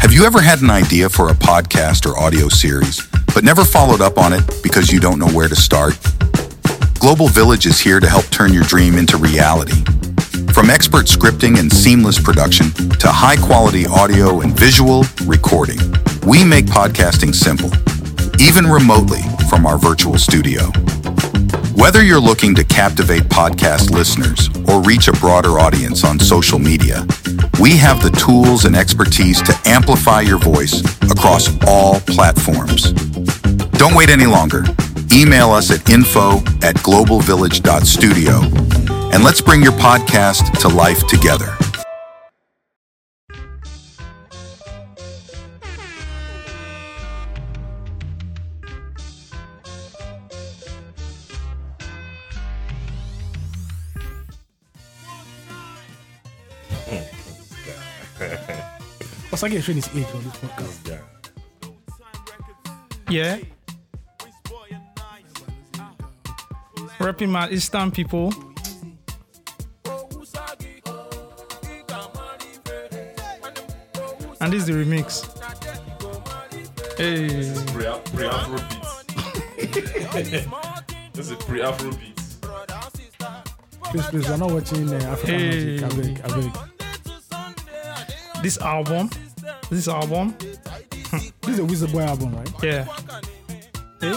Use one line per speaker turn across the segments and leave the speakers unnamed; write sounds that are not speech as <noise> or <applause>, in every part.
Have you ever had an idea for a podcast or audio series, but never followed up on it because you don't know where to start? Global Village is here to help turn your dream into reality. From expert scripting and seamless production to high quality audio and visual recording, we make podcasting simple, even remotely from our virtual studio. Whether you're looking to captivate podcast listeners or reach a broader audience on social media, we have the tools and expertise to amplify your voice across all platforms. Don't wait any longer. Email us at info at globalvillage.studio and let's bring your podcast to life together.
What's I get Trini's age on this podcast?
Yeah.
Yeah. Repping my Eastern people. And this is the remix. Hey.
Pre pre Afro beat. This is a pre Afro beat.
Please, please, we're not watching uh, African
Hey.
Magic. I beg, I beg.
This album. This album.
This is a Wizard Boy album, right?
Yeah. Hey.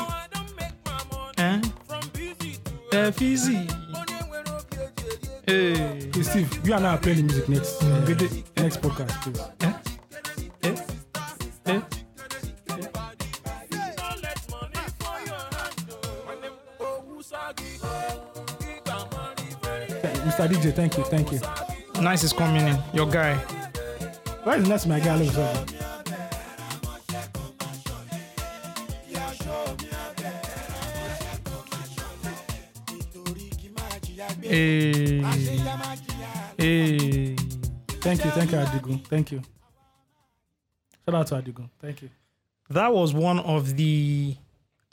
Eh? Eh, Fizzy. Hey.
Hey, Steve, you and I are playing the music next. With the next podcast, please.
Eh? Eh? Eh?
Mr. DJ, thank you, thank you.
Nice is coming in. Your guy.
Why is next my guy all of a sudden?
Hey. Hey.
Thank you, thank you, Adigun. Thank you. Shout out to Adigun. Thank you.
That was one of the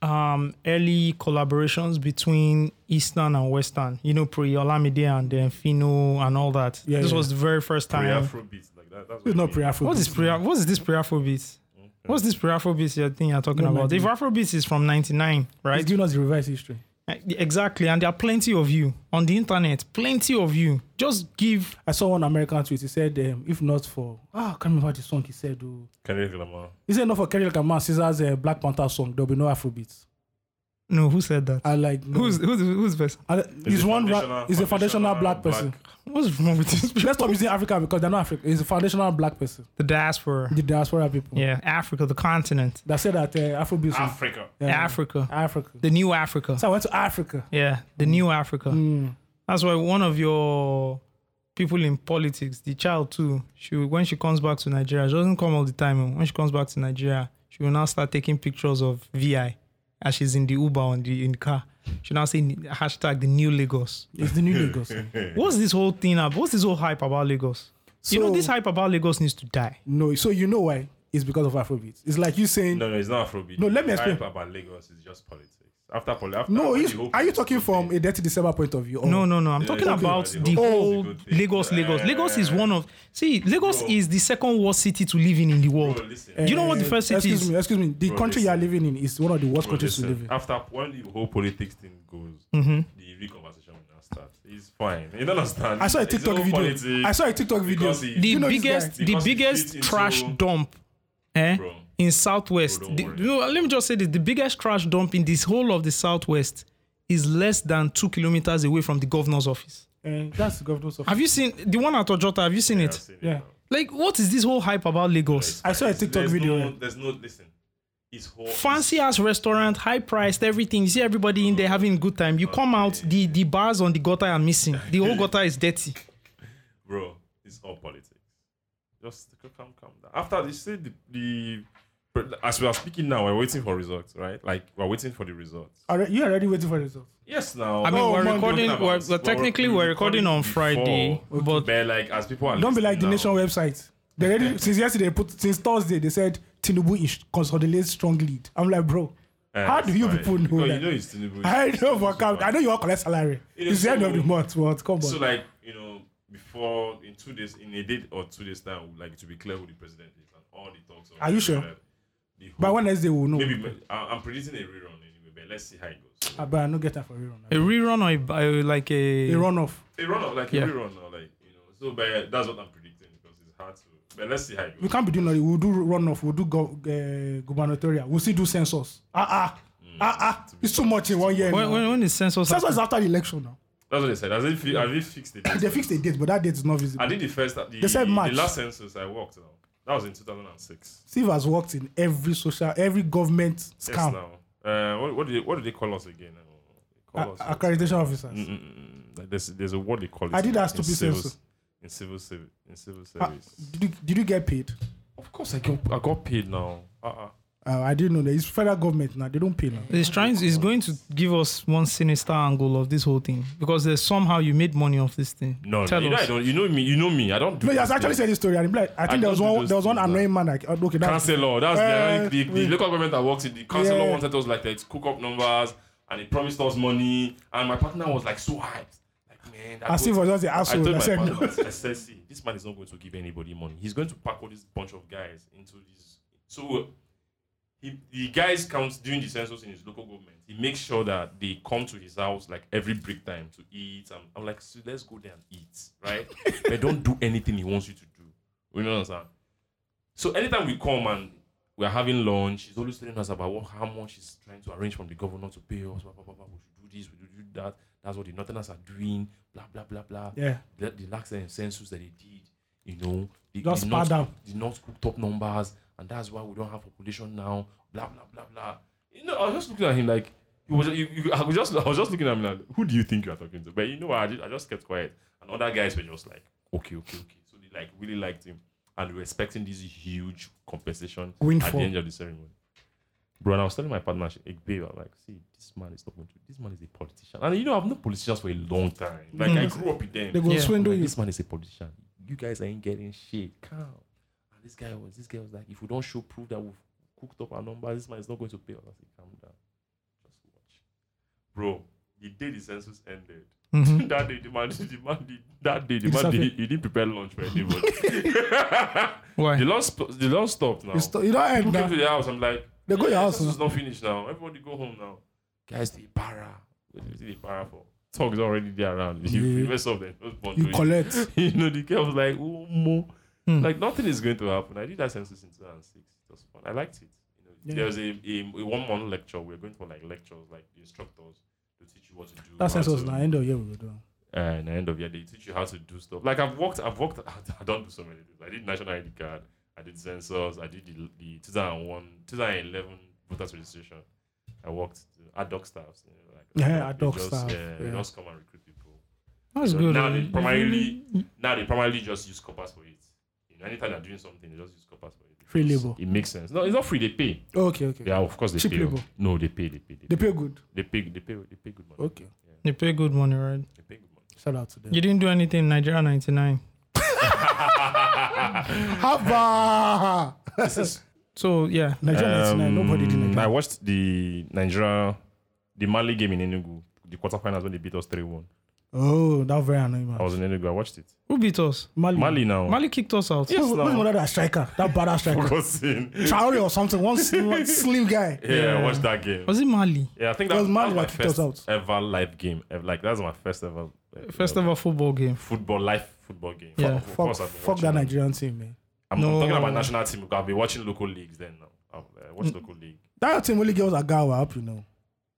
um, early collaborations between Eastern and Western. You know, pre Olamide and then Fino and all that.
Yeah,
this
yeah.
was the very first
Pre
time.
Afro beat. Like that. That's
This is not pre Afro.
What is pre? What is this pre Afrobeat? What's this pre Afrobeat you're- thing you're talking
No
about?
idea.
If Afrobeat is from '99,
It's
right? Eh,
giving us the reverse history.
Exactly, and there are plenty of you on the internet. Plenty of you. Just give.
I saw one American tweet. He said, um, if not for, ah, I can't remember the song he said. Oh.
Kendrick Lamar.
He said, not for Kerry Lakaman, Caesar's uh, Black Panther song, there'll be no Afrobeats.
No, who said that?
I like, no.
Who's who's who's best?
I, he's
a
one, ra-
foundational-
he's a foundational black person.
What's wrong with this? <laughs>
Let's stop using Africa because they're not African. He's a foundational black person.
The diaspora.
The diaspora people.
Yeah, Africa, the continent,
That said that uh, Afrobeats. is-
Africa.
yeah,
Africa,
uh, Africa.
the new Africa.
So Mm. I went to Africa. Hmm,
Yeah, the new Africa. That's why one of your people in politics, the child too, she will- when she comes back to Nigeria, she doesn't come all the time. oh, When she comes back to Nigeria, she will now start taking pictures of VI as she's in the Uber on the in the car. She now say hashtag the new Lagos.
It's the
<laughs>
new Lagos.
What's this whole thing about? What's this whole hype about Lagos? you know,
So-
this hype about Lagos needs to die.
no, so you know why? It's because of Afrobeats. It's like you saying,
No, no, it's not Afrobeat.
No, let me
The
explain.
Hype about Lagos is just politics. After politics.
no, he's- are you talking from a dirty December point of view? or-
No, no, no. I'm
Oh. Yeah,
talking
okay.
about
Yeah,
the
the whole-
whole
the good thing.
Lagos, Lagos. Lagos is one of see, Lagos
Bro.
is the second worst city to live in in the world.
Bro, listen.
Do you know what the
Eh,
Uh,
first city
excuse
is?
me, excuse me. The
Bro,
country you are living in is one of the worst
Bro,
countries to Mm-hmm.
listen,
live in.
After when the whole politics thing goes, the real conversation will now start. It's fine. You don't understand.
I saw a
It's
TikTok
all
video.
politics
I saw a TikTok video.
because he-
the
You know this
biggest
guy?
the
Because it fits
biggest
into-
trash dump eh,
Bro.
in southwest
Bro, don't
The-
worry.
no, let me just say this the biggest trash dump in this whole of the southwest is less than two kilometers away from the governor's office
Uh, that's the governor's office.
have you seen the one at ojota have you seen
I've
it
seen it,
Yeah.
bro.
like what is this whole hype about lagos
I saw a
It's-
TikTok
there's
video.
No, there's no listen. It's whole
fancy ass restaurant high priced everything you see everybody in there having a good time you come out the the bars on the gutter are missing the whole gutter is dirty
bro, it's all politics. Just c- calm, calm down. After this, see the, the but as we are speaking now, we're waiting for results, right? Like we're waiting for the results.
Are you already waiting for the results?
Yes, now.
i mean
Oh,
we're
man,
recording
talking
we're,
about-
we're technically we're recording on
before,
friday but
but like as people are
Don't be
listening
like the
now,
nation website. They already
<laughs>
since yesterday they put since Thursday they said Tinubu is consolidates strong lead. I'm like, bro,
eh,
how do
it's
you
fine.
people know
Because
that?
You know it's Tinubu.
I
It's
know
Tinubu's
for account. I know you all collect salary.
It
it's
is
the end
so-
of the month, but come on.
So like you know, before in two days, in a day or two days time, like to be clear who the president is and all the
Are you sure?
Uh, the
By
whole-
Wednesday, we'll know.
Maybe I- I'm predicting a rerun anyway, but let's see how it goes.
Ah, but I no get her for rerun.
Eh.
A rerun or a, b- uh, like a,
A run off.
A run of like
Yeah.
a rerun or like you know. So, but that's what I'm predicting because it's hard to. But let's see how it
We
goes.
can't be doing nothing. We'll do run off. We'll do go, uh, gubernatorial. We'll still do census. Ah ah
Hmm.
ah ah. It's too much in one year.
When,
now.
when, when the census
Census is
happen-
after the election now.
That's what they said. As if you- have you fixed it?
They fixed a date, but that date is not
I
visible.
did the first. The,
They said March.
The last census I worked now. That was in 2006.
Steve has worked in every social, every government
Yes,
scam.
now. Uh, what, what do they what do they call us again? Oh, they call us- Mm,
A- accreditation officers.
Mm-mm-mm. Like there's there's a word they call it.
I did
now
that
in
stupid
civil-
census.
in civil service. In civil
Ah,
service.
did, you, did you get paid?
of course, I got I got paid now. Uh-uh.
Uh, I didn't know that. It's federal government now. They don't pay now.
It's trying. It's going to give us one sinister angle of this whole thing because there's somehow you made money off this thing.
No,
tell
you know I
us.
don't. You know me. You know me. I don't. Do
No, he has
those
actually
things.
said this story. And I'm like, I think
I
there was
don't do
one.
those
There was one
things, man.
annoying man. Like, oh, okay, that's
Councillor, that's
Uh,
the, the, the
we-
local government I worked in. The councillor
Yeah.
wanted us like to cook up numbers, and he promised us money. And my partner was like so hyped, like man. that
As if
goat-
I was just the
I
asshole.
told
I
my
said,
partner,
no.
I said, I said, see, this man is not going to give anybody money. He's going to pack all this bunch of guys into this. So he, the guys comes during the census in his local government. He makes sure that they come to his house like every break time to eat. I'm, I'm like, so let's go there and eat,
<laughs>
right? but don't do anything he wants you to do. You know what I'm saying? So anytime we come and we're having lunch, he's always telling us about what, how much he's trying to arrange from the governor to pay us. Blah, blah, blah, blah. We should do this, we should do that. That's what the Northerners are doing. Blah, blah, blah, blah
<laughs> Yeah.
the, the lack of census that they did, you know, they
Just
did
pad down.
not, did not cooked up numbers, and that's why we don't have population now. Blah blah blah blah. You know, I was just looking at him like he was. You, you, I was just, I was just looking at him like, who do you think you are talking to? But you know, what, I just, I just kept quiet, and other guys were just like, okay, okay, okay. So they like really liked him, and they were expecting this huge compensation at
Windfall.
the end of the ceremony. Bro, and I was telling my partner, she- like, babe, I'm like, see, this man is not going to. This man is a politician, and you know, I've known politicians for a long time. Like, I grew up with them.
Mm. They go
Yeah.
swindle
Like,
you.
this man is a politician. You guys ain't getting shit. Calm. And this guy was, this guy was like, if we don't show proof that we've cooked up our number, this man is not going to pay us. I said, calm down. Just watch. Bro, the day the census ended, <laughs>
Mhm.
Mm-hmm.
that day the man, the man did, that day the
He
man,
disappeared.
did, he didn't prepare lunch for anybody. <laughs>
Why?
the lunch, sp- the lunch stopped now.
You st- You don't
<laughs> People
end
came
now.
to the house. I'm like,
They go your
"Yeah,
house,
Census is
huh?"
not finished now. Everybody go home now. Guys, the para. What do you see the para for? Talk is already there around. You,
Yeah.
you mess up then. Just bundle
You
it
collect.
<laughs> you know, the girl was like, oh, mo.
Hmm.
Like, nothing is going to happen. I did that census in 2006. It was fun. I liked it. You know,
Yeah.
There was a, a, one month lecture. We were going for like lectures, like the instructors to teach you what to do.
That
how
census
to-
now. End of year we will do.
Uh, and the end of year, they teach you how to do stuff. Like, I've worked, I've worked, <laughs> I don't do so many things. I did national ID card, I did census, I did the, the 2001, 2011 voters registration. I worked ad hoc staffs. You know, like,
Yeah, ad
they
hoc
just,
staff,
Yeah, they
yeah.
just come and recruit people.
That's
So
good.
now
eh?
they primarily now they primarily just use coppers for it. You know, anytime they're doing something, they just use coppers for it.
Free
because
labor.
It makes sense. No, it's not free. They pay.
Okay, okay.
Yeah, of course they
Cheap
pay.
labor.
No, they pay. They pay. They
They
pay.
pay good.
They pay. They pay. They pay good money.
Okay.
They pay good money, right?
They pay good money.
Shout out to them.
You didn't do anything in Nigeria 99.
<laughs>
Haba!
This is-
So, yeah.
Nigeria 99. Nobody did
Um, I
Nigeria.
watched the Nigeria, the Mali game in Enugu, the quarterfinals when they beat us three one.
Oh, that was very annoying
I
man.
was in Enugu. I watched it.
Who beat us?
Mali.
Mali now. <laughs>
Mali kicked us out.
Yes,
Who's
now.
who's one of that striker? That badass
<laughs>
striker.
Focusing.
Traore or something. One slim, one slim guy.
Yeah, I watched that game.
Was it Mali?
Yeah, I think
It
that
was
was,
Mali
that was my
that kicked us
first
out.
ever live game. Ever, like that was my first ever uh,
First
uh,
ever football game.
football live football game.
Yeah.
Of
Fuck,
course I've been
fuck
watching
that
them.
Nigerian team, man.
I'm,
No.
I'm talking about national team. because I've been watching local leagues then. Now I've uh, watched
Mm.
local league. <laughs>
That team only gives Agawa up, you know.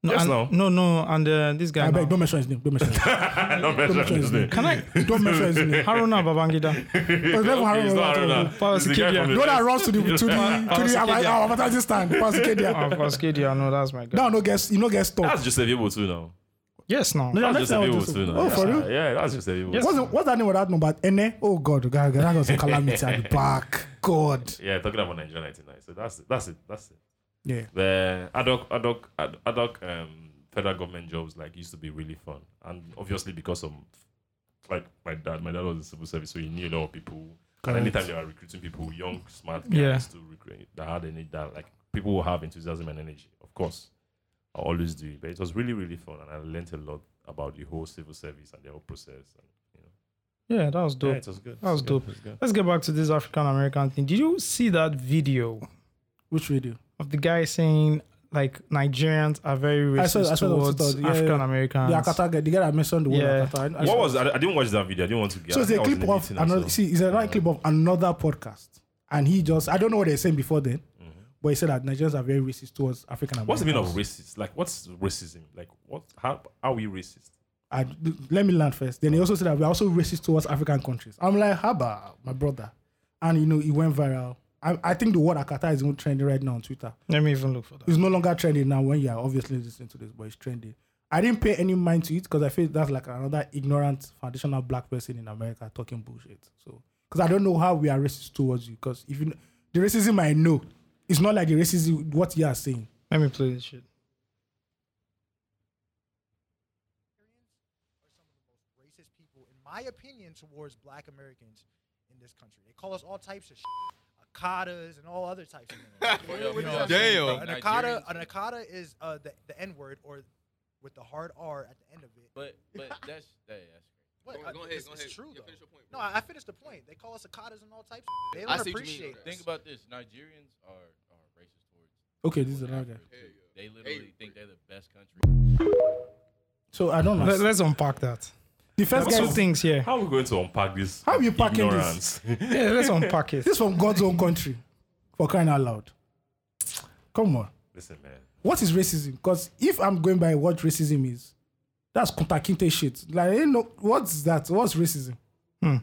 No,
Yes,
and-
now.
no, no. And uh, this guy.
I beg,
now.
don't mention his name. Don't mention his name.
I don't mention his name.
Can I?
<laughs> Don't mention his name.
Haruna Babangida.
It's never
Okay,
Haruna
it's not
Ronaldo.
Haruna.
Paul
It's the guy
Sikedia.
from the
The one that
West.
runs to the to the to the
Pass Kedia.
our advertising stand. Pass Kedia.
Of course, Kedia. No, that's my guy.
Now no gets you no get stuck.
That's just available too now.
Yes, now.
No,
That's
next
just
time I'll
available
do
too
so.
now.
Oh, for real?
Yeah, that's just available.
Yes.
What's, the, what's that name of that number? Ene? Oh God, God, God, that was a calamity
<laughs>
at the back. God.
Yeah, talking about Nigeria 99. So that's it. That's it. That's it.
Yeah.
The ad hoc, ad hoc, ad ad hoc um, federal government jobs like used to be really fun, and obviously because of like my dad, my dad was in civil service, so he knew a lot of people. And anytime they were recruiting people, young, smart guys
Yeah.
to recruit that had any that like people who have enthusiasm and energy, of course. I always do, but it was really, really fun, and I learned a lot about the whole civil service and the whole process. And, you know,
Yeah, that was dope.
Yeah, it was good.
That was
It
dope.
It was good.
Let's get back to this African American thing. Did you see that video
Which video?
of the guy saying like Nigerians are very racist
I saw. I saw the
towards
story. Yeah, yeah, yeah.
African Americans?
The Akata guy. The guy that mentioned the word
Yeah.
Akata. I- I
What
saw-
was I, I didn't watch that video. I didn't want to get.
So
I
it's a
think I was
clip
in a
of
meeting or
another.
so.
See, it's a right clip of another podcast, and he just I don't know what they're saying before then, but he said that Nigerians are very racist towards African Americans.
Mm-hmm. What's the meaning of racist? Like, what's racism? Like, what? How are we racist?
I, let me land first. Then he also said that we're also racist towards African countries. I'm like, Haba, my brother. And you know, it went viral. I, I think the word Akata is even trending right now on Twitter.
Let me even look for that.
It's no longer trending now when you're obviously listening to this, but it's trending. I didn't pay any mind to it because I feel that's like another ignorant foundational black person in America talking bullshit. So, because I don't know how we are racist towards you. Because if you kn- the racism I know, it's not like the racism what you are saying.
Let me play this shit.
are some of the most racist people, in my opinion, towards black Americans in this country. They call us all types of shit. Akatas and all other types
<laughs>
of things. You know what I'm saying,
Damn.
bro? An akata, an akata is uh, the, the N word or with the hard R at the end of it.
But but that's that, that's
What?
Go-
I-
go ahead,
it's,
go
it's
ahead.
true,
Yeah,
though.
finish your point,
no,
bro.
I, I finished the point. They call us akatas and all types of shit. They
I
don't
see what you mean.
appreciate us.
Think about this: Nigerians are, are racist towards.
Okay, this is
towards
another guy.
Africa, too. They literally think they're the best country.
So I don't know.
Let, us unpack that.
the first guy,
Two things here.
How are we going to unpack this?
How are you packing this?
ignorance? <laughs>
Yeah, let's unpack it.
this is from God's own country, for crying out loud. Come on.
Listen, man.
what is racism? Because if I'm going by what racism is, that's Kunta Kinte shit. Like, you know, what's that? What's racism?
Hmm.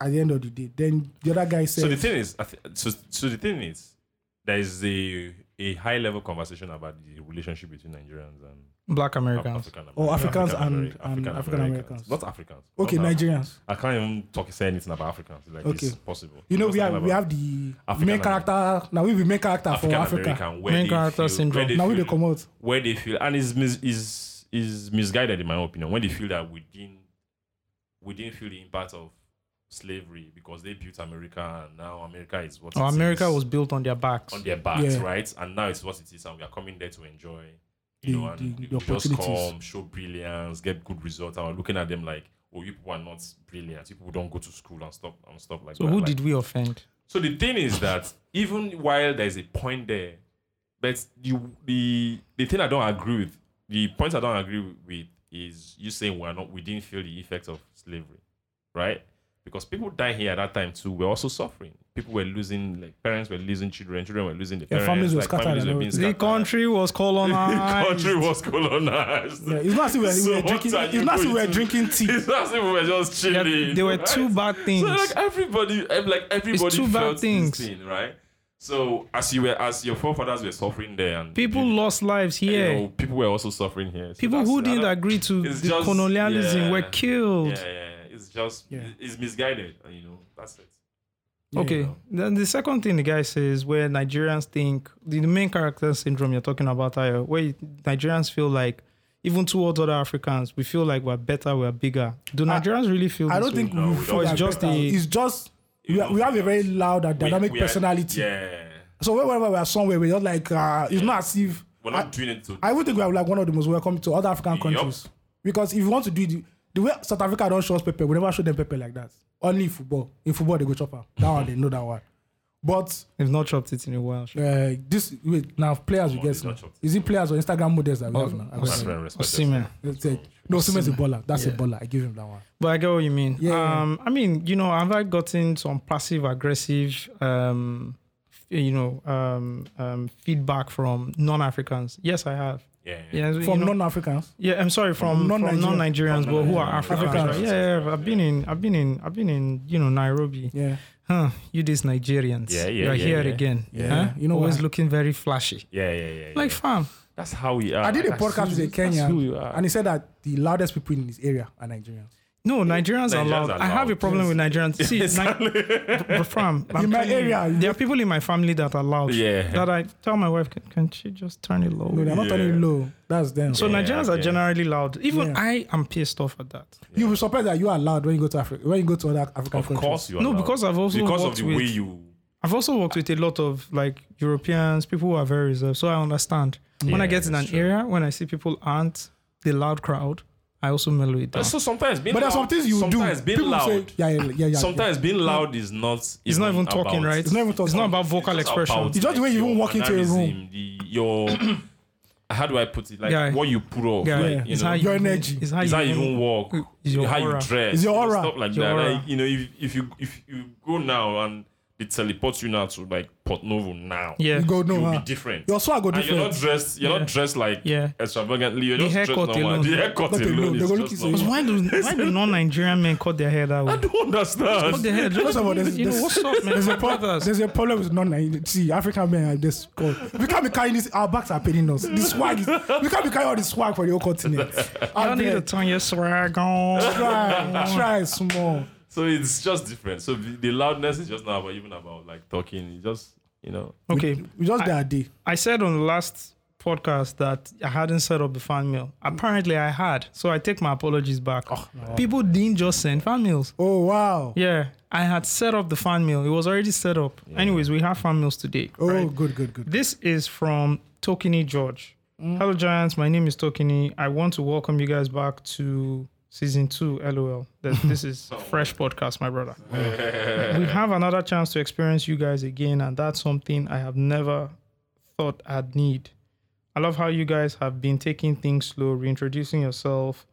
At the end of the day, then the other guy said,
So the thing is, I th- so so the thing is, there is a a high level conversation about the relationship between Nigerians and
Black Americans.
African Americans.
Or Oh, Africans and- and African Americans.
Not Africans.
"Okay,
Not Af-
Nigerians.
I can't even talk say anything about Africans. Like it's
Okay.
possible.
You know,
Just
we have
talking
we
about
have the
African
main character. Now we be main character
African
for Africa.
American where
Main
they
character
feel,
syndrome.
Where they
Now we
feel,
they come out.
where they feel and is mis- is is misguided in my opinion when they feel that we didn't we didn't feel the impact of slavery because they built America and now America is what
Oh,
it
America
is
was built on their backs.
on their backs,
Yeah.
right? And now it's what it is, and we are coming there to enjoy,
The-
you know, and
the-
we
the
just
opportunities.
come, show brilliance, get good results. And we're looking at them like, oh, you people are not brilliant. You people don't go to school and stuff and stuff like
so
that.
who
Like-
did we offend?
So the thing is that even while there's a point there, but you the the thing I don't agree with, the point I don't agree with is you saying we're not we didn't feel the effects of slavery, right? Because people dying here at that time too were also suffering. People were losing, like parents were losing children, children were losing their
Yeah,
parents.
families were
like,
scattered
families
and
were being
The
scattered.
country was
<laughs> The
colonized.
country was colonized.
Yeah, it's not as if we're-
So
we're
what
drinking.
are you
It's not as if
going
we're
to-
drinking tea.
It's not as if we were just
Yeah,
chilling.
there were two
right?
bad
So
things.
like everybody, ev- like everybody
two bad
felt
things.
this thing, right? So as you were, as your forefathers were suffering there, and
People
you-
lost lives
you
here.
know, people were also suffering here. So
People
that's-
who
I
didn't
don't-
agree to
it's
the
just-
colonialism
yeah.
were killed.
Yeah, yeah, yeah. it's just
Yeah.
it's misguided, and, you know. That's it.
Okay. Then the second thing the guy says, where Nigerians think the, the main character syndrome you're talking about, Ayo, where you- Nigerians feel like even towards other Africans, we feel like we're better, we're bigger. Do Nigerians really feel?
I
this
don't
way?
think
No,
we
we
feel
don't.
that
It's just
better.
the-
It's just we,
You
are,
know,
we have a very loud and
we-
dynamic
we are-
personality.
Yeah,
So whenever we are somewhere, we're just like uh, it's not as if
we're not doing it to.
I would think we are like one of the most welcome to other African
Yup.
countries. Because if you want to do it, the- the way South Africa don't show us pepper, we never show them pepper like that. Only in football. In football, they go chop am. That one, they know that one. But
They've not chopped it in a while. sure.
uh, this, wait, now players, you
on,
guess.
they don't
now.
chop it.
Is it players or Instagram models that we have now? I
That's
guess.
very respectful.
Osimhen.
It's like- No, Simon's a baller. That's a baller. I give him that one.
But I get what you mean.
Yeah.
Um, I mean, you know, have I gotten some passive aggressive, um, f- you know, um, um, feedback from non-Africans? Yes, I have.
Yeah, yeah.
Yeah, so, you
From
know-
non Africans.
Yeah, I'm sorry, from
From
non
non-Nigerian-
Nigerians, but who are Africans?
Africans.
right? Yeah, yeah, I've been in, I've been in, I've been in, you know, Nairobi.
Yeah.
Huh? You these Nigerians?
Yeah, yeah,
You're
yeah,
here
yeah.
again.
Yeah.
huh?
You know
always
why?
looking very flashy.
Yeah, yeah, yeah, yeah.
Like fam,
that's how we are.
I did a
Ah, That's
podcast
who-
with a
that's who we
Kenyan,
are.
and he said that the loudest people in his area are Nigerians.
no Nigerians, are,
Nigerians
loud.
are
I have
loud.
a problem with Nigerians.
<laughs>
See, Ni- but fam, I'm
In my
telling you,
area, you-
there are people in my family that are loud.
Yeah.
That I tell my wife, can, can she just turn it low?
No, they're not
Yeah.
turning low. That's them.
so Nigerians are
yeah.
generally loud. Even
Yeah.
I am pissed off at that.
You'll be surprised that you are loud when you go to Africa, when you go to other African
of
countries.
course you are.
No,
loud.
because I've also
because of
worked
the
with-
way you.
I've also worked with a lot of like Europeans, people who are very reserved, so I understand. when I
Yeah,
get in
that's
an area, when I see people aren't the loud crowd, I also mellow it down.
That's Uh, so sometimes being
But there are
loud,
some things you do.
sometimes being
People say,
loud.
yeah, yeah, yeah, yeah.
sometimes being loud is not.
It's not even talking,
about-
right?
It's not even talking.
It's not about
It's
vocal
just
expression.
about,
It's just the way you
like,
even
your
walk into a room.
mannerism, The, your how do I put it? Like
Yeah.
what you put off.
Yeah,
like,
yeah.
you
it's
know,
how you
Your energy.
It's how
It's how
you
you even walk.
It's your
how you
aura.
dress.
It's your
you know,
aura.
Stuff like
It's your
that.
aura.
Like you know, if, if you if you go now and they teleport you now to like Port Novo now,
Yeah.
You go
you
no,
will be
huh?
different.
Ah. Your swag go
and you're not
different.
dressed. You're
Yeah.
not dressed like
Yeah.
extravagantly. You're
The
just dressed
haircut
normal.
alone.
The haircut
Not
alone.
alone. They're
is
gonna look at
just
you.
Because
normal. <laughs>
why do why do non-Nigerian men cut their hair that
I
way?
don't understand.
Cut their hair. Just,
First of all, there's-
you know
there's-
what's up, man?
There's
<laughs>
a,
Support
pro-
us.
there's a problem with non See, African men are just called. We can't be carrying this. Our backs are paining us. The swag is. We can't be carrying all the swag for the whole continent.
You
I
don't need to turn your
<laughs>
swag on.
Try, try small.
So it's just different. So the, the loudness is just not about, even about like talking. It's just you know.
Okay,
We just there a day.
I said on the last podcast that I hadn't set up the fan mail. Apparently, I had, so I take my apologies back. People didn't just send fan mails.
Oh wow.
Yeah, I had set up the fan mail. It was already set up. Anyways, we have fan mails today.
Oh
right?
good, good, good.
This is from Tokini George.
Mm.
Hello, Giants. My name is Tokini. I want to welcome you guys back to season two. LOL. That-
<laughs>
This is fresh podcast, my brother. we have another chance to experience you guys again, and that's something I have never thought I'd need. I love how you guys have been taking things slow, reintroducing yourself,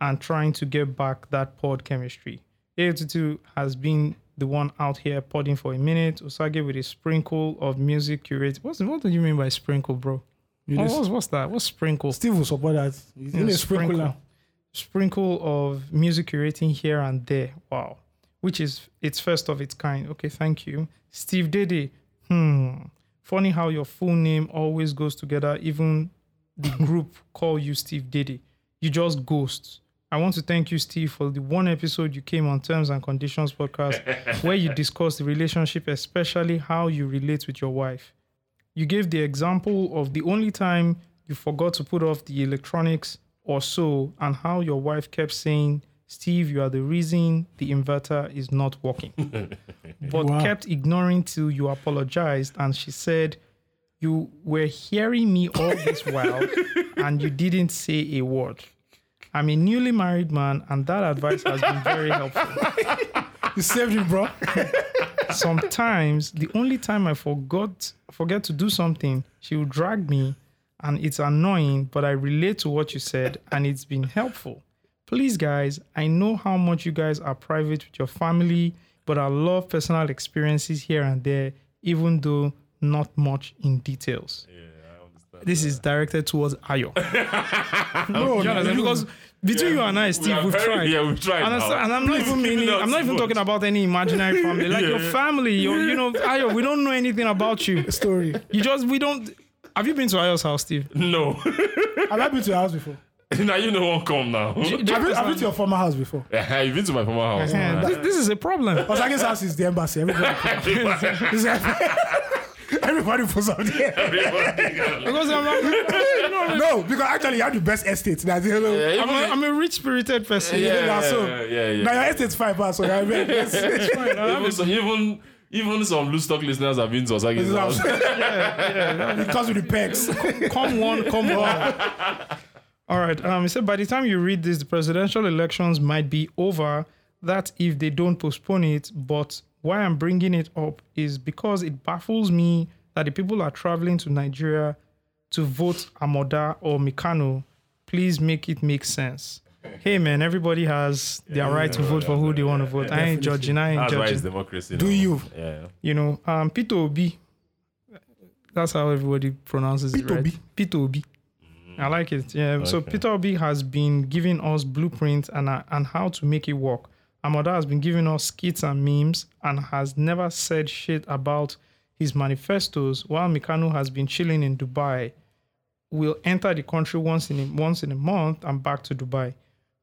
and trying to get back that pod chemistry. AF22 has been the one out here podding for a minute. Osage with a sprinkle of music curated. What's, what do you mean by sprinkle, bro?
You
What-
just-
Oh, what's, what's that? What's sprinkle?
Steve will support that. He's in
Yeah,
a sprinkler.
sprinkle. Sprinkle of music curating here and there. Wow. Which is its first of its kind. Okay, thank you. Steve Diddy. Hmm. Funny how your full name always goes together, even <laughs> the group call you Steve Diddy. You just ghost. I want to thank you, Steve, for the one episode you came on Terms and Conditions podcast <laughs> where you discussed the relationship, especially how you relate with your wife. You gave the example of the only time you forgot to put off the electronics or so, and how your wife kept saying, Steve, you are the reason the inverter is not working, but
Wow.
kept ignoring till you apologized. And she said, You were hearing me all this while, and you didn't say a word. I'm a newly married man, and that advice has been very helpful
You saved him,
<laughs>
bro.
sometimes the only time I forgot forget to do something, she will drag me, and it's annoying. But I relate to what you said, and it's been helpful. Please, guys, I know how much you guys are private with your family, but I love personal experiences here and there, even though not much in details.
Yeah, I understand.
This is directed towards
<laughs>
Ayo.
No,
You understand? Because between you and I, Steve,
are
we've
very-
tried.
yeah, we've tried
And, I'm
now.
so- and I'm not
Please
even
give me
meaning,
that
I'm not even
support.
talking about any imaginary family. Like
<laughs>
your family, your, you know, Ayo, we don't know anything about you.
story.
You just, we don't. Have you been to Ayo's house, Steve?
no. <laughs>
Have I been to your house before?
now you know what come now. <laughs>
Do you
Have you, have you been
understand?
to your former house before?
I've been to my former house. <laughs>
Yeah,
man.
this, this is a problem.
<laughs>
Osage's house is the embassy. Everybody, is <laughs> everybody pulls out there.
Because I'm, I'm, you know, I'm, a-
No, because actually you have the best estate. That's the hello.
I'm a- I'm a rich spirited person.
Yeah,
Yeah, so-
yeah, yeah, yeah.
Now your estate's five pass. So I mean,
<laughs>
yes, yes,
Even, so, even even some loose talk listeners have been to Osage's
it's
house.
house. <laughs> It comes with the pegs.
<laughs>
Come on, come on. All right. Um, he said by the time you read this, the presidential elections might be over. That if they don't postpone it, but why I'm bringing it up is because it baffles me that the people are traveling to Nigeria to vote Amoda or Mikano. Please make it make sense. Hey man, everybody has their right to vote for who they want to vote. I ain't judging. I ain't
That's why
judging
it's democracy.
Do
now.
you?
Yeah.
you know, um, Peter Obi. That's how everybody pronounces
Peter
it, right?
Obi.
Peter Obi. I like it. Yeah. So Peter Obi has been giving us blueprints and uh, and how to make it work. Amada has been giving us skits and memes and has never said shit about his manifestos. While Mikano has been chilling in Dubai, will enter the country once in a, once in a month and back to Dubai.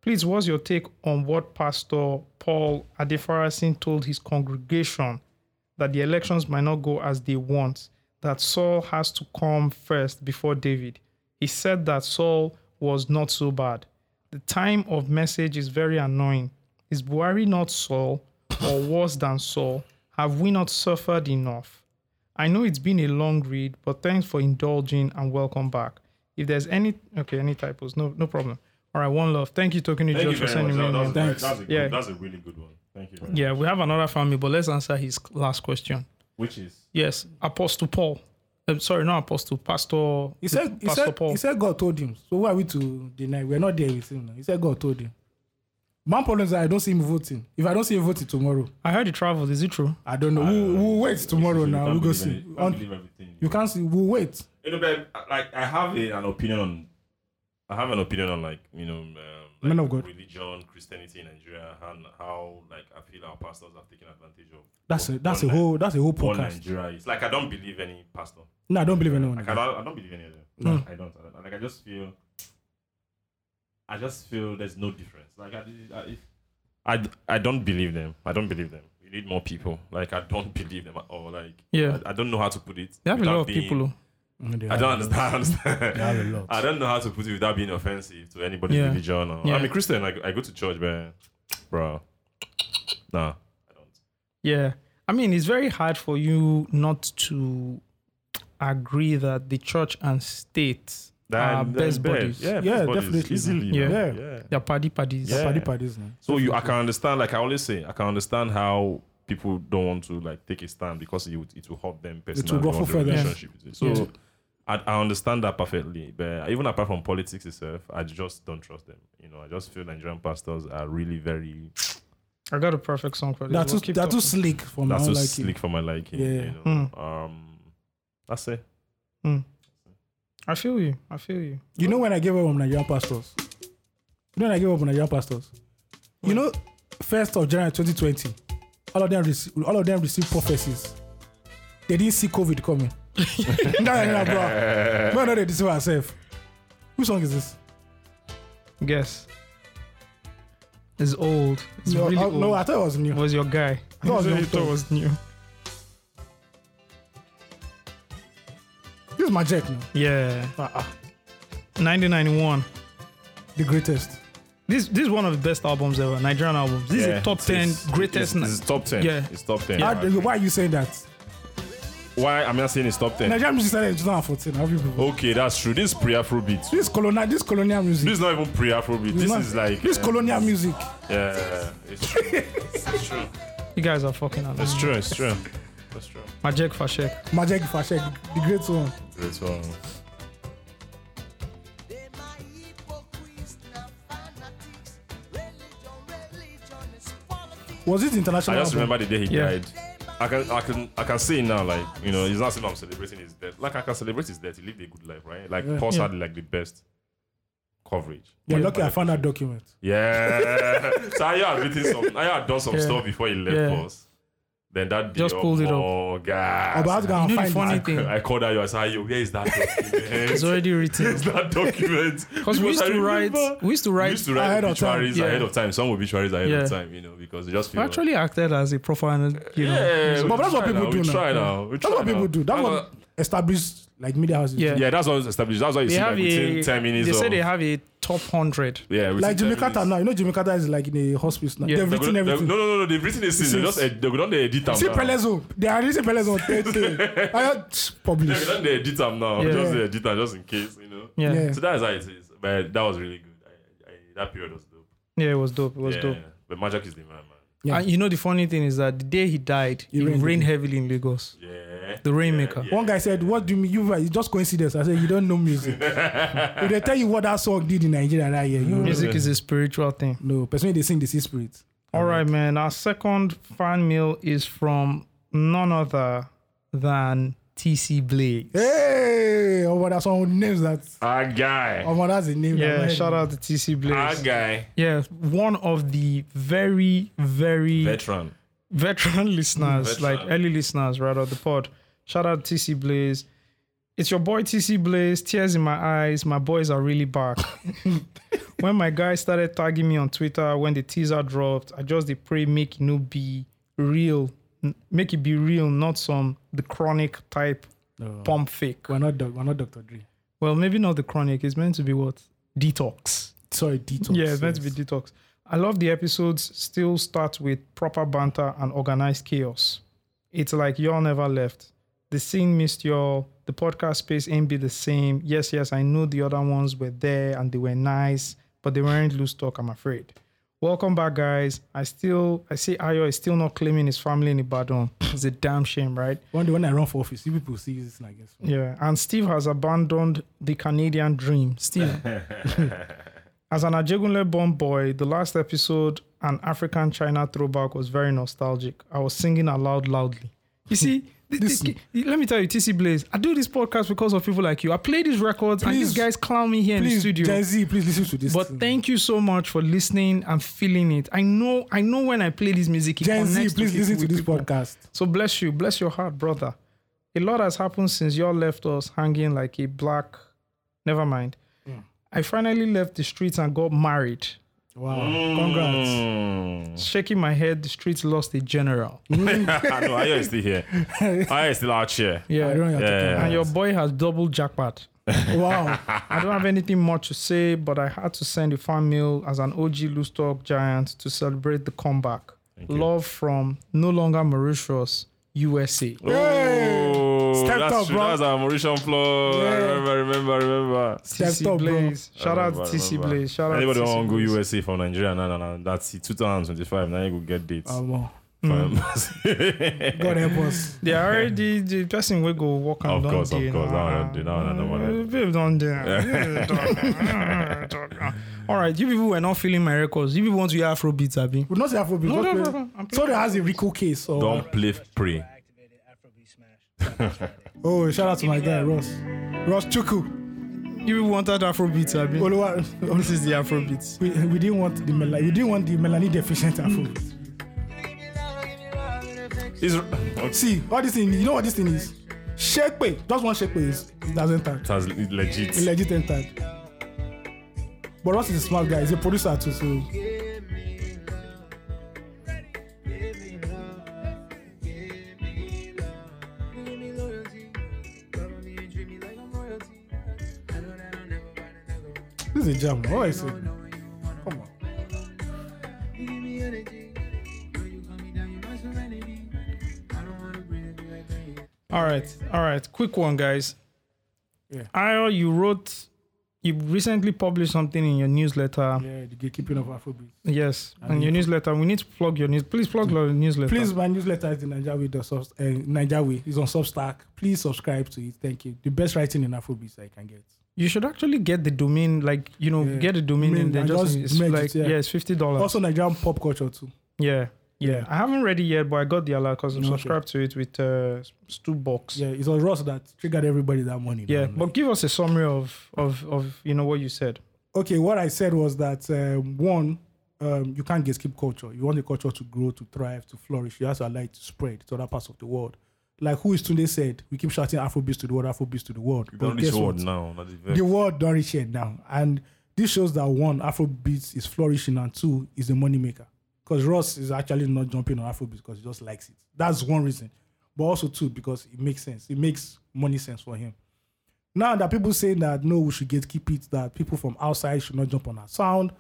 Please, what's your take on what Pastor Paul Adefarasin told his congregation that the elections might not go as they want, that Saul has to come first before David. He said that Saul was not so bad. The time of message is very annoying. Is Buhari not Saul or worse than Saul? Have we not suffered enough? I know it's been a long read, but thanks for indulging and welcome back. If there's any okay, any typos, no no problem. All right, one love. Thank you, Tokini
Thank you
George, for
very much.
sending me
That,
one.
that's,
Thanks.
that's, a good,
Yeah.
that's a really good one. Thank you. very much.
Yeah, we have another family, but let's answer his last question.
Which is
Yes, Apostle Paul. I'm sorry, not Apostle, Pastor.
He said, he,
Pastor
said,
Paul.
he said God told him. So who are we to deny? We're not there with him. Now. He said God told him. My problem is that I don't see him voting. If I don't see him voting tomorrow,
I heard he traveled. Is it true?
I don't know. we'll, we'll wait tomorrow
You
now.
can't
We'll go
believe
see.
any- you
On-
Can't believe everything.
you can't see. We'll wait.
You know, but uh, like I have a, an opinion on. I have an opinion on like you know, um, like
Men of God.
religion, Christianity in Nigeria, and how like I feel our pastors have taken advantage of.
That's a,
of
that's a
what
whole that's a whole
Ni- what
podcast.
Nigeria is like. I don't believe any pastor.
No, I don't believe anyone. Hmm.
Like, I, don't, I don't believe any of them.
No.
I don't. I don't. Like I just feel. I just feel there's no difference. Like I, I, I, d- I don't believe them. I don't believe them. We need more people. Like I don't <laughs> believe them at all. Like
Yeah.
I, I don't know how to put it.
They have a
without
lot of
being-
people. though.
Mm, they
I
have
don't
a
understand. I, understand. <laughs>
They have a lot.
I don't know how to put it without being offensive to anybody's
Yeah.
religion. Or,
Yeah.
I'm a Christian. Like I go to church, but bro, nah, I don't.
Yeah. I mean, it's very hard for you not to agree that the church and state are
Then- then
Ah, best
bed.
buddies.
Yeah,
Yeah,
best buddies,
definitely.
Easily.
Yeah.
man.
Yeah.
yeah.
They're party parties.
Yeah.
Party parties now.
So you, I can understand. Like I always say, I can understand how people don't want to like take a stand because it would, it will hurt them personally.
ruffle
or the
feathers.
relationship. So
Yeah.
I, I understand that perfectly. But even apart from politics itself, I just don't trust them. You know, I just feel Nigerian pastors are really very
I got a perfect song for this.
They're
We'll
too,
keep
they're too
talking.
slick for my
that's
own
so
liking.
slick for my liking.
Yeah.
You know? Um, that's it.
Hmm. I feel you. I feel you.
You know when I gave up on Nigerian pastors? You know when I gave up on Nigerian pastors? You know, first of January 2020, all of them received all of them received prophecies. They didn't see COVID coming. <laughs> no, no, no,
<laughs>
bro. No, no, they deceive ourselves. Which song is this?
Guess. It's old. It's
no,
really
I,
uh,
old.
Oh, no, I thought it was new.
was your guy.
That
<laughs>
was
You
your
thought
thought.
was new.
This is my jack now.
Yeah.
Uh-uh.
1991.
The greatest.
This this is one of the best albums ever. Nigerian albums. This is
Yeah,
the top
it's-
ten
it's-
greatest.
It's, it's top ten.
Yeah.
it's top ten.
How do- why are you saying that?
Why am I saying it's top ten?
Nigerian music started in 2014. How people?
Okay, that's true. This is pre-Afro beat.
This colonial, this colonial music.
This is not even pre-Afro beat. This
not-
is like
this
uh,
colonial music.
Yeah, it's true. it's true.
you guys are fucking out.
It's true. It's true. That's true.
Majek Fashek.
Majek Fashek, the great one.
Great song.
Was it international?
I just
album?
remember the day he
Yeah.
died. I can, I can, I can see it now. Like you know, it's not saying I'm celebrating his death. Like I can celebrate his death. He lived a good life, right? Like
Yeah.
Pulse
Yeah.
had like the best coverage.
You're lucky I found that document.
Yeah. <laughs> so I had written some. I had done some
Yeah.
stuff before he left
Yeah.
us. Then that day,
Just pulled it up.
Oh
Oh,
god.
but I was
You
gonna
know the
find
funny
it.
thing?
I called her. I said, "Yo, where is that
It's
document? <laughs>
already written.
Where's
<laughs>
that document?"
Because we used
I
to write.
remember-
We used to
We
write.
used to write
Ahead of time.
obituaries
Yeah.
ahead of time. Some obituaries ahead
Yeah.
of time, you know, because you just
we
feel
actually acted as a profile. You know.
yeah, we
But that's what
try
people
now,
do
we
now.
Try now. We
That's
try
what people
now.
do. That's what established like media houses. do.
Yeah.
Yeah, that's what was established. That's why you
They
see
have
like within
a.
ten minutes.
They say
of-
they have a top hundred.
yeah, within
Like
10
Jimmy Carter
minutes.
now. You know Jimmy Carter is like in a hospice now.
Yeah.
They've
They're
written
gonna- they're-
everything.
No, no, no, no. They've written the scenes. They
Scenes.
just ed- they're done. They edit them.
See
now.
Pelezo. They are releasing Pelezo on Thursday. I had
They're
published.
done. They edit them now.
Yeah.
Just
Yeah.
they edit them just in case, you know.
Yeah.
Yeah.
yeah.
So that's how it is. But that was really good. I, I, that period was dope.
it was dope. It was
yeah.
dope.
But Magic is the man, man.
Yeah.
And you know the funny thing is that the day he died, it,
rained.
rained, heavily in Lagos.
Yeah.
The Rainmaker.
One guy said, "What do you mean? You guys- it's just coincidence." I said, "You don't know music. if they tell you what that song did in Nigeria that year, you
Music is a spiritual thing.
no. Personally, they sing the sea spirit.
All right, man. Our second fan mail is from none other than TC Blades.
Hey, oh, but that's one names that.
Our guy.
Oh, but that's a name. that
Yeah,
I'm
shout
hearing.
out to TC
Our
Blades.
guy.
Yeah, one of the very, very
Veteran.
veteran listeners,
Veteran.
like early listeners, right, of the pod. Shout out TC Blaze. It's your boy TC Blaze. Tears in my eyes. My boys are really back. <laughs> when my guys started tagging me on Twitter when the teaser dropped, I just they pray make it no be real, N- make it be real, not some the chronic type
No.
pump fake.
We're not. doc- We're not Dr. Dre.
Well, maybe not the chronic. It's meant to be what detox.
Sorry, detox.
Yeah, it's meant to be
yes.
detox. I love the episodes still start with proper banter and organized chaos. It's like y'all never left. The scene missed y'all. The podcast space ain't be the same. Yes, yes, I know the other ones were there and they were nice, but they weren't loose talk, I'm afraid. Welcome back, guys. I still I see Ayo is still not claiming his family in Ibadan. <laughs> it's a damn shame, right?
One day when I run for office, you people see this like this.
Yeah, and Steve has abandoned the Canadian
<laughs>
dream. Steve, as an Ajegunle born boy, the last episode, an African China throwback, was very nostalgic. I was singing aloud loudly. You
<laughs>
see, th- this, ki- let me tell you, TC Blaze, I do this podcast because of people like you. I play these records, and these
Please.
guys clown me here in the
Please,
studio.
Gen Z, please listen to this.
But
thing.
thank you so much for listening and feeling it. I know, I know when I play this music, it
Gen Z,
connects
please
people
listen to
with
this
people.
podcast.
So bless you, bless your heart, brother. A lot has happened since y'all left us hanging like a black. Never mind.
Hmm.
I finally left the streets and got married.
Wow,
Mm.
congrats. Hmm.
Shaking my head, the streets lost a general.
no, Ayo is
<laughs>
still here. Ayo is still out here.
Yeah.
I don't know what you're
Yeah.
and your boy has double jackpot.
talking about.
<laughs>
Wow.
I don't have anything much to say, but I had to send a fan mail as an OG loose talk giant to celebrate the comeback. Love from no longer Mauritius, USA.
Oh,
Stepped
that's
up,
true.
bro.
That's our Mauritian floor. I
Yeah.
remember, remember, remember.
Stepped
TC
up, bro.
Blaze. Shout out
Remember,
TC
remember.
Blaze. Shout out
Anybody
TC
want to go
Blaze.
USA from Nigeria? No, no, no. That's it. 2025. Now you go get dates.
Um, uh,
from-
hmm.
God help us.
They are already the person we go walk and
Of
don't
course, of
dey
course. That one I don't do. That one I don't wanna do.
Uh, babe don't dey
<laughs>
now. Yeah, don't- don't- All right, you people were not feeling my records. You people want to hear Afro beats, Abi.
We're not say Afrobeat.
No,
just
no,
play-
no, no, I'm playing.
Somebody has a Rico case. uh, Or,
<laughs> Don't play prey.
Oh, shout out to my guy, Ross. Ross Chuku.
You people wanted Afro beats, Abi.
Oluwa. <laughs>
This is the Afro beats.
We, we didn't want the melanin. We didn't want the melanin deficient Afrobeat.
It's, okay.
See, all this thing, you know what this thing is? Shekpe. Just one Shekpe is doesn't time.
That's legit.
He legit entered. é But Ross is a smart guy. He's a producer too, so. This is a jam. What is it? Come on.
All right, all right. Quick one, guys.
Yeah.
Ayo, you wrote, you recently published something in your newsletter.
Yeah, the gatekeeping of Afrobeat.
Yes, and your newsletter. We need to plug your news. Please plug your newsletter.
Please, my newsletter is the Niger Way. dot subs- eh, Niger Way. It's on Substack. Please subscribe to it. Thank you. The best writing in Afrobeat I can get.
you should actually get the domain, like you know,
Yeah.
get the domain
Domain
and then
and
just,
just
it's
merge
like
it, yeah.
yeah, it's fifty dollars.
Also, Nigerian pop culture too.
Yeah, yeah.
Yeah.
I haven't read it yet, but I got the alert because I'm
Okay.
subscribed to it with uh, Stu Box.
Yeah, it was Ross that triggered everybody that morning. Um,
Yeah,
man.
but give us a summary of of of you know what you said.
okay, what I said was that um, one, um, you can't gatekeep culture. You want the culture to grow, to thrive, to flourish. You have to allow it to spread to other parts of the world. Like who is Tunde said, we keep shouting Afrobeats to the world, Afrobeats to the world.
You
But
got this
guess
word
what?
now. That is very
The world don't reach yet now. And this shows that one, Afrobeats is flourishing and two, is a moneymaker. Because Ross is actually not jumping on Afrobeats because he just likes it. That's one reason. But also two, because it makes sense. It makes money sense for him. Now that people saying that no, we should get keep it, that people from outside should not jump on our sound.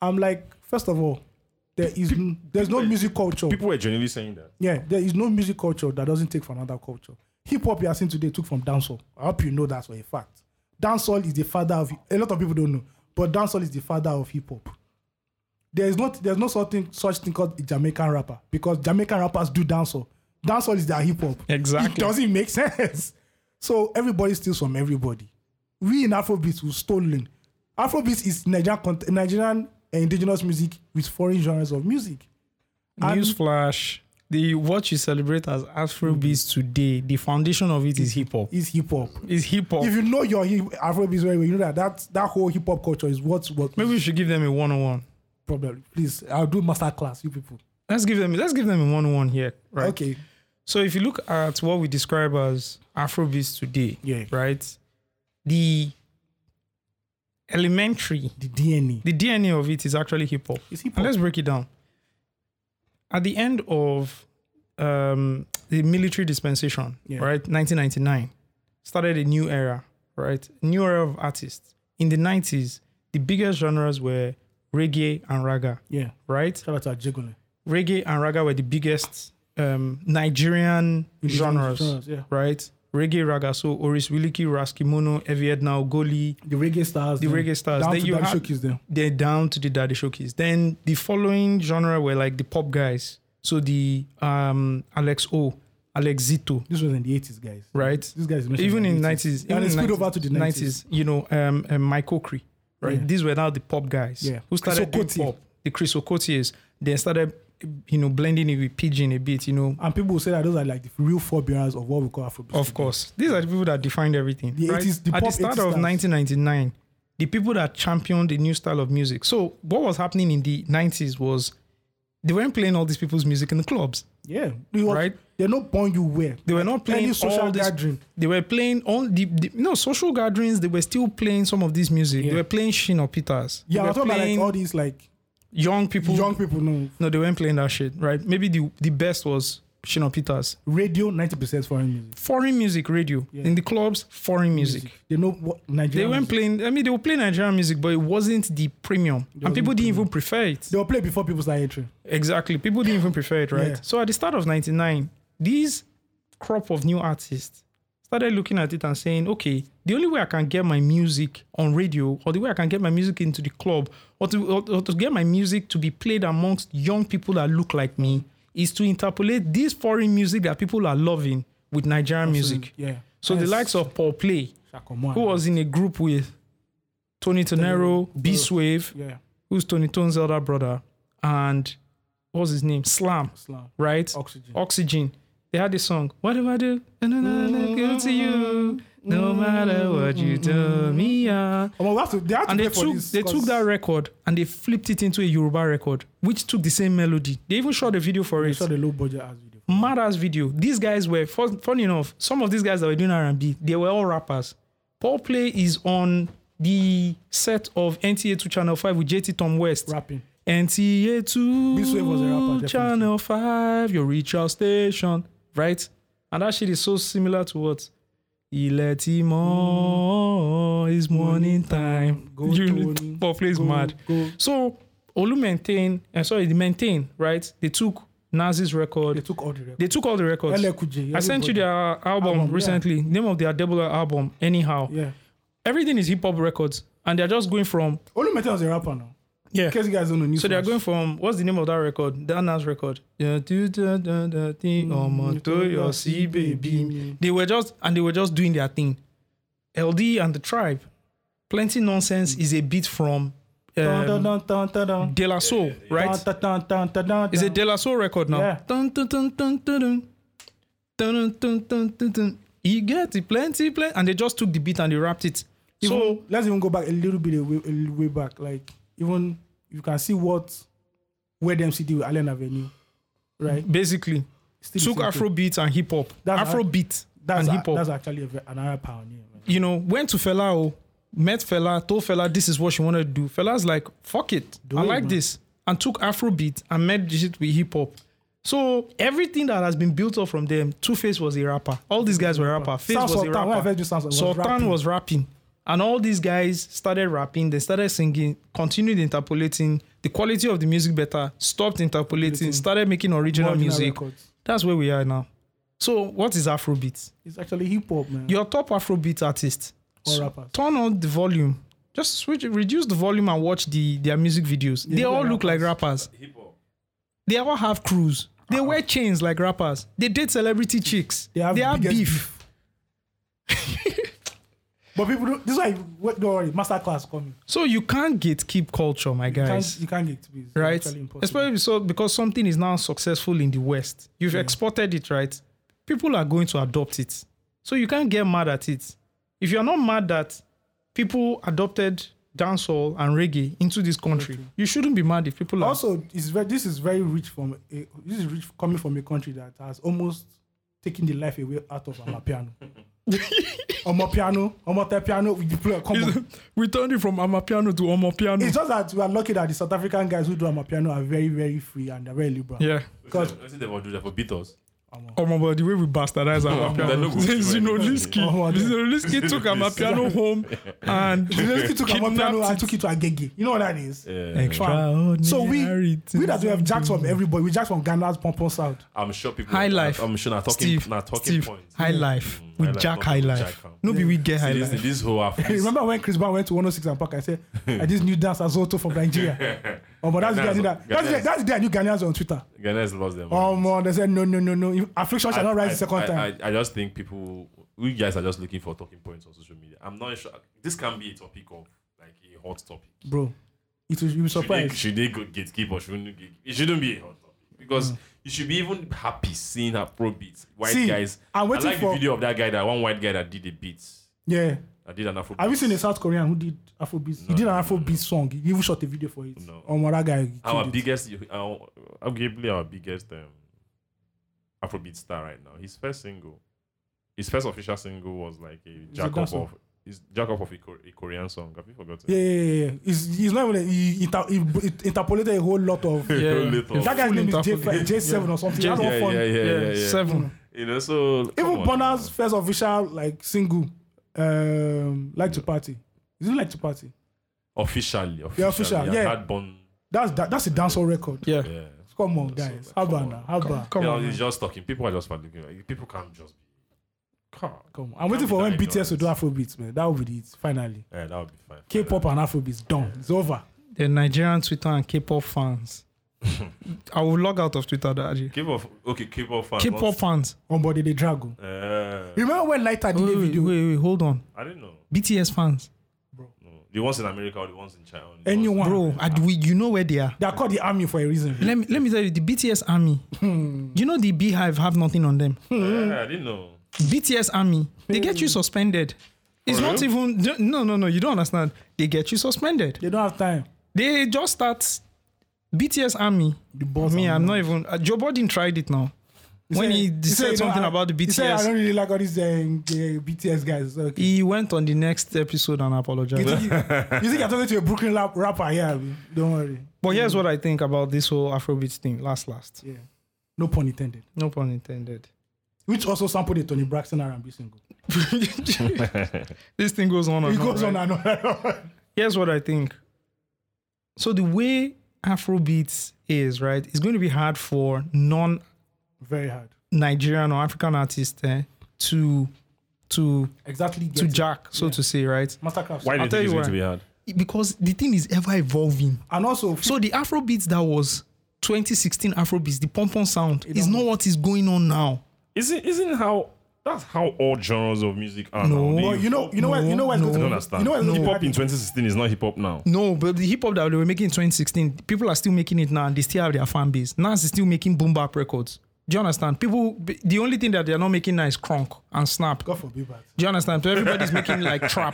I'm like, first of all, there is n- there's no music culture.
People were genuinely saying that.
Yeah, there is no music culture that doesn't take from another culture. Hip hop you are seeing today took from dancehall. I hope you know that for a fact. Dancehall is the father of a lot of people don't know, but dancehall is the father of hip hop. There is not there's no such thing such thing called a Jamaican rapper because Jamaican rappers do dancehall. Dancehall is their hip hop. It
Exactly.
doesn't make <laughs> sense. So everybody steals from everybody. We in Afrobeat we stolen. Afrobeat is Nigerian cont- Nigerian eh, indigenous music with foreign genres of music. And-
Newsflash: the what you celebrate as Afrobeats today, the foundation of it is hip hop.
Is hip hop.
Is hip hop.
if you know your hip, Afrobeats very well, you know that that, that whole hip hop culture is what what
Maybe we should give them a one on one.
problem. Please, I'll do master class, you people.
Let's give them. Let's give them a one on one here. Right.
Okay,
So if you look at what we describe as Afrobeats today,
Yeah.
right, the elementary
the DNA.
the DNA of it is actually hip hop.
It's hip hop.
And let's break it down. At the end of um, the military dispensation,
Yeah.
right, 1999, started a new era, right? New era of artists. In the 90s, the biggest genres were reggae and raga,
Yeah,
right?
shout out to Ajegole.
Reggae and raga were the biggest um, Nigerian
Indigenous
genres,
genres, yeah.
right? Reggae Ragaso, Oris Wiliki, Raskimono, Eviedna Ogoli,
The reggae stars.
the
them.
reggae stars.
Down
then
to
you
Daddy
had-
Shoki's them.
They're down to the daddy showcase. Then the following genre were like the pop guys. So the um Alex O, Alex Zito,
This was in the 80s, guys.
right?
These guys mentioned
Even
the
in
80s.
nineties,
And it spilled over to the 90s.
You know, um, um Mike Okri, right?
Yeah.
These were now the pop guys.
Yeah.
Who
Chris
started doing
Okoti.
pop? The Chris Okotiers. They started, you know, blending it with pigeon a bit. You know,
And people will say that those are like the real forebearers of what we call Afrobeat.
Of course. These are the people that defined everything.
The
right?
80s the
At the
pop
start
80s
of
stars.
1999, the people that championed the new style of music. So, what was happening in the 90s was they weren't playing all these people's music in the clubs.
Yeah. They were-
Right?
They're not born you where.
They were not playing
Any
all
social
this.
gathering.
They were playing all the, the no social gatherings. They were still playing some of this music.
Yeah.
They were playing Shino Peters.
Yeah,
they
I'm
were
talking about like
playing
all these like
young people.
young people know.
No, they weren't playing that shit. Right? Maybe the the best was Shino Peters.
Radio 90% foreign music.
Foreign music radio in the clubs. Foreign music.
They know what Nigeria.
They weren't playing. I mean, they were playing Nigerian music, but it wasn't the premium, and people didn't even prefer it.
They were playing before people started entering.
Exactly, people didn't even prefer it, right?
Yeah.
So at the start of '99, these crop of new artists started looking at it and saying, "Okay, the only way I can get my music on radio, or the way I can get my music into the club, or to or, or to get my music to be played amongst young people that look like me, is to interpolate this foreign music that people are loving with Nigerian music."
Yeah. Uh-huh.
So the likes of Paul Play,
Shakoman.
who was in a group with Tony Tonero, Beast Wave,
Yeah.
who's Tony Tone's elder brother, and what was his name? Slam,
Slam.
right?
Oxygen.
Oxygen. They had this song. What do I do? Na, na, na,
Mm-hmm.
na, Good to you. No matter what you do, me ah.
Oh, we have to, they have to
And they
pay for
took
this
they took
'cause
that record and they flipped it into a Yoruba record, which took the same melody. They even shot a video for
They
it.
shot a low budget ass video.
Mad ass video. These guys were fun, funny enough. Some of these guys that were doing R&B, they were all rappers. Paul Play is on the set of NTA Two Channel Five with JT Tom West.
Rapping.
NTA
Beast Wave was a rapper,
Two
definitely.
Channel Five, your ritual station, right? And that shit is so similar to what. Let him on. It's morning time.
Mm. Go,
You know,
Tony.
Paul Play is
Go,
mad.
go.
So Olu maintain, uh, sorry, they maintain, right? They took Nazi's record.
They took all the records.
They took all the records.
LL Cool J,
I sent you
everybody.
their album,
Album, yeah.
recently. Name of their debut album. Anyhow,
Yeah.
everything is hip hop records, and they're just going from
Only Metal is a rapper now.
yeah.
In case you guys don't know news.
So they're going from what's the name of that record? That Nas record. Yeah, do da da da
Mm,
thing, omo to your see, baby. They were just and they were just doing their thing. LD and the Tribe. Plenty nonsense is a beat from um, De La Soul, right? Is
Is
it De La Soul record now?
Yeah.
Dun, dun, dun, dun, dun, dun. Dun, dun, dun, dun, dun, dun. You get it, plenty, plenty. And they just took the beat and they wrapped it. So,
So let's even go back a little bit away, a little way back. Like even you can see what where them CD with Allen Avenue, right?
basically,
Still the same
took
thing.
Afrobeat and hip hop.
That's-
Afrobeat
That's
and
a-
hip hop.
That's actually a, ve- an Arab pioneer. Man.
You know, went to Fela, oh, met Fela, told Fela this is what she wanted to do. Fela's like, fuck it,
Do
I
it,
like
man.
this. And took Afrobeat and merged it with hip hop. So everything that has been built up from them, Two Face was a rapper. All these guys were rapper. Face
Sounds
was a
Sultan, when I
rapper.
first do Sounds was
Sultan
rapping.
was rapping. And all these guys started rapping, they started singing, continued interpolating. The quality of the music better, stopped interpolating, started making original
Original
music.
records.
That's where we are now. So, what is Afrobeat?
It's actually hip hop, man.
Your top Afrobeat artist,
Or rappers.
turn on the volume. Just switch, reduce the volume and watch the their music videos. they
look
all
like
look like rappers.
Hip hop.
They all have crews. They wear chains like rappers. They date celebrity chicks. They
They have
have,
biggest
beef.
But people, don't, this is why wait, don't worry, masterclass coming.
So you can't gatekeep culture, my
You
guys.
Can't, you can't get to be it's
right?
actually impossible.
Especially so because something is now successful in the West. You've exported it, right? People are going to adopt it. So you can't get mad at it. If you're not mad that people adopted dancehall and reggae into this country, you shouldn't be mad if people are <laughs>
also it's very, this is very rich from a, this is rich coming from a country that has almost taken the life away out of
<laughs>
Amapiano. Amapiano, Amatepiano, we play come on.
we turned it from Amapiano to Omopiano.
It's just that we are lucky that the South African guys who do Amapiano are very, very free and they're very liberal.
yeah.
Because
I think they will do that for Beatles.
Oh but the way we bastardized our
Omo, that
piano. <laughs>
no go do
Zinoliski.
Omo, that-
Zinoliski took our piano home and
Zelensky took our piano and
kidnapped
took
it.
it to Agege. You know what that is?
Extraordinary.
So we, we that we have jacked
something.
from everybody. We jacked from Ghana's pompous sound.
I'm sure people.
High life.
I'm sure not talking.
Steve,
not talking
Steve,
points.
high life.
Mm,
We
high life,
jack
not
high
jack
life.
him.
No be we get high
See, this, <laughs>
life.
this
<laughs>
whole half.
Hey, remember when Chris Brown went to 106 and Park? I said, I did new dance Azoto from
<laughs>
Nigeria. oh, but that's the day I did that. That's the, day- that's the day I knew Ghanaians were on Twitter.
Ghana's lost them.
Oh, man, they said, no, no, no, no. If- Affliction shall not rise the second
I,
time.
I, I just think people, you guys are just looking for talking points on social media. I'm not sure. This can be a topic of like a hot topic.
Bro, it was, you will
Should they,
surprise.
should they go gatekeep or shouldn't they gatekeep? It shouldn't be a hot topic because you should be even happy seeing Afrobeats. White
Mm. See,
guys.
I'm waiting
I like
for-
the video of that guy, that one white guy that did the beats.
Yeah.
I did an Afro.
Have you seen a South Korean who did Afrobeat? he
No,
did an
no, no,
Afrobeat song. He even shot a video for it.
No.
On what that guy.
our
killed it.
biggest, our, arguably our biggest um, Afrobeat star right now. His first single, his first official single was like a jack
dance
up
song.
of, is jack up of a, Kor- a Korean song. Have you forgotten?
Yeah, yeah, yeah, yeah. He's, he's not even. He, inter, he b- interpolated a whole lot of.
<laughs> A whole
Yeah.
little-
Yeah.
That guy's name is J,
Interpol-
J7 or something.
J-
That's
yeah,
not
yeah,
fun.
yeah, yeah, yeah, yeah.
Seven.
You know, so come
Even
on
Bonner's
now.
first official like single, um, like to party. Is it like to party?
officially, officially,
Yeah, official,
I've
yeah.
had Bon.
That's that, that's a dancehall record.
Yeah.
Yeah.
Come on,
So,
guys.
like,
How
come
about
on.
now? How about?
Come
you know,
on.
he's just talking. People are just looking like people can't just be. Come.
Come on. I'm waiting for when BTS will do Afrobeats, man. That would be it. Finally,
Yeah, that would be fine.
K-pop and Afrobeats done. It's over.
The Nigerian Twitter and K-pop
<laughs>
fans. I will log out of Twitter, Daddy.
K-pop, okay, K-pop fans.
K-pop fans.
On board the Drago.
Uh,
Remember when Lighter did
Wait,
a
wait,
video?
wait, wait, hold on.
I didn't know.
BTS fans,
No, the ones in America or the ones in China. or the
Anyone,
bro.
ones-
I, we, you know where they are.
They are called the army for a reason.
Let me let me tell you, the BTS
<laughs>
army. you know the Beehive have nothing on them.
Yeah, I didn't know.
BTS army, they get you suspended. It's not even no no no. You don't understand. They get you suspended.
They don't have time.
They just start BTS army.
The boss.
Me,
and-
I'm not even. Uh, Joe Biden tried it now.
He
when
said-
he,
said
said
you don't-
something
I-
about the
He said, I
BTS,
don't really like all these uh, uh, BTS guys. Okay.
he went on the next episode and
You
apologized.
think, you, you think you're talking to a Brooklyn rap, rapper? Yeah, don't worry.
but here's what I think about this whole Afrobeat thing. Last last,
Yeah, no pun intended.
no
<laughs>
pun intended. <laughs>
Which also sampled a Tony Braxton R&B single.
this thing goes on and
It goes
right?
on and on.
here's what I think. So the way Afrobeats is, right, it's going to be hard for non
<laughs> Very hard.
Nigerian or African artists eh, to to
Exactly.
to jack, so to say, right?
Mastercraft.
Why do
I'll tell
you think it's
you
going to
why.
be hard?
Because the thing is ever evolving.
And also,
So the Afrobeats that was 2016 Afrobeats, the pom pom sound, is
don't-
not what is going on now.
Isn't isn't how that's how all genres of music are
No.
now. They
Well,
you know, you know what, you know what's
No,
going to
I don't
be-
understand.
You know what's going to
hip
be
hop in
happening?
2016 is not hip hop now.
No, but the hip hop that they were making in 2016, people are still making it now and they still have their fan base. Nas is still making boom bap records. Do you understand? People, b- the only thing that they're not making now is crunk and snap. Do
God forbid that.
you understand? So everybody's making like trap,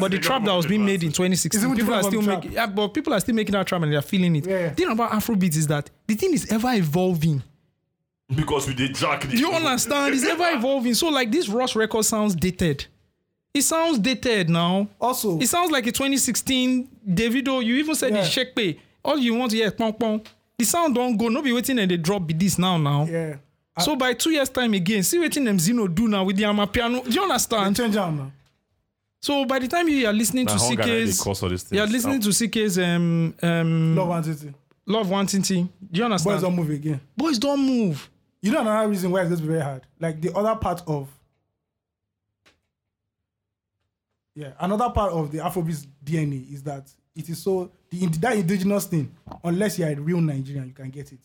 but the trap that was being made in 2016,
It's even
people are
different
still
from
making. Yeah, but people are still making that trap and they're feeling it.
Yeah.
The thing about Afrobeat is that the thing is ever evolving.
Because we did jack the
Do you understand? It's ever evolving. So like this Ross record sounds dated. It sounds dated now.
Also,
It sounds like a 2016 Davido. You even said
Yeah.
it's Shake Pay. All you want to hear is pong pong. The sound don't go. No be waiting and they drop be this now now.
yeah.
So by two years time again, see waiting them Zeno do now with the Ama piano. Do you
And
understand?
change am now.
So by the time you are listening to CK's, you are listening to CK's um um
Love and City.
Love Wanting Tea. Do you understand?
Boys don't move again.
Boys don't move.
You know another reason why it's going to be very hard. Like the other part of, yeah, another part of the Afrobeat DNA is that it is so the ind- that indigenous thing. Unless you are a real Nigerian, you can get it.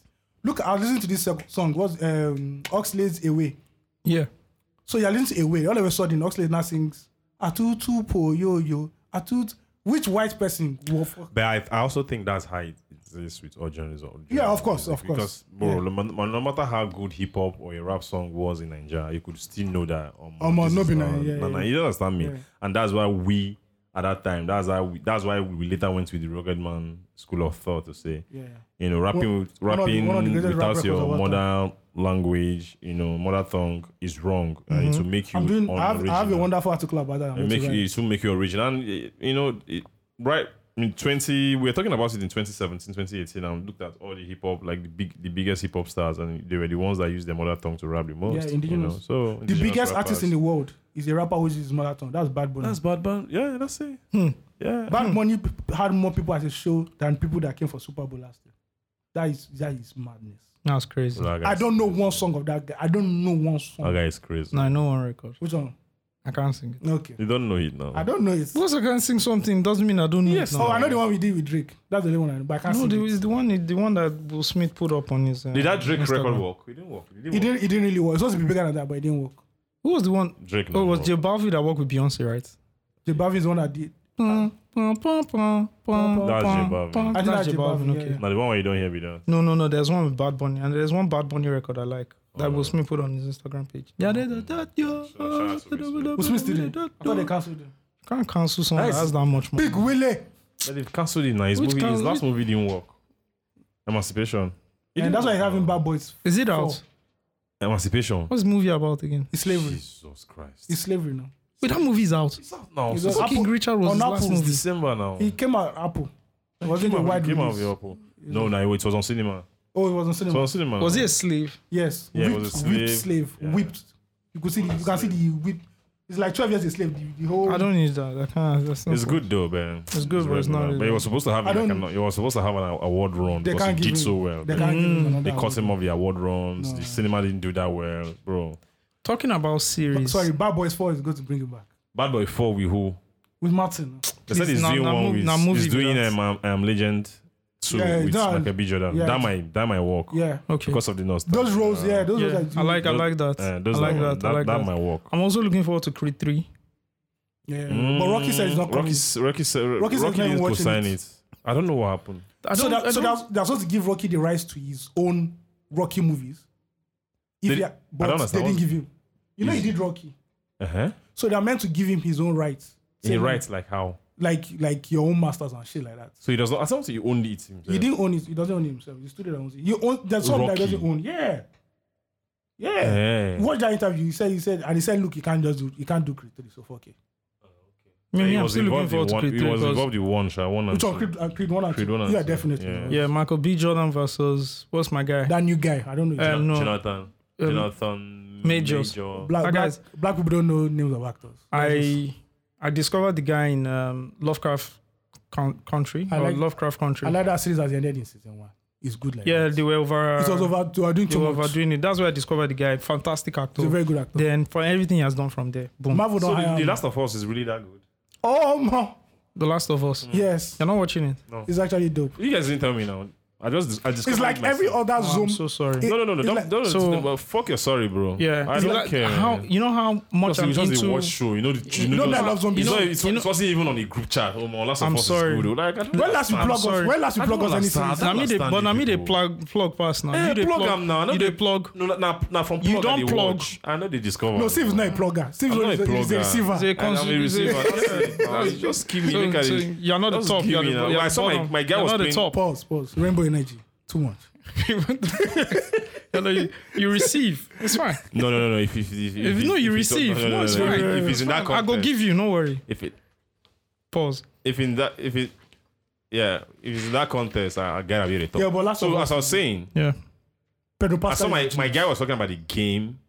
Look, I was listening to this sec- song. Was um, Oxlade's Away.
Yeah.
So you're listening to Away. All of a sudden, Oxlade now sings Atutu po yo yo atut. Which white person? will fuck-
But I, I also think that's how it exists with all genres. All genres
Yeah, of course,
music.
of course.
Because bro, no, man- no matter how good hip hop or a rap song was in Nigeria, you could still know that. Um,
Omo, no be Nai- yeah,
yeah,
yeah.
You understand me?
Yeah.
And that's why we at that time. That's how we, That's why we later went with the Rugged Man School of Thought to say,
Yeah.
you know, rapping, with,
one of the-
rapping
one of the greatest rap
without
records of
your
all
mother language, you know, mother tongue is wrong. And it will make you.
Mm-hmm. I'm doing. I have, I have a
unoriginal
wonderful article about that. I'm
it
going to
make
write.
you, it will make you original. And eh, you know, it, right I mean, 20, we were talking about it in 2017, 2018, and looked at all the hip hop, like the big, the biggest hip hop stars, and they were the ones that used their mother tongue to rap the most.
Yeah,
You know?
indigenous.
So,
The biggest artist in the world is a rapper who uses his mother tongue. That's Bad Bunny.
That's Hmm. Bad Bunny. Yeah, that's it.
Hmm.
Yeah.
Bad Bunny p- had more people at his show than people that came for Super Bowl last year. That is that is madness.
That's crazy.
That guy
I
is-
don't know one song of that guy. I don't know one song.
That guy is crazy.
No, I know one record.
Which one?
I can't sing it.
Okay.
You don't know it now.
I don't know it.
Because I can't sing something doesn't mean I don't know.
Yes.
it now.
Oh, I know the one we did with Drake. That's the only one I know. But I can't
No,
sing
the,
it.
it's the one, the one that Will Smith put up on his. Uh,
Did that Drake record
Instagram.
work? It didn't work. It didn't
It
work.
didn't. It didn't really work. It's supposed to be bigger than that, but it didn't work.
Who was the one?
Drake
Oh,
no
it was
more.
J Balvin that worked with Beyonce, right?
The Bavin is the one that did.
That's
J
J
Balvin.
Uh, I think that's J Balvin, yeah, yeah.
Now, the one where you don't hear me down.
No, no, no. There's one with Bad Bunny, and there's one Bad Bunny record I like that Will Smith put on his Instagram page. Yeah, they did that, yo.
Oh, shout out to Will Smith.
Will Smith did it. I thought they cancelled it.
Can't cancel someone that has that much money.
Big Willie.
But they've cancelled it now. His,
Which
movie, his
cancel-
last movie didn't work. Emancipation. It
And
didn't
that's why
work.
he's having bad boys.
Is it out?
Emancipation.
What's the movie about again?
It's slavery.
Jesus Christ.
It's slavery now.
Wait, that movie's out.
It's out now.
It's
Since
out.
Fucking
Apple-
Richard was
on
his last
Apple's
movie.
December now.
He came out Apple. It wasn't a
Oh. Came out-
wide
came out
release.
with Apple. No, no, it was on cinema.
Oh, it was on
It
cinema.
was on cinema.
Was
now.
he a slave?
Yes.
Yeah, it
whipped,
was a
whipped
slave.
slave.
Yeah.
Whipped. You could see. The, you can see the whip. It's like twelve years a slave. The, the whole.
I don't need that. I can't. That's not
It's good though, man.
It's good, but it's not
well done.
really
But it was supposed to have
I
like
don't-
an, it was supposed to have an award run
They
because
can't
it
give
did
him-
so well.
They
but
can't give him
They
another
cut Mm, him off the award runs. The cinema didn't do that well, bro.
Talking about
award.
series.
Sorry, Bad Boys Four is good to bring him back
Bad Boy Four with who?
with Martin.
They said
Please,
he's
now-
doing
now
one
move-
with
now
he's
movie
doing
with
um, um, um, Legend Two
Yeah,
with
that-
Michael B Jordan.
yeah.
That might that might work.
Yeah.
Okay.
because of the nostalgia.
Those roles, yeah, those
Yeah,
roles.
I like. I
Those-
like that.
Uh,
I
those
like
might-
that. I like
that
that.
might work.
I'm also looking forward to Creed Three.
Yeah. Mm. But Rocky said it's not coming.
Mm, Rocky. s- Rocky, s-
Rocky
Rocky,
said
Rocky
he's not
didn't
watching
co-sign
it.
it. I don't know what happened.
I don't,
so that,
I
so
don't-
that's, they're supposed to give Rocky the rights to his own Rocky movies. If
They-
he-
I don't
but they
understand.
didn't give him. You know he
Is-
did Rocky,
Uh huh.
so they're meant to give him his own rights.
He
Same
writes like how.
like like your own masters and shit like that.
So he does not. I thought he owned it himself.
He didn't own it. He doesn't own it himself. He studio that owns it. He owns. There's some that
Rocky.
doesn't own. Yeah, yeah.
Yeah.
Watch that interview. He said he said and he said look, you can't just do you can't do Creed three. So fuck it.
I mean,
he
I'm
was
still looking forward
involved in
to
one.
Creed
He
Three.
was
because-
involved in one. Sha, one and
Which one?
two.
Creed, uh, Creed one and
Creed
two.
one and
yeah,
two.
definitely.
Yeah.
Yeah, Michael B. Jordan versus what's my guy?
That new guy. I don't know. his name.
Um, no.
Jonathan.
Um,
Jonathan
Majors.
Major.
uh, black,
that
black,
guy's-
black people don't know names of actors.
I I discovered the guy in um, Lovecraft Con- Country
I
or
like-
Lovecraft Country.
I like that series as it ended in season one. It's good. Like
yeah,
that.
they were over.
it was over. They were doing
They
too
were
much.
overdoing it. That's where I discovered the guy. Fantastic actor.
He's a very good actor.
Then for everything he has done from there, boom.
Marvel
So
don't hire
the, the
him.
Last of Us is really that good.
Oh man,
The Last of Us.
yes,
You're not watching it.
it's actually dope.
You guys didn't tell me now. I just I just
It's like every
Ah,
other
Oh,
Zoom.
I'm so sorry.
it-
No, no, no, no.
it's
Don't,
like-
don't,
So-
well, fuck your sorry, bro.
Yeah,
I
It's
don't
like
care.
How you know how much
Because
I'm
it was just a
into.
watch show, you know. The, you
know
know,
that I
those-
love zombies.
It's not,
You
it's,
know-
it's wasn't even on the group chat. Oh my, last of
I'm
Us
sorry.
is good. oh, Like, I don't,
When last you
understand.
plug us?
sorry.
When last you
I
plug
don't
us any series?
understand.
Now me they,
understand
but
you
now me they
people.
plug plug pass now.
Eh,
you they
plug am now. I know
You they plug.
No, na- na na from plug.
You don't
I dey
plug.
watch. I know they discover.
No, Steve is not a plugger. Steve
I'm not
is
a
a, he's a
plugger.
receiver.
They
And I'm a
cons- <laughs>
receiver. Honestly, Just give me.
So-
Look at
so
it.
You're not the
Just
top.
give
You're
me
the,
now.
you're
I
the
saw my-
bottom.
my guy
You're
was
not the
playing-
top.
Pause, pause. Rainbow Energy, too much.
<laughs> You're like, you, receive. It's fine.
No, no, no, no. If if if,
If you know you receive, no, it's fine.
If it's in
I
that
go
context,
give you. No worry.
If it
Pause.
if in that if it yeah if it's in that context, I, I gotta be the top.
Yeah, but last
so
of
as I was saying,
Yeah.
Pedro
I
Pascal.
saw
is
my,
a-
my guy was talking about the game.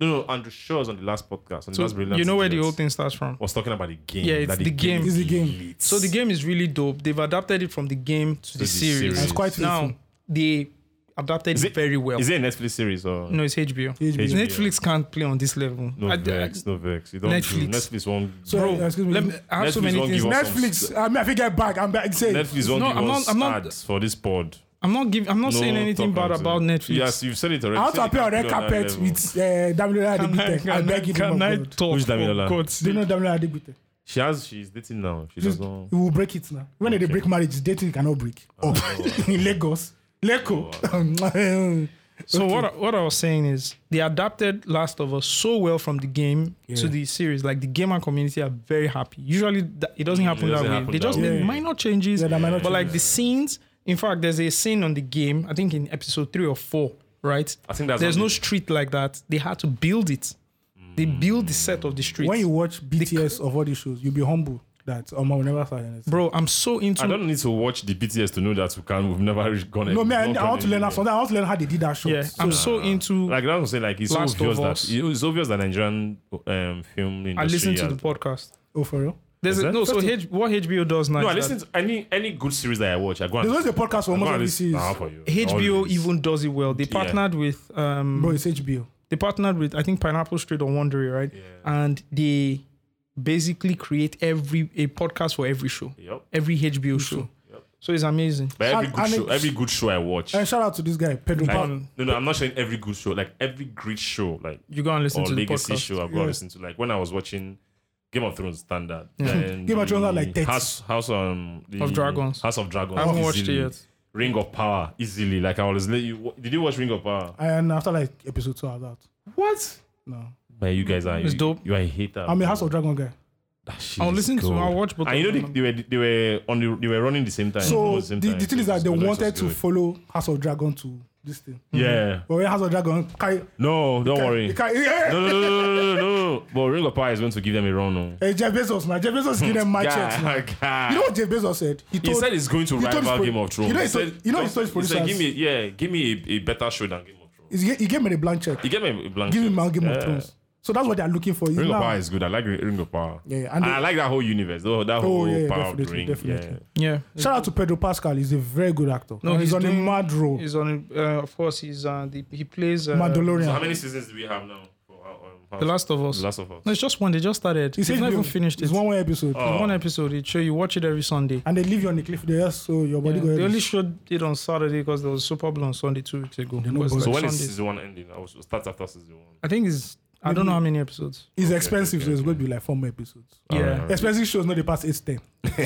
No, no, Andrew Shaw was on the last podcast. On the
So
last Brilliant
you know where the
Idiots,
whole thing starts from.
was talking about the game.
Yeah, it's
that
the game.
It's the game.
lit.
So the game is really dope. They've adapted it from the game to, the,
the
series.
series.
It's quite faithful.
Now they adapted
Is
it,
it-
very well.
Is it a Netflix series or
no, it's HBO.
HBO.
Netflix can't play on this level.
no
I- I-
Vex? No Vex. You don't
Netflix.
Do. Netflix won't.
So,
bro,
uh, excuse me.
let me- I have so
Netflix
many
won't
things.
give us some
Netflix. I mean, I think get back. I'm back. Say,
Netflix won't
No,
give
I'm
us
not- I'm not-
ads for this pod.
I'm not giving. I'm not
No
saying anything
talk
bad
out to
about
them.
Netflix.
Yes, you've said it already.
I
You
have
said
to
you
appear on
can't
red
play that
carpet
level.
with uh, Damilora Adegbite. I beg you,
can I
my God.
talk?
Who's Damilola?
for God's
Do you
sake?
know Damilora Adegbite?
She has. She's dating now. She
Just-
doesn't.
You will break it now. When they break marriage, dating cannot break. Oh, <laughs> in Lagos, Leko.
Oh,
So what I, what I was saying is they adapted Last of Us so well from the game to
Yeah.
the series. Like the gamer community are very happy. Usually that, it doesn't happen
Mm, doesn't
that way.
happen
they
that
just
way.
make
Yeah.
minor
<laughs>
changes,
Yeah, they're minor
but like the scenes. In fact, there's a scene on the game. I think in episode three or four, right?
I think that's
there's
what
no
they-
street like that. They had
Mm.
to build it. They build the set of the street.
when you watch BTS of all these shows, you'll be humble. that um, I will never start anything.
Bro, I'm so into
I don't need to watch the BTS to know that we can. We've never really gone.
no, me, I,
not
I
gone
want to learn
anywhere.
that something. I want to learn how they did that shot.
yeah, I'm so into
Like that's what I'm saying. Like it's so
Last of
obvious
Us.
that it's obvious that Nigerian um, film industry.
I listen to
has-
the podcast.
oh, for real.
There's
Is
a,
it?
no so H, what HBO does now.
No, I
is
listen to any any good series that I watch. I go.
There's
And,
always a podcast for
I go
almost
and
every
listen-
series.
Nah, for you.
that HBO
Always.
even does it well. They
Yeah.
partnered with um
Bro, it's HBO.
they partnered with I think Pineapple Street or Wondery, right?
Yeah.
And they basically create every a podcast for every show,
Yep.
every HBO show.
Yep.
So it's amazing.
But every
And-
good
and
show,
it's-
every good show I watch.
And shout out to this guy, Pedro.
Like,
Pa-
no, no, I'm not saying every good show. Like every great show, like
You go and listen
or
to the
legacy
podcast.
show. I've got
Yeah.
to listen to like when I was watching Game of Thrones standard. then
Game of Thrones had, like,
the
30.
House House um, the
Of Dragons.
House of Dragons.
I haven't watched it
easily.
yet.
Ring of Power easily. Like I always let you. wa- Did you watch Ring of Power?
and after like episode two, I was out.
What?
No,
Man, you guys are
It's
you,
dope.
You are a hater.
I'm a House of Dragon guy.
That shit
I'll
is
listen to.
gold.
I'll watch both.
And you
of
know
them.
they, they were they were on the they were running the same time.
So
almost
the,
same time.
the thing is that they
It was
wanted to
good.
follow House of Dragon to this thing.
yeah.
But when House of Dragon, eh, carry,
No, don't worry.
carry, yeah.
No, no, no, no, no, no, no. But Ring of Power is going to give them a run. No.
Hey, eh, Jeff Bezos, man. Jeff Bezos give
<laughs>
them my checks. man.
God, God.
You know what Jeff Bezos said?
He said he's going to
he told his
rival
pro-
Game of Thrones.
You know, he
said-
told- you know he told his
said,
producers-
give me, yeah, give me a, a better show than Game of Thrones.
He's- He gave me the blank check.
He gave me a blank.
Give me
check.
my Game
Yeah.
of Thrones. So that's what they're looking for. He's
Ring
now-
of Power is good. I like Ring- Ring of Power.
Yeah, yeah. And
And
the- Oh,
I like that whole universe. Though that whole
yeah, yeah,
power of
definitely,
Ring.
definitely.
yeah.
Shout out to Pedro Pascal. He's a very good actor.
No,
And he's,
he's
on a
doing-
mad roll.
He's on. Uh, of course, he's uh, the, he plays uh,
Yeah. So how
Mandalorian.
many seasons do we have now? For, our- um, House-
The Last of Us.
The Last of Us.
No, it's just one. They just started.
He's
He's not
HBO.
even finished it.
It's one more episode.
Oh.
One episode. It show you watch it every Sunday.
And they leave you on the cliff there, so your body
Yeah,
goes.
they only showed it on Saturday because there was Super Bowl on Sunday two weeks ago.
know
Because
both.
So
like
when is
Sunday-
season one ending? I will start after season one.
I think it's. I don't know how many episodes.
It's
Okay,
expensive,
okay,
so it's
okay.
going to be like four more episodes. <laughs>
Alright,
Yeah.
alright.
Expensive shows, not the past eight, ten.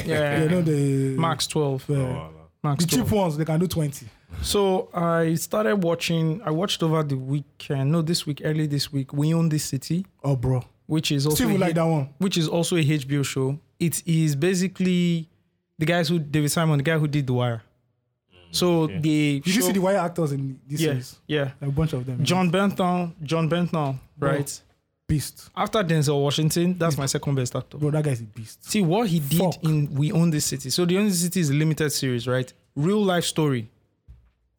Yeah.
You know the
<laughs> Max twelve.
uh,
Oh, Allah.
Max
the cheap
12.
ones they can do twenty.
So I started watching. I watched over the weekend. No, this week, early this week. We own this city,
Oh, bro,
which is also
Steve
a
will
hit-
like that one.
which is also a HBO show. It is basically the guys who David Simon, the guy who did The Wire. So they
Did you
show-
see the wire actors in this
yeah,
series?
yeah.
A bunch of them.
John Benton, John Benton, right?
Beast,
After Denzel Washington, that's my second best actor.
bro, that guy's a beast.
See what he did
Fuck.
in We Own This City. So The Own This City is a limited series, right? Real life story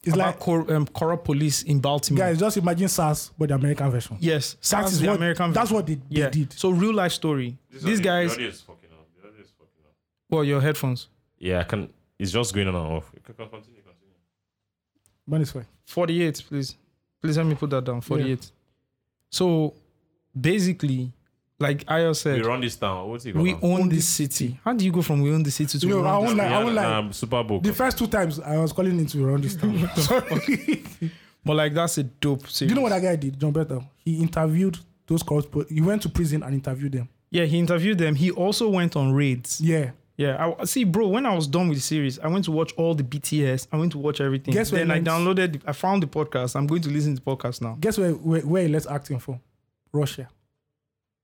It's
about
like
cor- um, corrupt police in Baltimore.
guys, just imagine SARS but the American version.
yes,
SARS
that's
is
the
what
American.
that's what they, they
yeah.
did.
So real life story.
This
These
audio-
guys,
The audio is fucking up. The audio is fucking up.
well, your headphones.
Yeah, I can. It's just going on and off. Con- con- Continue, continue.
But it's fine.
48, please. Please let me put that down. 48. So basically, like Ayo
We
said,
run this down. What's it called?
we
now?
own this city. How do you go from we own the city to
You
we
know, I
own
won't
this
lie, I
Yeah,
won't lie.
um, Super Bowl.
The first two times I was calling into around this time. Sorry.
<laughs> But like that's a dope
Do
series.
you know what that guy did, John Beto? He interviewed those corrupt. po- He went to prison and interviewed them.
Yeah, he interviewed them. He also went on raids.
Yeah.
Yeah, I see, bro. When I was done with the series, I went to watch all the BTS. I went to watch everything.
Guess where
then I
it ends?
downloaded. I found the podcast. I'm going to listen to the podcast now.
Guess where where, where he left acting from? Russia.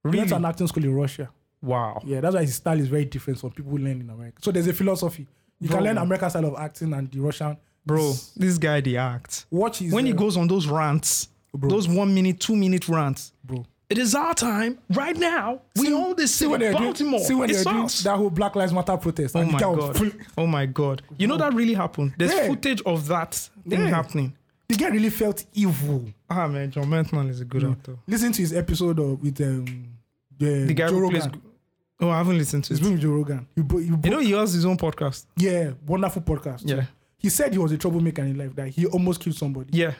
He went
Really?
to an acting school in Russia.
Wow.
Yeah, that's why his style is very different from people who learn in America. So there's a philosophy. You can
Bro.
learn American style of acting and the Russian.
Bro, this guy, the act.
Watch his
When he
uh,
goes on those rants,
Bro.
those one minute, two minute rants,
bro.
It is our time right now. We own this
See when
city,
they're
Baltimore.
doing, see when
it's
they're doing
us.
that whole Black Lives Matter protest.
oh
and the
my
guy was
god!
full-
Oh my god! You know that really happened. There's
Yeah.
footage of that thing
Yeah.
happening.
the guy really felt evil.
Ah man, John Mentman is a
Mm.
good actor.
Listen to his episode of, with um, the,
The guy
Joe
who
Rogan.
plays. Oh, I haven't listened to
He's
it.
been with Joe Rogan. You, bro, you,
You
bro,
know he has his own podcast.
yeah, wonderful podcast.
Yeah,
He said he was a troublemaker in life, that he almost killed somebody.
yeah.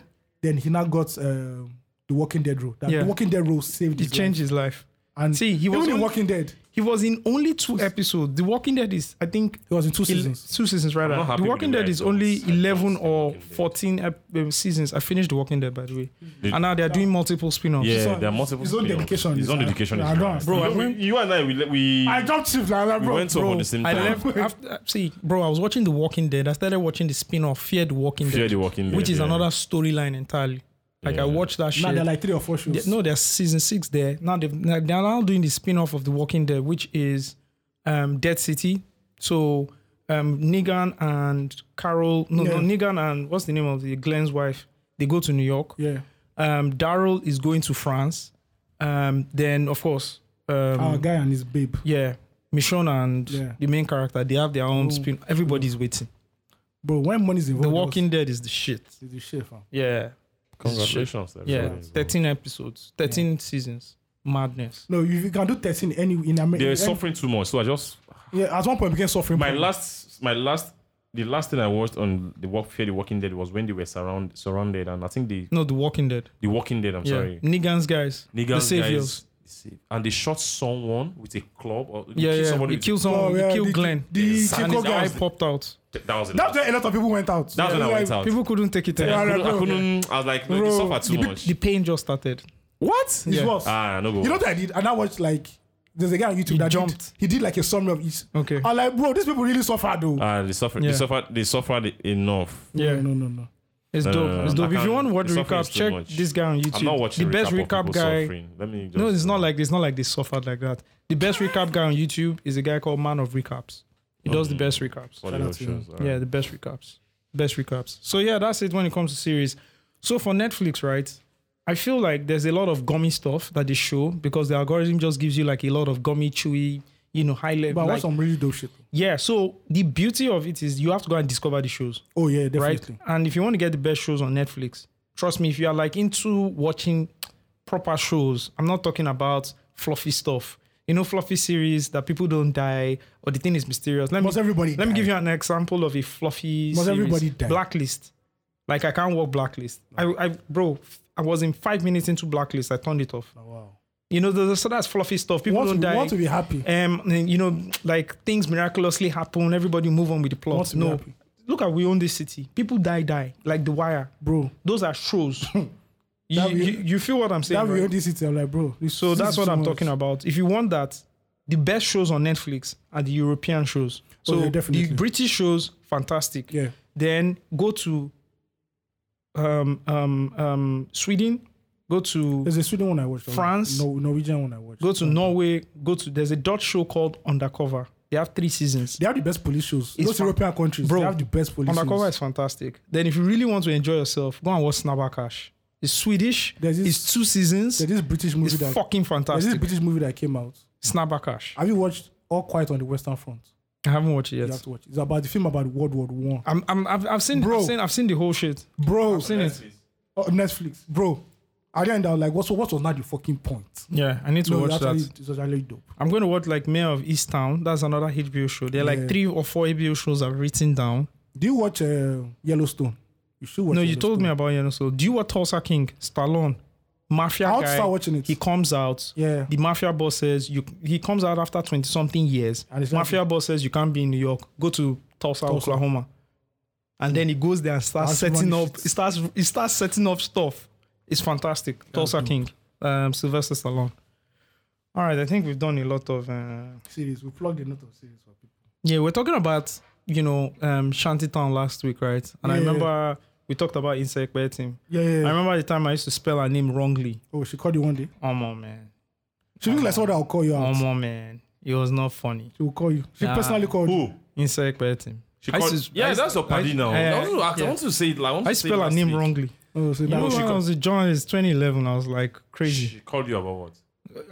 Then he now got um, the Walking Dead role. That
Yeah.
the Walking Dead role saved
He
his
changed his life.
life. And
See, he was
even in
only-
Walking Dead.
He was in only two episodes. The Walking Dead is, I think,
He was in two
ele-
seasons.
Two seasons,
I'm
rather.
not happy
The
with
Walking
the way
Dead
I
is
don't- I
only
don't
eleven
see The
or
Walking Dead.
fourteen ep- um, seasons. I finished The Walking Dead, by the way,
The-
and now they are doing multiple spin-offs.
yeah,
own-
there are multiple.
his own
spin-offs.
dedication
His
is-
own
I-
dedication.
I don't
is high.
understand.
You
Bro,
know,
I went-
we- you and I, we le- we
I jumped ship like that,
we
bro.
went up
bro.
on the same
I <laughs>
time.
left
<laughs>
Ah, after uh, see, bro. I was watching The Walking Dead. I started watching the spin-off Fear the Walking
Fear
Dead,
the Walking Dead,
which is
yeah.
another storyline entirely. Like I watched that shit.
Now there are like three or four shows.
Yeah, no, there's season six there. Now they've now they're now doing the spin-off of The Walking Dead, which is um Dead City. So um Negan and Carol, no, no,
Yeah.
Negan and what's the name of the Glenn's wife? They go to New York.
Yeah.
Um, Daryl is going to France. Um, then of course, um,
Our guy and his babe.
yeah. Michonne and
Ah, Yeah.
the main character, they have their own
Mm.
spin. Everybody's waiting.
Bro, when money's
The
involved,
Walking Dead is the shit.
is the shit, fam.
Yeah.
Congratulations. to
Yeah.
everybody.
13 episodes, 13 seasons. Madness.
No, you, you can do 13 any in America.
They're suffering too much. So I just
Yeah, at one point became suffering.
my
point.
last my last the last thing I watched on the walk Fear the Walking Dead was when they were surround surrounded and I think the
No, The Walking Dead.
the Walking Dead. I'm
yeah.
sorry.
Negan's guys. the
Niggas
Saviors.
guys, and they shot someone with a club. Or they
Yeah,
killed
yeah.
somebody
He
with a-
killed someone.
Oh, yeah,
he killed
the-
Glenn.
the
Yes. and
Chico
his eye
guys.
popped out.
That was the
That's
last.
where a lot of people went out.
That's when I went out.
People couldn't take it.
Yeah, I
anymore.
couldn't, I,
bro.
couldn't, I was like, no, they
Bro,
suffer too
the,
much.
the pain just started.
what?
It's
Yeah.
worse.
Ah, no go.
you know what I did? And I watched like there's a guy on YouTube
He
that
jumped.
Did, he did like a summary of each.
Okay.
I'm like, bro, these people really suffered though.
Uh,
Ah, they suffered.
Yeah.
They suffered. They suffered enough.
Yeah.
No, no, no, no.
It's
No, no,
dope.
no, no.
It's dope.
I
If you
can't-
want to watch
the
the
suffering is
recap,
too
check
much.
this guy on YouTube.
I'm not watching
the best
recap, of
recap
people
guy.
Suffering. Let me just, uh,
No, it's not like it's not like they suffered like that. The best recap guy on YouTube is a guy called Man of Recaps. He does the
Mhm.
best recaps.
What
Shout
other
out to him.
shows, alright.
Yeah, the best recaps. Best recaps. So yeah, that's it when it comes to series. So for Netflix, right? I feel like there's a lot of gummy stuff that they show because the algorithm just gives you like a lot of gummy, chewy, you know, high level.
But I
like-
watched some really dope shit.
yeah. So the beauty of it is you have to go and discover the shows.
Oh yeah, definitely.
right? And if you want to get the best shows on Netflix, trust me, if you are like into watching proper shows, I'm not talking about fluffy stuff. You know, fluffy series that people don't die or the thing is mysterious. Let
Must
me
everybody
let me
die?
give you an example of a fluffy.
Must
series.
everybody die?
Blacklist. Like I can't walk blacklist. I, I bro, I was in five minutes into blacklist. I turned it off.
Oh, wow.
You know, there's- so that's fluffy stuff. People
Want
don't
to,
die.
want to be happy.
Um, and, you know, like things miraculously happen. Everybody move on with the
Want
plot.
to be
No,
happy.
look at we own this city. People die, die like the wire.
Bro.
Those are shows. you,
<laughs> That we-
you, you feel what I'm saying?
That we
right?
own this city. I'm like, bro. this-
So
this
that's
is
what
too
I'm
much.
talking about. If you want that, the best shows on Netflix are the European shows. So
Oh, yeah,
the
definitely.
British shows, fantastic.
Yeah.
Then go to um, um, um, Sweden. Go to
There's a Sweden one I watched.
France.
No, Norwegian one I watched.
go to Norway. Go to there's a Dutch show called Undercover. They have three seasons.
They have the best police shows.
It's
Those
fan-
European countries,
Bro,
they have the best police
Undercover
shows.
is fantastic. Then if you really want to enjoy yourself, go and watch Snabba Cash. It's Swedish.
There's this-
it's two seasons.
There's this British movie
It's
that
fucking
there's this
fantastic.
British movie that came out.
Snabba Cash.
Have you watched All Quiet on the Western Front?
I haven't watched it
You
yet.
have to watch. it. It's about the film about World War One.
I'm, I'm, I've, I've seen,
Bro.
I've seen, I've seen the whole shit.
Bro,
I've seen it.
Oh, Netflix, bro. At the end, I was like, "What? So what was not the fucking point?"
Yeah, I need to
No,
watch
it's
that.
actually, it's actually dope.
I'm going to watch like Mayor of Easttown. That's another HBO show. There are like
Yeah.
three or four HBO shows I've written down.
Do you watch uh, Yellowstone? You should watch.
no, you told me about you know. So do you watch Tulsa King, Stallone, mafia
I want to
guy?
start watching it.
He comes out.
Yeah.
The mafia boss says you. He comes out after twenty something years.
And it's like-
mafia boss says you can't be in New York. Go to Tulsa, Oklahoma. And then he goes there and starts
That's
setting
one
up.
shit.
He starts. He starts setting up stuff. It's fantastic. Tulsa King, um, Sylvester Stallone. All right, I think we've done a lot of. Uh,
series. We plugged a lot of series for people.
yeah, we're talking about you know um, Shantytown last week, right? And I
Yeah, yeah,
remember we talked about insect biting.
Yeah, yeah.
I
yeah.
remember the time I used to spell her name wrongly.
Oh, she called you one day.
Oh my man,
She looked like someone that will call you out.
oh my man, it was not funny.
She will call you. She
Nah.
personally called you.
Who?
Insect biting.
She
I used
called,
to- I
yeah,
used-
that's your
I-
party now.
yeah,
I, want to, I
yeah.
want to say it. like, I, want
I
to say it
spell her
last
name
week.
wrongly.
Oh, so
You
that
know,
was
when
she
I
called-
was a journalist, 2011, I was like crazy.
She called you about what?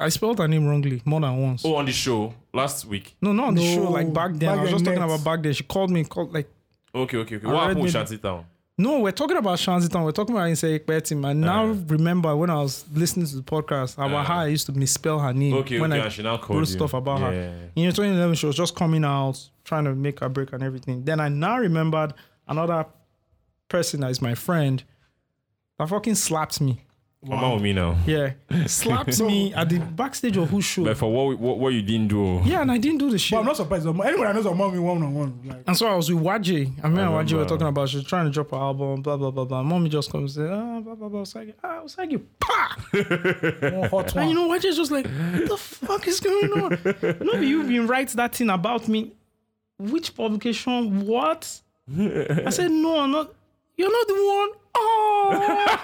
I spelled her name wrongly more than once.
Oh, on the show last week.
No, not on the
No,
show. Like back
back
then, I was
then,
just talking
Nets.
about back then. She called me, called like
Okay, okay, okay.
I
What happened with
read
Shanty Town?
No, we're talking about Shanzitan. We're talking about Insect Betting. I
Uh-huh.
now remember when I was listening to the podcast about how I used to misspell her name.
Okay,
when
okay,
I
and she now called
wrote
you.
stuff about
Yeah.
her. In 2011, she was just coming out, trying to make her break and everything. Then I now remembered another person that is my friend that fucking slapped me.
Come on with me
<laughs>
now. <laughs>
Yeah, slapped me at the backstage of who show.
But for what, what what you didn't do,
Yeah, and I didn't do the
But
shit.
I'm not surprised. Anyone that knows about mommy one on one, like
And so I was with YG. I remember YG were
remember.
talking about she's trying to drop her album, blah blah blah blah. Mommy just comes and says, ah, blah blah blah. Usagi, ah, Usagi, pa.
one hot
And
one.
you know, YJ's just like, what the fuck is going on? No, but you've been writing that thing about me. Which publication? What? I said, no, I'm not. You're not the one. Oh.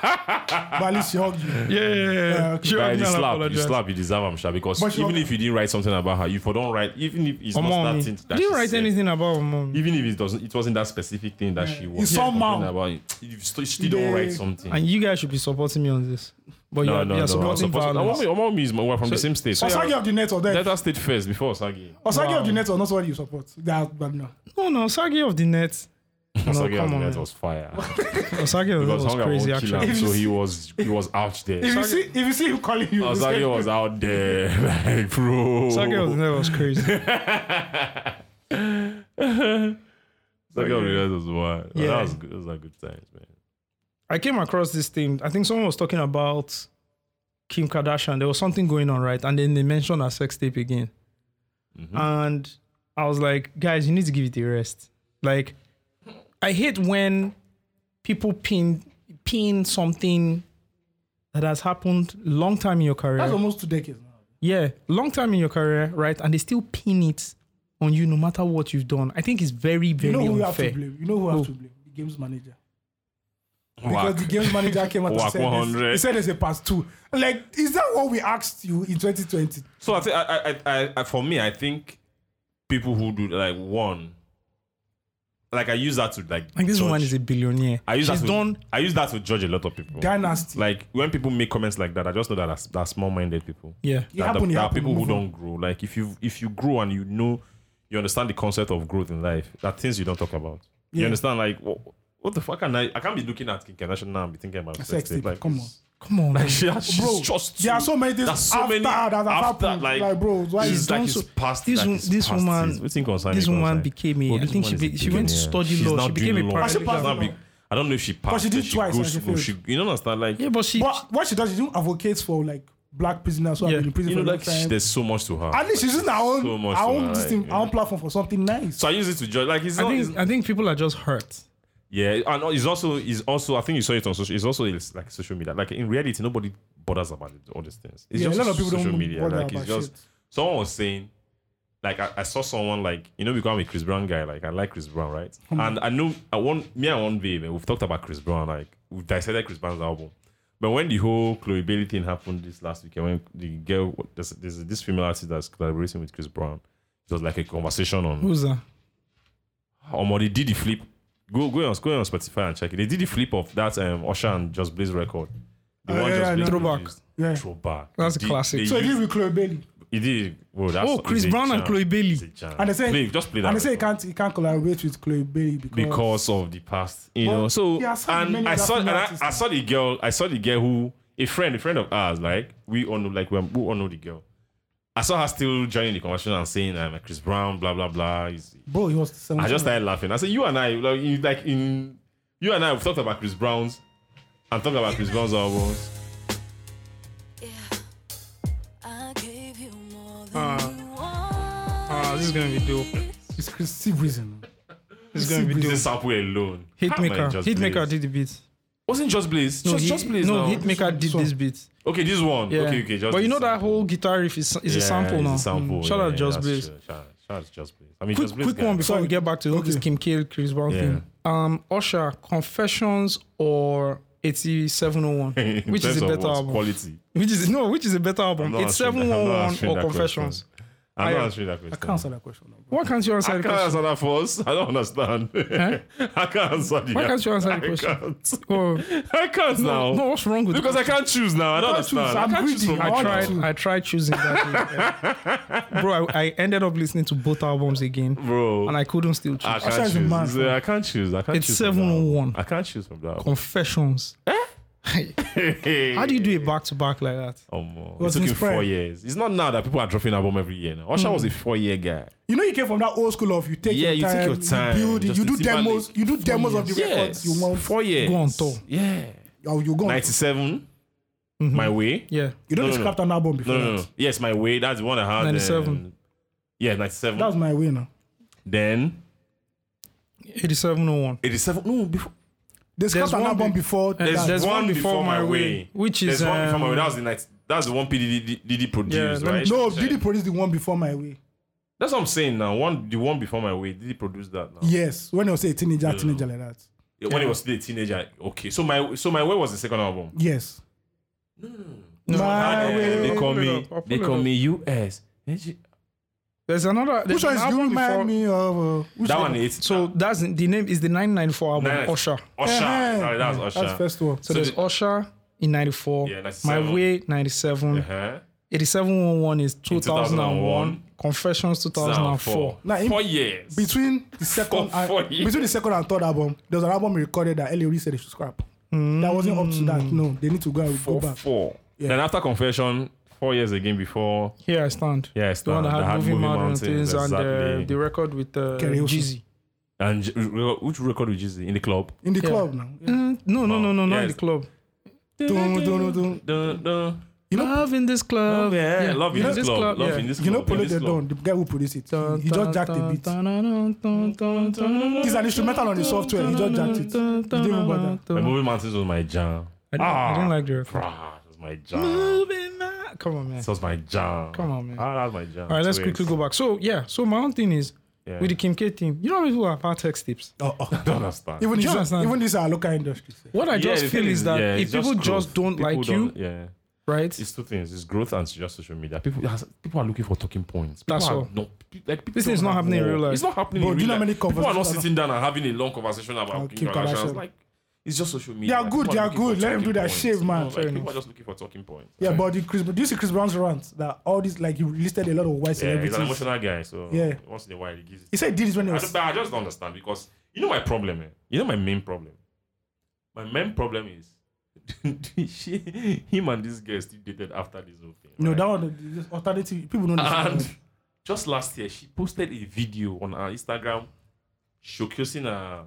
but at least she hugged you.
<laughs> yeah, yeah, yeah.
okay.
She
But
hugged me
you
and
slap, you
apologized.
slap, you deserve am sure because
But she-
even if you didn't write something about her, if you don't write, even if it's
Omo
not
me.
that thing that
Didn't
she
write
said,
anything about mom.
even if it doesn't, it wasn't that specific thing that she was
somehow-
complaining about. You still, still don't
Yeah.
write something.
And you guys should be supporting me on this. But
No,
you're,
no,
you're
no. I'm
supporting
supposed-
violence.
Omami- Omami is my wife from the same state.
Osagi of the net or
Let
that.
us state first before Osagi.
Oh,
Osagi of the net or not somebody you support. Yeah, but no.
no, no, Sagi of the net. No,
Osagi
come
as
on,
net
man.
was fire.
Osagi of the net
because
was
Hunger
crazy,
won't kill
actually.
him, so he was he was out
If
there.
you see, if you see him calling you,
Osagi was out there, <laughs> like bro.
Sagi of the
<laughs>
net was crazy.
Osagi of the net was wild. Yeah.
Yeah.
That was good. Those are good times, man.
I came across this thing. I think someone was talking about Kim Kardashian. There was something going on, right? And then they mentioned her sex tape again.
Mm-hmm.
And I was like, guys, you need to give it a rest. Like, I hate when people pin pin something that has happened long time in your career.
That's almost two decades now.
Yeah, long time in your career, right? And they still pin it on you no matter what you've done. I think it's very,
You
very
know who you have to
unfair.
blame. You know who I have
Who?
to blame. The games manager.
Whack.
Because the games manager came out
Whack
and said,
100.
this, he said there's a pass two. Like, is that what we asked you in 2020?
So I think I, I, I, I, for me, I think people who do like one, like I use that to like.
Like this
judge.
woman is a billionaire.
I use
She's
that to,
done.
I use that to judge a lot of people.
Dynasty.
like when people make comments like that, I just know that that's, that's small-minded people.
Yeah.
It
That-
happened,
that,
it
that
happened,
people who
move on.
don't grow. Like if you if you grow and you know, you understand the concept of growth in life. That things you don't talk about. You
Yeah.
understand? Like what, what the fuck? Can I? I can't be looking at Kim Kardashian now and be thinking about
Sex
tape.
tape. Come on.
Come
<laughs>
on. man.
She, she's
Bro,
just
there are
too-
so many things
there's so
after
many
that have
after,
happened.
Like,
Like, bro, why
she's
is-
like
done
it's
so-
past.
this
like
wo-
it's
this
past.
woman-
It's- it's inconsignable,
this woman
consignable.
became a-
Bro,
I
this
think
woman
she
is
be- she went to
billionaire.
study
She's
law.
not
She became
doing
a
law.
paralegal.
She's not big- I don't know if she passed.
she did twice and
goes
she
school,
failed.
she, you don't understand, like
Yeah, but she.
But what she does, she doesn't advocate for like black prisoners who
Yeah.
have been in prison
you know,
for a long
like she-
time.
there's so much to her.
At least she's using her own,
so much
her
to
own,
her,
this thing,
like,
her own platform for something nice.
So I use it to judge. Like, it's
I
not,
think
it's-
I think people are just hurt.
yeah, and it's also, it's also. I think you saw it on social. It's also it's like social media. Like in reality, nobody bothers about it, all these things. It's
Yeah,
just
a lot of people
social
don't
media.
bother
Like it's
about
just
shit.
someone was saying, like I, I saw someone like you know because I'm a Chris Brown guy. Like I like Chris Brown, right? And I know I want me and one babe. eh, We've talked about Chris Brown. Like we've dissected Chris Brown's album. But when the whole Chloe Bailey thing happened this last weekend, when the girl, there's, there's this female artist that's collaborating with Chris Brown, it was like a conversation on
Who's that?
Omo, they did the flip. Go go on, go on Spotify and check it. They did the flip of that um Osha and Just Blaze record. The
Oh,
one
yeah,
Just
yeah,
Blaze
no.
Throwback.
produced.
Yeah.
Throwback.
That's a
They-
classic.
they
So it
used-
did with Chloe Bailey,
it did. Well, that's,
Oh, Chris
it's a
Brown and
jam.
Chloe Bailey.
It's a jam.
and they said,
play, just play that.
and they say he
record.
can't, he can't collaborate with Chloe Bailey because,
because of the past, you know.
Well,
So
he has had
and
many
I
other
saw and
female
I,
artists.
I saw the girl. I saw the girl who a friend, a friend of ours. Like we all know, like we we all know the girl. I saw her still joining the conversation and saying, "I'm Chris Brown, blah blah blah." He's,
bro, he was.
I just started laughing. I said, "You and I, like, you, like in you and I, have talked about Chris Brown's. I'm talking about Chris
<laughs>
Brown's albums.
I gave you more than
Uh,
you want.
Ah, this is gonna be dope.
It's Chrissy Reason.
This is gonna be
This
dope.
is sample alone. How am I
Hitmaker.
Just
Hitmaker
Blaze?
did the beat.
wasn't just Blaze.
No,
just,
he-
just Blaze.
no,
now.
Hitmaker did
song.
this beat.
okay, this one.
Yeah.
Okay, okay. Just
but you
Blaze
know that
sample.
whole guitar riff is, is a
Yeah,
sample
it's
now.
A sample.
Shout
yeah,
out Just
that's
Blaze.
true. Shout shout out Just Blaze. I mean,
quick,
Just Blaze
quick
guy.
one before we
Sorry.
get back to okay. this
Okay.
Kim K Chris Brown
Yeah.
thing. Um, Usher, Confessions or
<laughs>
8701,
<laughs> In
which
terms
is a
of
better
what's
album?
Quality.
Which is no, which is a better
I'm
album?
not
It's
answering that- I'm
711
not answering
or
that question.
Confessions.
I'm
I-
not answering that question.
I can't answer that question. no, bro.
Why can't you answer
I
the
can't
question?
answer that first. I don't understand. <laughs> I can't answer the
Why can't you answer the question?
<laughs> I can't.
Oh,
I can't
no,
now.
no, what's wrong with
because I can't choose now. I don't
can't choose.
understand. I
I'm
can't choose
greedy.
from
I
all
I
want
now.
tried, I tried choosing that.
<laughs>
beat. Bro, I, I ended up listening to both albums again,
bro.
and I couldn't still choose.
I
Usher
can't
is a man,
choose.
bro.
I can't choose. I can't
It's
choose. from that
7-1.
I can't choose from that.
Confessions.
Eh?
How do you do it back to back like that?
Oh, man. It
was
took him
inspired.
four years. It's not now that people are dropping album every year. Now.
Hmm.
Usher was a four-year guy.
You know, you came from that old school of you take
Yeah,
your
you take
time,
your time,
you build, it, you
Justin
do demos,
Timberlake.
you do demos of the
Yes,
records you want.
four years.
Go on tour. Mm-hmm.
Yeah,
Oh, you go. on.
ninety-seven. My way.
Yeah.
You don't
No, no,
scrap an album before
No, no, no.
that.
Yes, my way. That's the one I had.
97.
um, yeah, ninety-seven.
That was my way now.
then
8701.
eighty-seven. No, before.
They scrapped an
one
album
be-
before
There's-
that.
there's one before My Way, which
there's
is,
one before my way.
um,
That was the night. That's the one PDD Diddy
let
produced,
me
right?
no, Diddy produced the one before my way.
That's what I'm saying now. One, the one before my way, Diddy produced that. Now.
Yes, when I was a teenager, teenager like that.
When he was still a teenager. Okay, so my so my way was the second album.
Yes.
Uh,
Ah,
My way.
they call
I'll pull it
me.
up, I'll
They
pull it
call
up.
me US.
There's another. There's
Which one
an
is you
album
remind
before-
me of? Uh, which
That one is
So that's the name is the 994 album,
Nine-
Usher.
Usher.
Eh, eh.
Sorry, that was
That's
Usher.
first one.
So,
So
there's
the-
Usher, in 94.
Yeah, 97.
My Way, 97.
Uh-huh.
8711 is 2001.
2001.
Confessions, 2004.
Now, in-
Four years.
Between
<laughs>
the second and,
Four years.
between the second and third album, there was an album we recorded that Ellie said they should scrap. That wasn't up to that. No, they need to go and
Hmm. four,
go back.
four.
Yeah.
Then after confession, four years again before.
Here I stand.
Yes,
The one that had Moving Mountains, and
exactly.
uh, the record with uh,
Kerry Wilson.
Jeezy.
and J- which record with Jeezy in the club?
In the
Yeah.
club now. Yeah.
Uh, no, no, no, no, not in
Yes.
the club.
Dun, dun, dun.
Dun, dun.
You know-
love in this club.
Oh, yeah, love in
You know-
this club. Love
yeah.
in this club.
You know
in
Polo
this
De Don,
club.
the guy who produced it.
Dun,
He, he just
dun,
jacked the
dun,
beat.
dun, dun, dun, dun, dun, dun,
It's an instrumental on the software. He just jacked it. You didn't remember that.
Like,
dun.
Moving Mountains was my jam.
I didn't- I
Ah.
didn't like the record.
Rah, that was my
Mm.
jam.
Moving Mountains. Come on, man.
That was my jam.
Come on, man.
Ah, that was my jam.
All right, let's quickly go back. So, yeah, so my own thing is
Yeah.
with the Kim K team, you know how many people have had text tips?
Oh,
<laughs>
oh.
<laughs> Don't understand.
Even,
you
this,
understand?
even this our local industry. sef.
What I
Yeah,
just
the
feel
thing
is that
yeah,
if
it's
people just
growth.
don't
People
like
don't-
you,
yeah.
right?
It's two things. It's growth and it's just social media. People has- people are looking for talking points. People
That's
are
all.
not- pe- like, people
This
don't
is not
have
happening in
war.
real life.
It's not happening
Bro,
in
do you know
real
how many
life. People are not
conversations are-
sitting down and having a long conversation
Kim
about Kim
Kardashian.
Kardashian. Like, it's just social
They
media.
are good.
People
They are
looking for
good. Let them
talking
do their
points.
shit, man.
Like,
Fair
people
enough.
are just looking for talking points.
Yeah,
Like,
but the Chris, do you see Chris Brown's rant that all these like he listed a lot of white
yeah, he's an
celebrities.
emotional guy. So
Yeah.
once in a while, he gives.
He said he did this when he
I,
was
don't, I just don't understand because you know my problem. Eh? You know my main problem. My main problem is <laughs> she, him and this girl still dated after this whole thing.
no
right?
that one. this Alternative people don't understand.
And <laughs> just last year, she posted a video on her Instagram showcasing her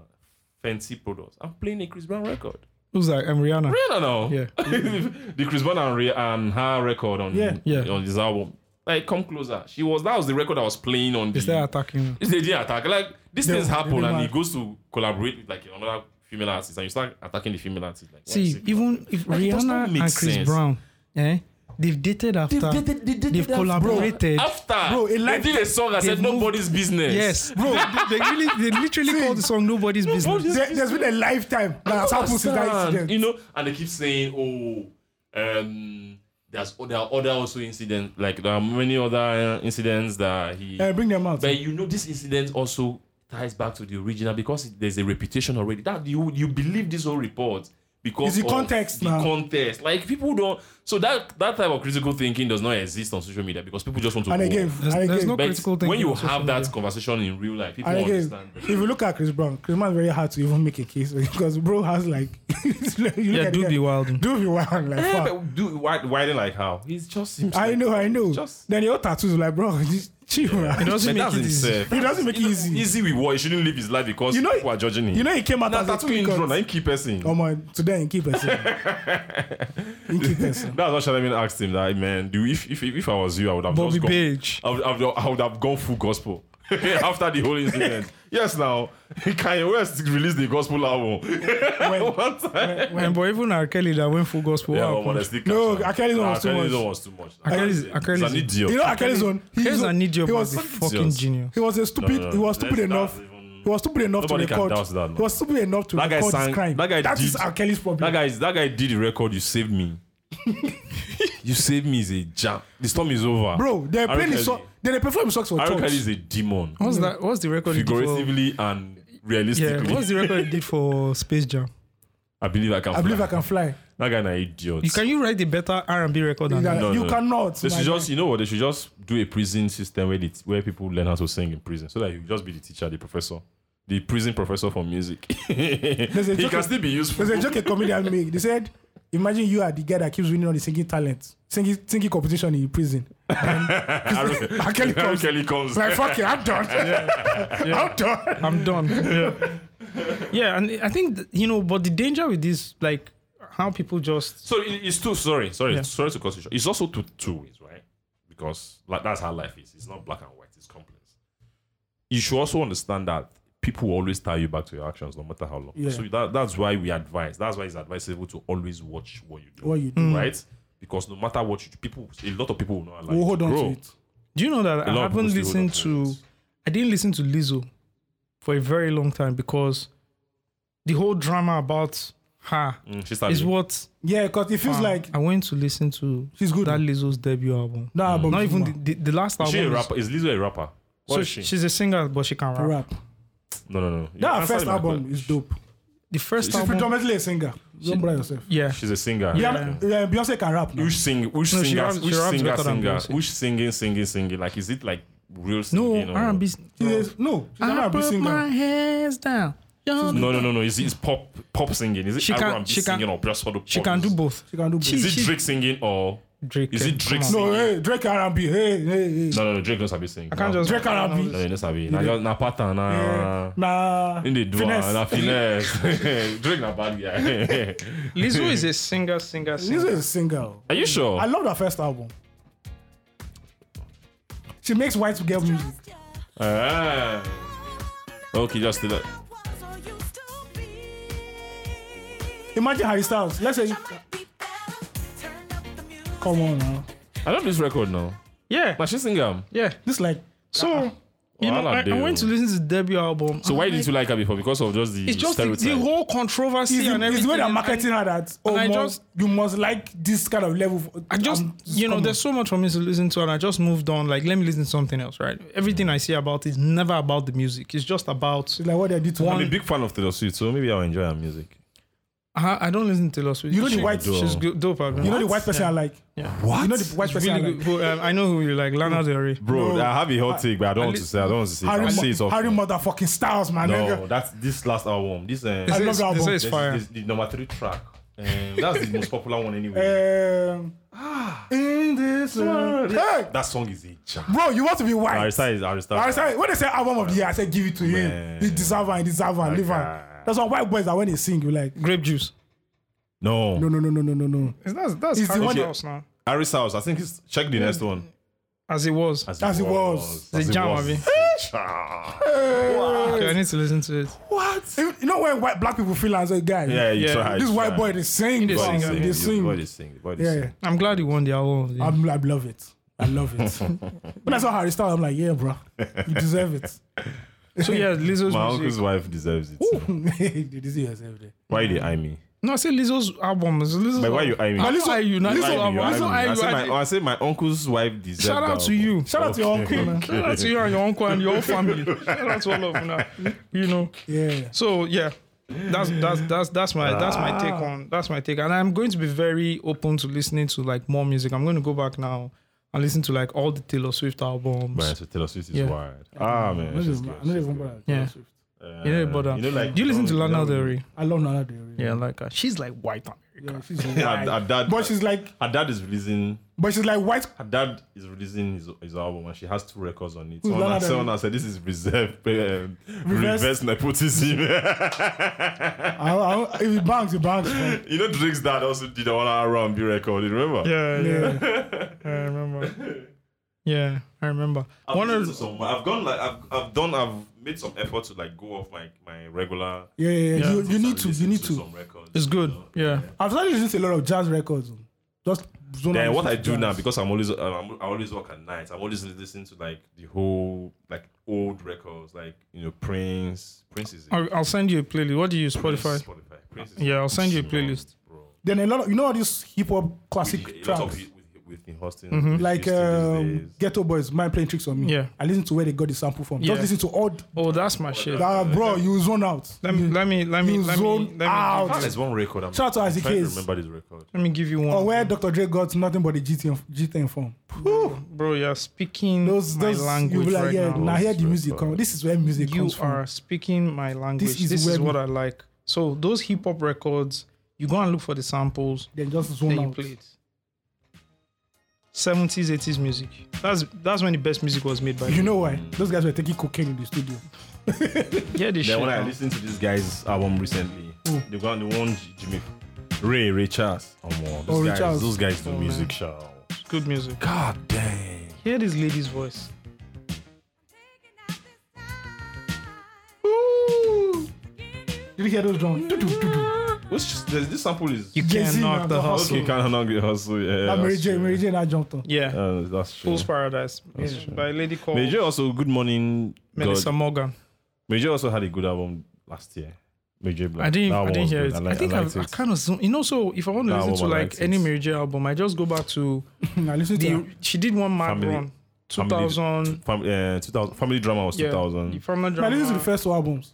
fancy products. I'm playing a Chris Brown record.
Who's that? I'm Rihanna.
Rihanna now.
Yeah.
<laughs> the Chris Brown and, Rih- and her record on,
Yeah.
Yeah.
on this album. Like, come closer. She was that was the record I was playing on
They
the
started attacking me.
it's the idea attack. Like these
They-
things
they
happen,
do
and he
mad.
goes to collaborate with like another female artist, and you start attacking the female artist. Like, why is
See,
it-
even if
Like, it does
Rihanna
not
and
make
Chris
sense.
Brown, eh, they've dated after, they've,
dated- they dated after-
collaborated.
after
Bro, a
they
life-
did a song that said
moved-
nobody's business.
Yes, bro, they, they really, they literally called the song "Nobody's Business."
<laughs> There, has been a lifetime that has happened since that
Understand,
incident.
you know, and they keep saying, "Oh, um, there's there are other also incidents. Like there are many other uh, incidents that he
Eh, bring them out.
But you know, this incident also ties back to the original because it- there's a reputation already. That you you believe this whole report
It's
because
the
of
context
the
now.
context. Like people don't. So that that type of critical thinking does not exist on social media because people just want to.
and
go.
again,
There's-
and
there's
again,
no
But
critical
when
thinking
you
on social
have that
media.
conversation in real life, people
and again
understand.
if you look at Chris Brown, Chris Brown is very hard to even make a case <laughs> because bro has like, <laughs> you look
Yeah,
at
do
the
be
guy,
wild.
do be wild, like
Yeah,
fuck.
but do why, why they like how he's just. seems
I
Eh, like-
know, I know.
Just-
then the old tattoos like bro, <laughs> just chill,
It
man.
doesn't
But
make
that's
it easy.
himself.
It doesn't make it
Easy.
easy.
easy with war. He shouldn't live his life because
You know-
people are judging him.
You know he came out
that
as a
tattoo
clean
intro. Now
cut.
he keep person.
Oh my, today in keep
<laughs>
person. in keep person.
That's what Shalamin asked him. That man, do if if if I was you, I would have
Bobby
just gone.
Page.
I would, I, would, I would have gone full gospel <laughs> after the whole incident. <laughs> yes, now Kanye West released the gospel album. <laughs> One time.
And but even R. Kelly that went full gospel.
Yeah,
wow,
but
come-
honestly,
No,
Kasha-
Akeli's one
nah,
was too
Akeli's
much.
one was too much.
Akeli's-
He's
Akeli's-
an idiot.
You know Akeli's one. He
Here's
was-
an idiot,
He
but
was
he's a fucking
Jesus.
genius.
he was a stupid.
no,
He was
let's-
stupid
that's
enough.
even-
He was stupid enough to
Nobody can
record.
doubt that, no.
He was stupid enough to
That guy
record
sang-
his crime.
that guy
That
did-
is R. Kelly's problem.
that guy is that guy did the record. You saved me. <laughs> you saved me is a jam. The storm is over,
Bro, they're
Aaron
playing his
Kelly-
song. Then they perform his songs for
Aaron Kelly
church.
is a demon,
What's that? What's the record? he did for-
figuratively and
yeah,
realistically.
what's the record he did for Space Jam?
<laughs> I believe I can.
I believe
fly.
I can fly.
That guy an idiot.
You, can you write a better R and B record than that?
That-
No,
you
no.
cannot.
They
my
should just,
guy.
you know what? They should just do a prison system where it's where people learn how to sing in prison, so that you just be the teacher, the professor, the prison professor for music. <laughs>
a
he
joke-
can still be useful.
There's a joke a comedian made. They said, "Imagine you are the guy that keeps winning on the singing talent, singing singing competition in prison."
<laughs>
R.
R. Kelly comes.
<laughs> Kelly comes.
It's like fuck it, I'm done. <laughs> I'm done.
I'm done. yeah. and I think th- you know, but the danger with this, like how people just
So it- it's two. Sorry, sorry,
Yeah.
sorry to cut you short. It's also two two ways, right? Because like that's how life is. It's not black and white. It's complex. You should also understand that people will always tie you back to your actions, no matter how long.
Yeah.
So that, that's why we advise. That's why it's advisable to always watch what you do.
What you do. Mm.
right? Because no matter what you do, people, a lot of people will not allow.
We'll
you
hold
to
on
grow.
to it.
do you know that
A
I
lot of people
haven't
still hold on
listened
to
to
it.
I didn't listen to Lizzo for a very long time because the whole drama about her
Mm, she started.
is what
Yeah, because it feels
uh,
like
I went to listen to
she's good.
that Lizzo's debut album.
Nah, but
Not even the, the, the last
Is
album.
she a
is-
rapper? Is Lizzo a rapper? What
so
is she?
she's a singer, but she can rap.
rap.
No, no, no. You
That her
answer
first
me, my
album
que-
is dope.
the first
She's
album.
predominantly a singer. Don't brag yourself.
yeah.
She's a singer.
Yeah, yeah, Beyonce can rap now.
Which sing? Which
No, she
singer?
raps- she
which
raps
singer?
better than
Singer?
Beyonce.
Which singing? Singing? Singing? Like, is it like real
No,
singing? or-
R&B.
She is, no, she's an
I
R&B
put my
singer.
hands down. Young-
No, no, no, no. Is it pop? Pop singing? Is it
She can-
R&B
she can-
singing or just for the? Pop?
She can do both.
She can do
She-
both.
Is it Drake singing or?
Drake.
Is it Drake
come on.
singing?
No, hey, Drake R&B. Hey, hey, hey.
No, no, no. Drake doesn't be singing.
I can't
no.
just
Drake R&B.
No, he doesn't be. Na just na pattern na.
Nah.
In the door,
Finesse.
<laughs>
na finesse. Drake na bad guy. <laughs>
Lizzo is a singer, singer,
This
singer.
is a singer.
Are you sure?
I love her first album. She makes white girl music.
Ah. Okay, just do that.
Imagine Harry Styles. Let's say, come on now.
I love this record now.
Yeah,
Na she sing am.
yeah.
This like,
So you know,
Ah, Wahala
I, I
dey
went to
o.
listen to the debut album.
So why did you like her before? Because of just the
It's just the,
stereotype.
the whole controversy
it's, the-
and
it's
everything.
the way they're
and-
marketing her that, oh,
I
must,
just-
you must like this kind of level. for-
I just,
um,
you know,
come
there's so much for me to listen to, and I just moved on. Like, let me listen to something else, right? Everything I see about is never about the music. It's just about.
on. It's like what they did to
I'm a
one.
big fan of Taylor Swift, so maybe I'll enjoy her music.
I, I don't listen to Taylor Swift.
You know the
She-
white-
She's good, dope. I mean.
You know the white person I like?
What?
You know the white person
Really
I
good.
like?
Who, um, I know who you like, Lana Del Rey.
Bro,
No.
I have a hot take, but I don't want to say. I don't want to say. it.
Harry,
I say it's
Mo-
off.
Harry motherfucking Styles, man.
no,
nigga.
that's this last album. This uh,
I love
They say
that
it's- they say
album.
it's
this-
fire.
this- the number three track. Um, that's the most popular one anyway.
Um, in this world. Hey,
that song is a jam.
bro, you want to be white?
Arista is Arista.
I said when they say album of the year, I said give it to him.
Man.
He deserve and deserve and live and.
Okay.
That's why white boys that when they sing, you like
Grape Juice.
No,
no no no no no no no.
Is that, that's
It's the
Harry
one-
Styles now.
Arista House. I think it's check the next one.
As it was.
As it was. Eh?
The jam, abi. Okay, I need to listen to it.
What? You you know when white black people feel as a guy.
Yeah, you
Yeah.
try.
This
you
white
try.
boy they sing,
They
bro.
Body
sing,
sing,
They
you-
sing.
Body sing. Body
Yeah,
sing.
yeah.
I'm glad he won the album. of the-
I'm, I love it. I love it. but that's how Harry Styles. I'm like, yeah, bro, you deserve it. <laughs>
So yeah, Lizzo's
My
music.
uncle's wife deserves it.
They deserve it every day.
Why they eye me?
No, I say Lizzo's album. It's Lizzo's
But why
album.
you eye me?
I Lizzo,
Lizzo-
I you not
Lizzo-
Lizzo
I, mean,
album.
you
Lizzo,
are
I
angry. I,
you.
say my,
I-
oh, I say my uncle's wife deserved
Shout out
that
to
album.
you.
Shout out to your uncle,
<laughs>
man.
Shout out to you and your uncle and your whole
<laughs>
family. Shout out to all of you. You know.
Yeah.
So yeah, that's that's that's that's my that's my take on that's my take, and I'm going to be very open to listening to like more music. I'm going to go back now and listen to like all the Taylor Swift albums.
Man, so Taylor Swift is
Yeah.
wild. Ah,
I'm
man.
not
she's
even-
good,
I'm not
she's
even
good.
bothered.
Yeah.
Uh,
You know, but uh,
you know, like,
do you listen to
um,
Lana
you know,
Del Rey?
I love Nana Del Rey.
Yeah, like uh, she's like white America.
Yeah, she's
<laughs> Her,
white.
her dad,
But she's like,
her dad is releasing.
but she's like white.
Her dad is releasing his, his album, and she has two records on it.
Who's
Someone,
Lana Del Rey?
someone said this is reserved, um,
Reverse-
reverse. nepotism. <laughs>
I, I, if it bangs, it bangs. bro.
you know, Drake's dad also did a one hour R&B record. You remember?
Yeah, yeah,
Yeah.
I remember. Yeah, I remember.
I've,
One of
listened to some, I've gone like I've, I've done I've made some effort to like go off my my regular.
Yeah, yeah, yeah. You, you need to,
and
you
listen
need to.
Some records,
it's good.
you know?
Yeah.
I've started listening to a lot of jazz records. oh. Just zone
Then
out
what I
and
do
listen to
now
jazz.
because I'm always I'm, I always work at night. I'm always listening to like the whole like old records like you know Prince Prince is
I'll, I'll send you a playlist. What do you use?
Prince is
Spotify.
Spotify. Prince is
Yeah, I'll send you a
small,
playlist.
Bro.
then a lot of you know all these hip hop classic
With, a lot of
tracks. Mm-hmm.
hit with, with Whitney Houston,
Like um, Ghetto Boys, Mind Playing Tricks on Me.
Yeah.
I listen to where they got the sample from.
Yeah.
Just listen to all th-
Oh, that's my shit.
Uh,
that, bro. You zone out.
Let me let me let me
You
let me
zone
let me,
out.
Give,
Ah, there's one record. I'm,
Shout out to
I'm
Isaac
trying to
Hayes.
remember this record.
let me give you one.
Or where Dr. Dre got nothing but the GTM, GTM form.
bro, you're speaking
Those,
my
those, you'll
language
be like,
right
yeah,
now.
now hear the
Those
music come.
records.
This is where music
you
comes
are
from.
speaking my language. This
is
is,
where we-
what I like. So those hip hop records, you go and look for the samples,
Then just
then
zone
you
out.
play it. 70s, 80s music. That's that's when the best music was made by.
You
me.
know why? Those guys were taking cocaine in the studio.
yeah, this
Then
shit.
when I
now.
listened to this guy's album recently, the one, the one J- Jimmy Ray Ray Charles. Oh, man. Those
Oh, Ray
guys,
Charles.
those guys do music, Ah, show.
Good music.
God dang.
Hear this lady's voice.
Did you hear those drums? Do, do, do, do.
What's just, there's- this sample is.
You
Jay-Z
can
now,
knock
the
the
hustle.
hustle.
okay, can't hang the hustle. Yeah,
That Ah, Mary
that's
J,
true.
Mary J and I jumped on. <laughs>
Yeah.
Uh, that's true.
Fool's Paradise yeah, by Lady Cole.
Mary J also Good Morning
Melissa
God.
Morgan.
Mary J also had a good album last year. Mary J Black.
I didn't.
That
I
one
didn't
was
hear
good.
it. I,
li-
think I,
liked
I,
it.
kind of. zoom- You know, so if I want to
That
listen to
one, I
like
liked
any
it.
Mary J album, I just go back to
I listened to
the.
her.
She did one mad
Family-
run, two
Family-
thousand.
Fam- uh, 2000 family drama was
Yeah,
2000.
From the
I
drama.
listened to the first two albums.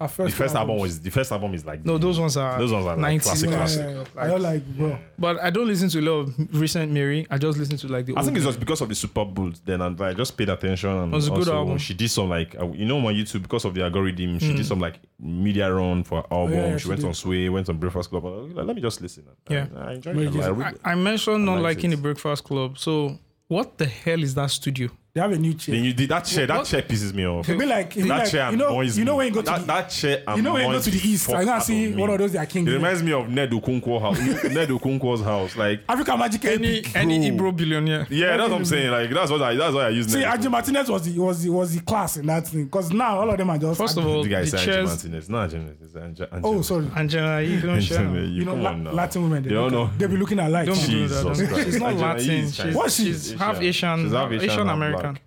Our
The first album
albums.
was the first album is like
No, those ones are
Those ones are like
90s.
classic,
Yeah,
classic.
yeah, yeah. I don't like, bro.
But I don't listen to a lot of recent Mary. I just listen to like the.
I
old
think it was because of the Super Bowl then, and I just paid attention. And
was a good
also
um,
album.
She did some like uh, you know on YouTube because of the algorithm. She did some like media run for her
Hmm.
album.
yeah,
she,
she
went
did.
on Sway, went on Breakfast Club. I was like, Let me just listen.
Yeah.
I, I enjoyed
Well,
it.
yes,
I,
I,
really-
I mentioned
I
not
liked
liking
it.
the Breakfast Club. So what the hell is that studio?
They have a new chair.
then you did that chair. That
What-
chair pisses me off.
It'd be like, it'd be
that
like
chair
you know,
annoys
you know
me.
when you go to
that,
the,
that chair.
you know when you go
annoys
to the
the
east,
fuck
I
out
can
of
see
me.
one of those that king.
It reminds me of Ned Okonkwo house. <laughs> Ned Okonkwo's house, like.
Africa Magic
Any
Epic.
any
Bro.
Ibro billionaire?
Yeah, that's what I'm saying. Like that's what I that's why I use.
See,
Ned
Angie
Okonkwo.
Martinez was the was the, was the class in that thing. Cause now all of them are just
First of all,
the
the,
guy is Angie
chairs.
Martinez, not Angie Martinez. it's Angie- Angie
oh
Martinez.
sorry,
Angela, you don't share.
Angie,
now.
you,
you know
come
La-
on now.
Latin women. They
They don't
look-
know.
They be looking alike.
Don't
She-
do that.
Jesus
Don't do that.
Christ.
She's not
Angela is
Latin.
Chinese.
She's,
What?
she's
She's
half
Asian.
Asian,
She's half Asian
Asian
and
American.
black.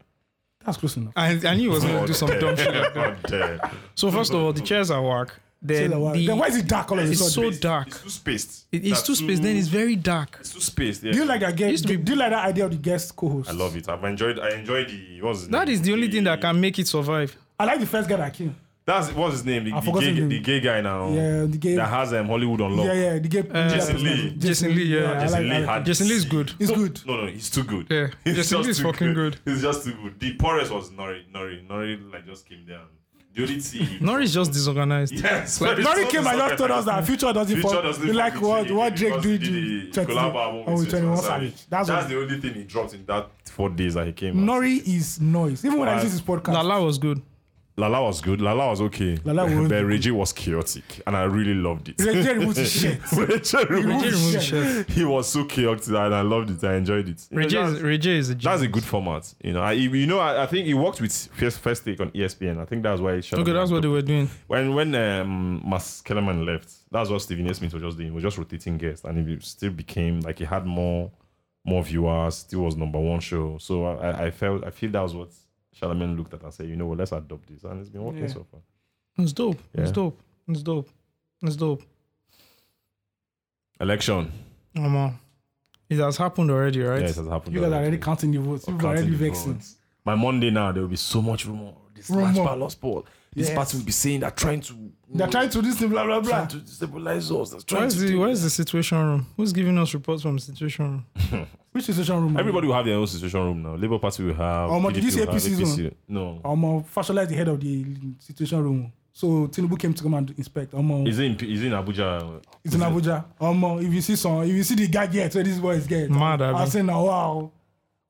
That's close enough.
I, I knew he was going to do some
<laughs>
dumb shit. like that.
<laughs> God damn.
So first of all, the chairs are whack.
So
Then,
that was-
the,
then why is it dark all of a
it's
sudden?
so dark.
It's too spaced.
It- it's
That's
too spaced. Then it's very dark.
it's too spaced. Yeah.
Do you like that guest?
Used to
Do,
be-
do you like that idea of the guest co-host?
I love it. I've enjoyed. I enjoyed the. What's his
That
name?
is the only thing that can make it survive.
I like the first guy that came.
That's what's his name. The,
I've
the
forgotten
gay,
his
the
name.
gay guy now.
Yeah, the gay-
That has um, Hollywood on lock.
Yeah, yeah, the gay. the
Uh, Jason
guy person.
Lee.
Jason Lee, yeah.
I
Jason
like-
Lee
I like
had-
it.
Jason Lee is good.
He's good.
No, no, he's too good.
Yeah,
<laughs> He's
Jason Lee
just
is
too
fucking good.
He's just too good. The poorest was Nori. Nori. Nori like just came down. The only thing.
Nori
<laughs>
is just disorganized.
Yes.
Like,
very
Nori
so
came and just told us that future doesn't
Future
fall.
doesn't
You like
fuck with
what
Jay
what Drake
because he
did
did
in
the
20
collab album
oh,
with
with 21
21
Savage.
That's,
That's what
the only thing he dropped in that four days that he came. out.
Nori is noise. Even when I
Uh,
listen to his podcast,
Lala was good.
Lala was good. Lala was okay.
Lala was-
but Reggie was chaotic, and I really loved it.
Reggie removes
<laughs>
his shit.
<laughs> Reggie
removed
Reggie
his
removed his
shirt.
shirt.
he was so chaotic, and I loved it. I enjoyed it. You know,
Reggie is,
that's,
Reggie is a genius.
that's a good format. You know, I you know I, I think he worked with first first take on E ESPN. I think that's why.
Okay, that's what they were doing.
When when um, Mas Kellerman left, that's what Stephen A. Smith was just doing. He was just rotating guests, and it still became like he had more more viewers. Still was number one show. So I, I- I felt I feel that was what Charlemagne looked at and said, you know what, let's adopt this, and it's been working
Yeah.
so far.
It's dope. It's
Yeah.
dope. It's dope. It's dope.
Election.
Oh man, it has happened already, right?
Yes, has happened.
You guys are already counting the votes. You've already
the
vexing.
votes. By Monday now, there will be so much rumor. This
Rumor.
match by lost ball. This
Yes.
party will be saying that trying to
They're trying to do this thing, blah blah blah.
trying to destabilize us. That's trying
Where's
to
the
do
Where's
that.
the situation room? Who's giving us reports from situation room?
Which is the room? are you?
Everybody will have their own situation room now. Labour Party will have.
Omo,
PDP
Oh, did you see
will have,
APC's
APC No.
I'm um, the head of the situation room. So Tinubu came to come and inspect. Um,
Is it in, P- is it in Abuja?
it's in Abuja. Um, if you see some, if you see the guy get, so this boy is get.
Mad, I
I
mean.
say now, wow.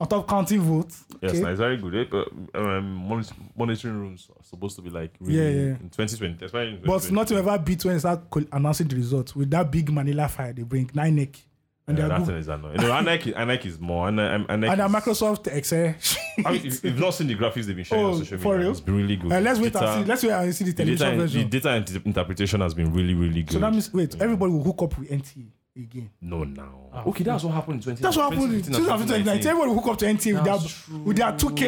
On top counting votes.
Yes,
okay.
now it's very good. Eh? But, um, mon- monitoring rooms are supposed to be like really
Yeah, yeah.
in 2020. Especially in 2020.
But not to ever beat when they start col- announcing the results with that big Manila fire they bring nine neck. E And they're
Yeah, that
good.
thing is annoying. No, Anak, Anak is more. Anak, Anak
And
is,
then Microsoft Excel. <laughs>
I mean, if you've not seen the graphics they've been showing
Oh,
on social
for
media,
real?
it's been really good.
Uh, let's wait
Data-
and see. Let's wait and see the
the data,
television version.
the data int- interpretation has been really, really good.
so that means wait,
Yeah.
everybody will hook up with NTA again.
no now. Ah, okay, that's what happened in 20.
That's what happened in 2019. Everybody will hook up to NTA with their, with their 2K,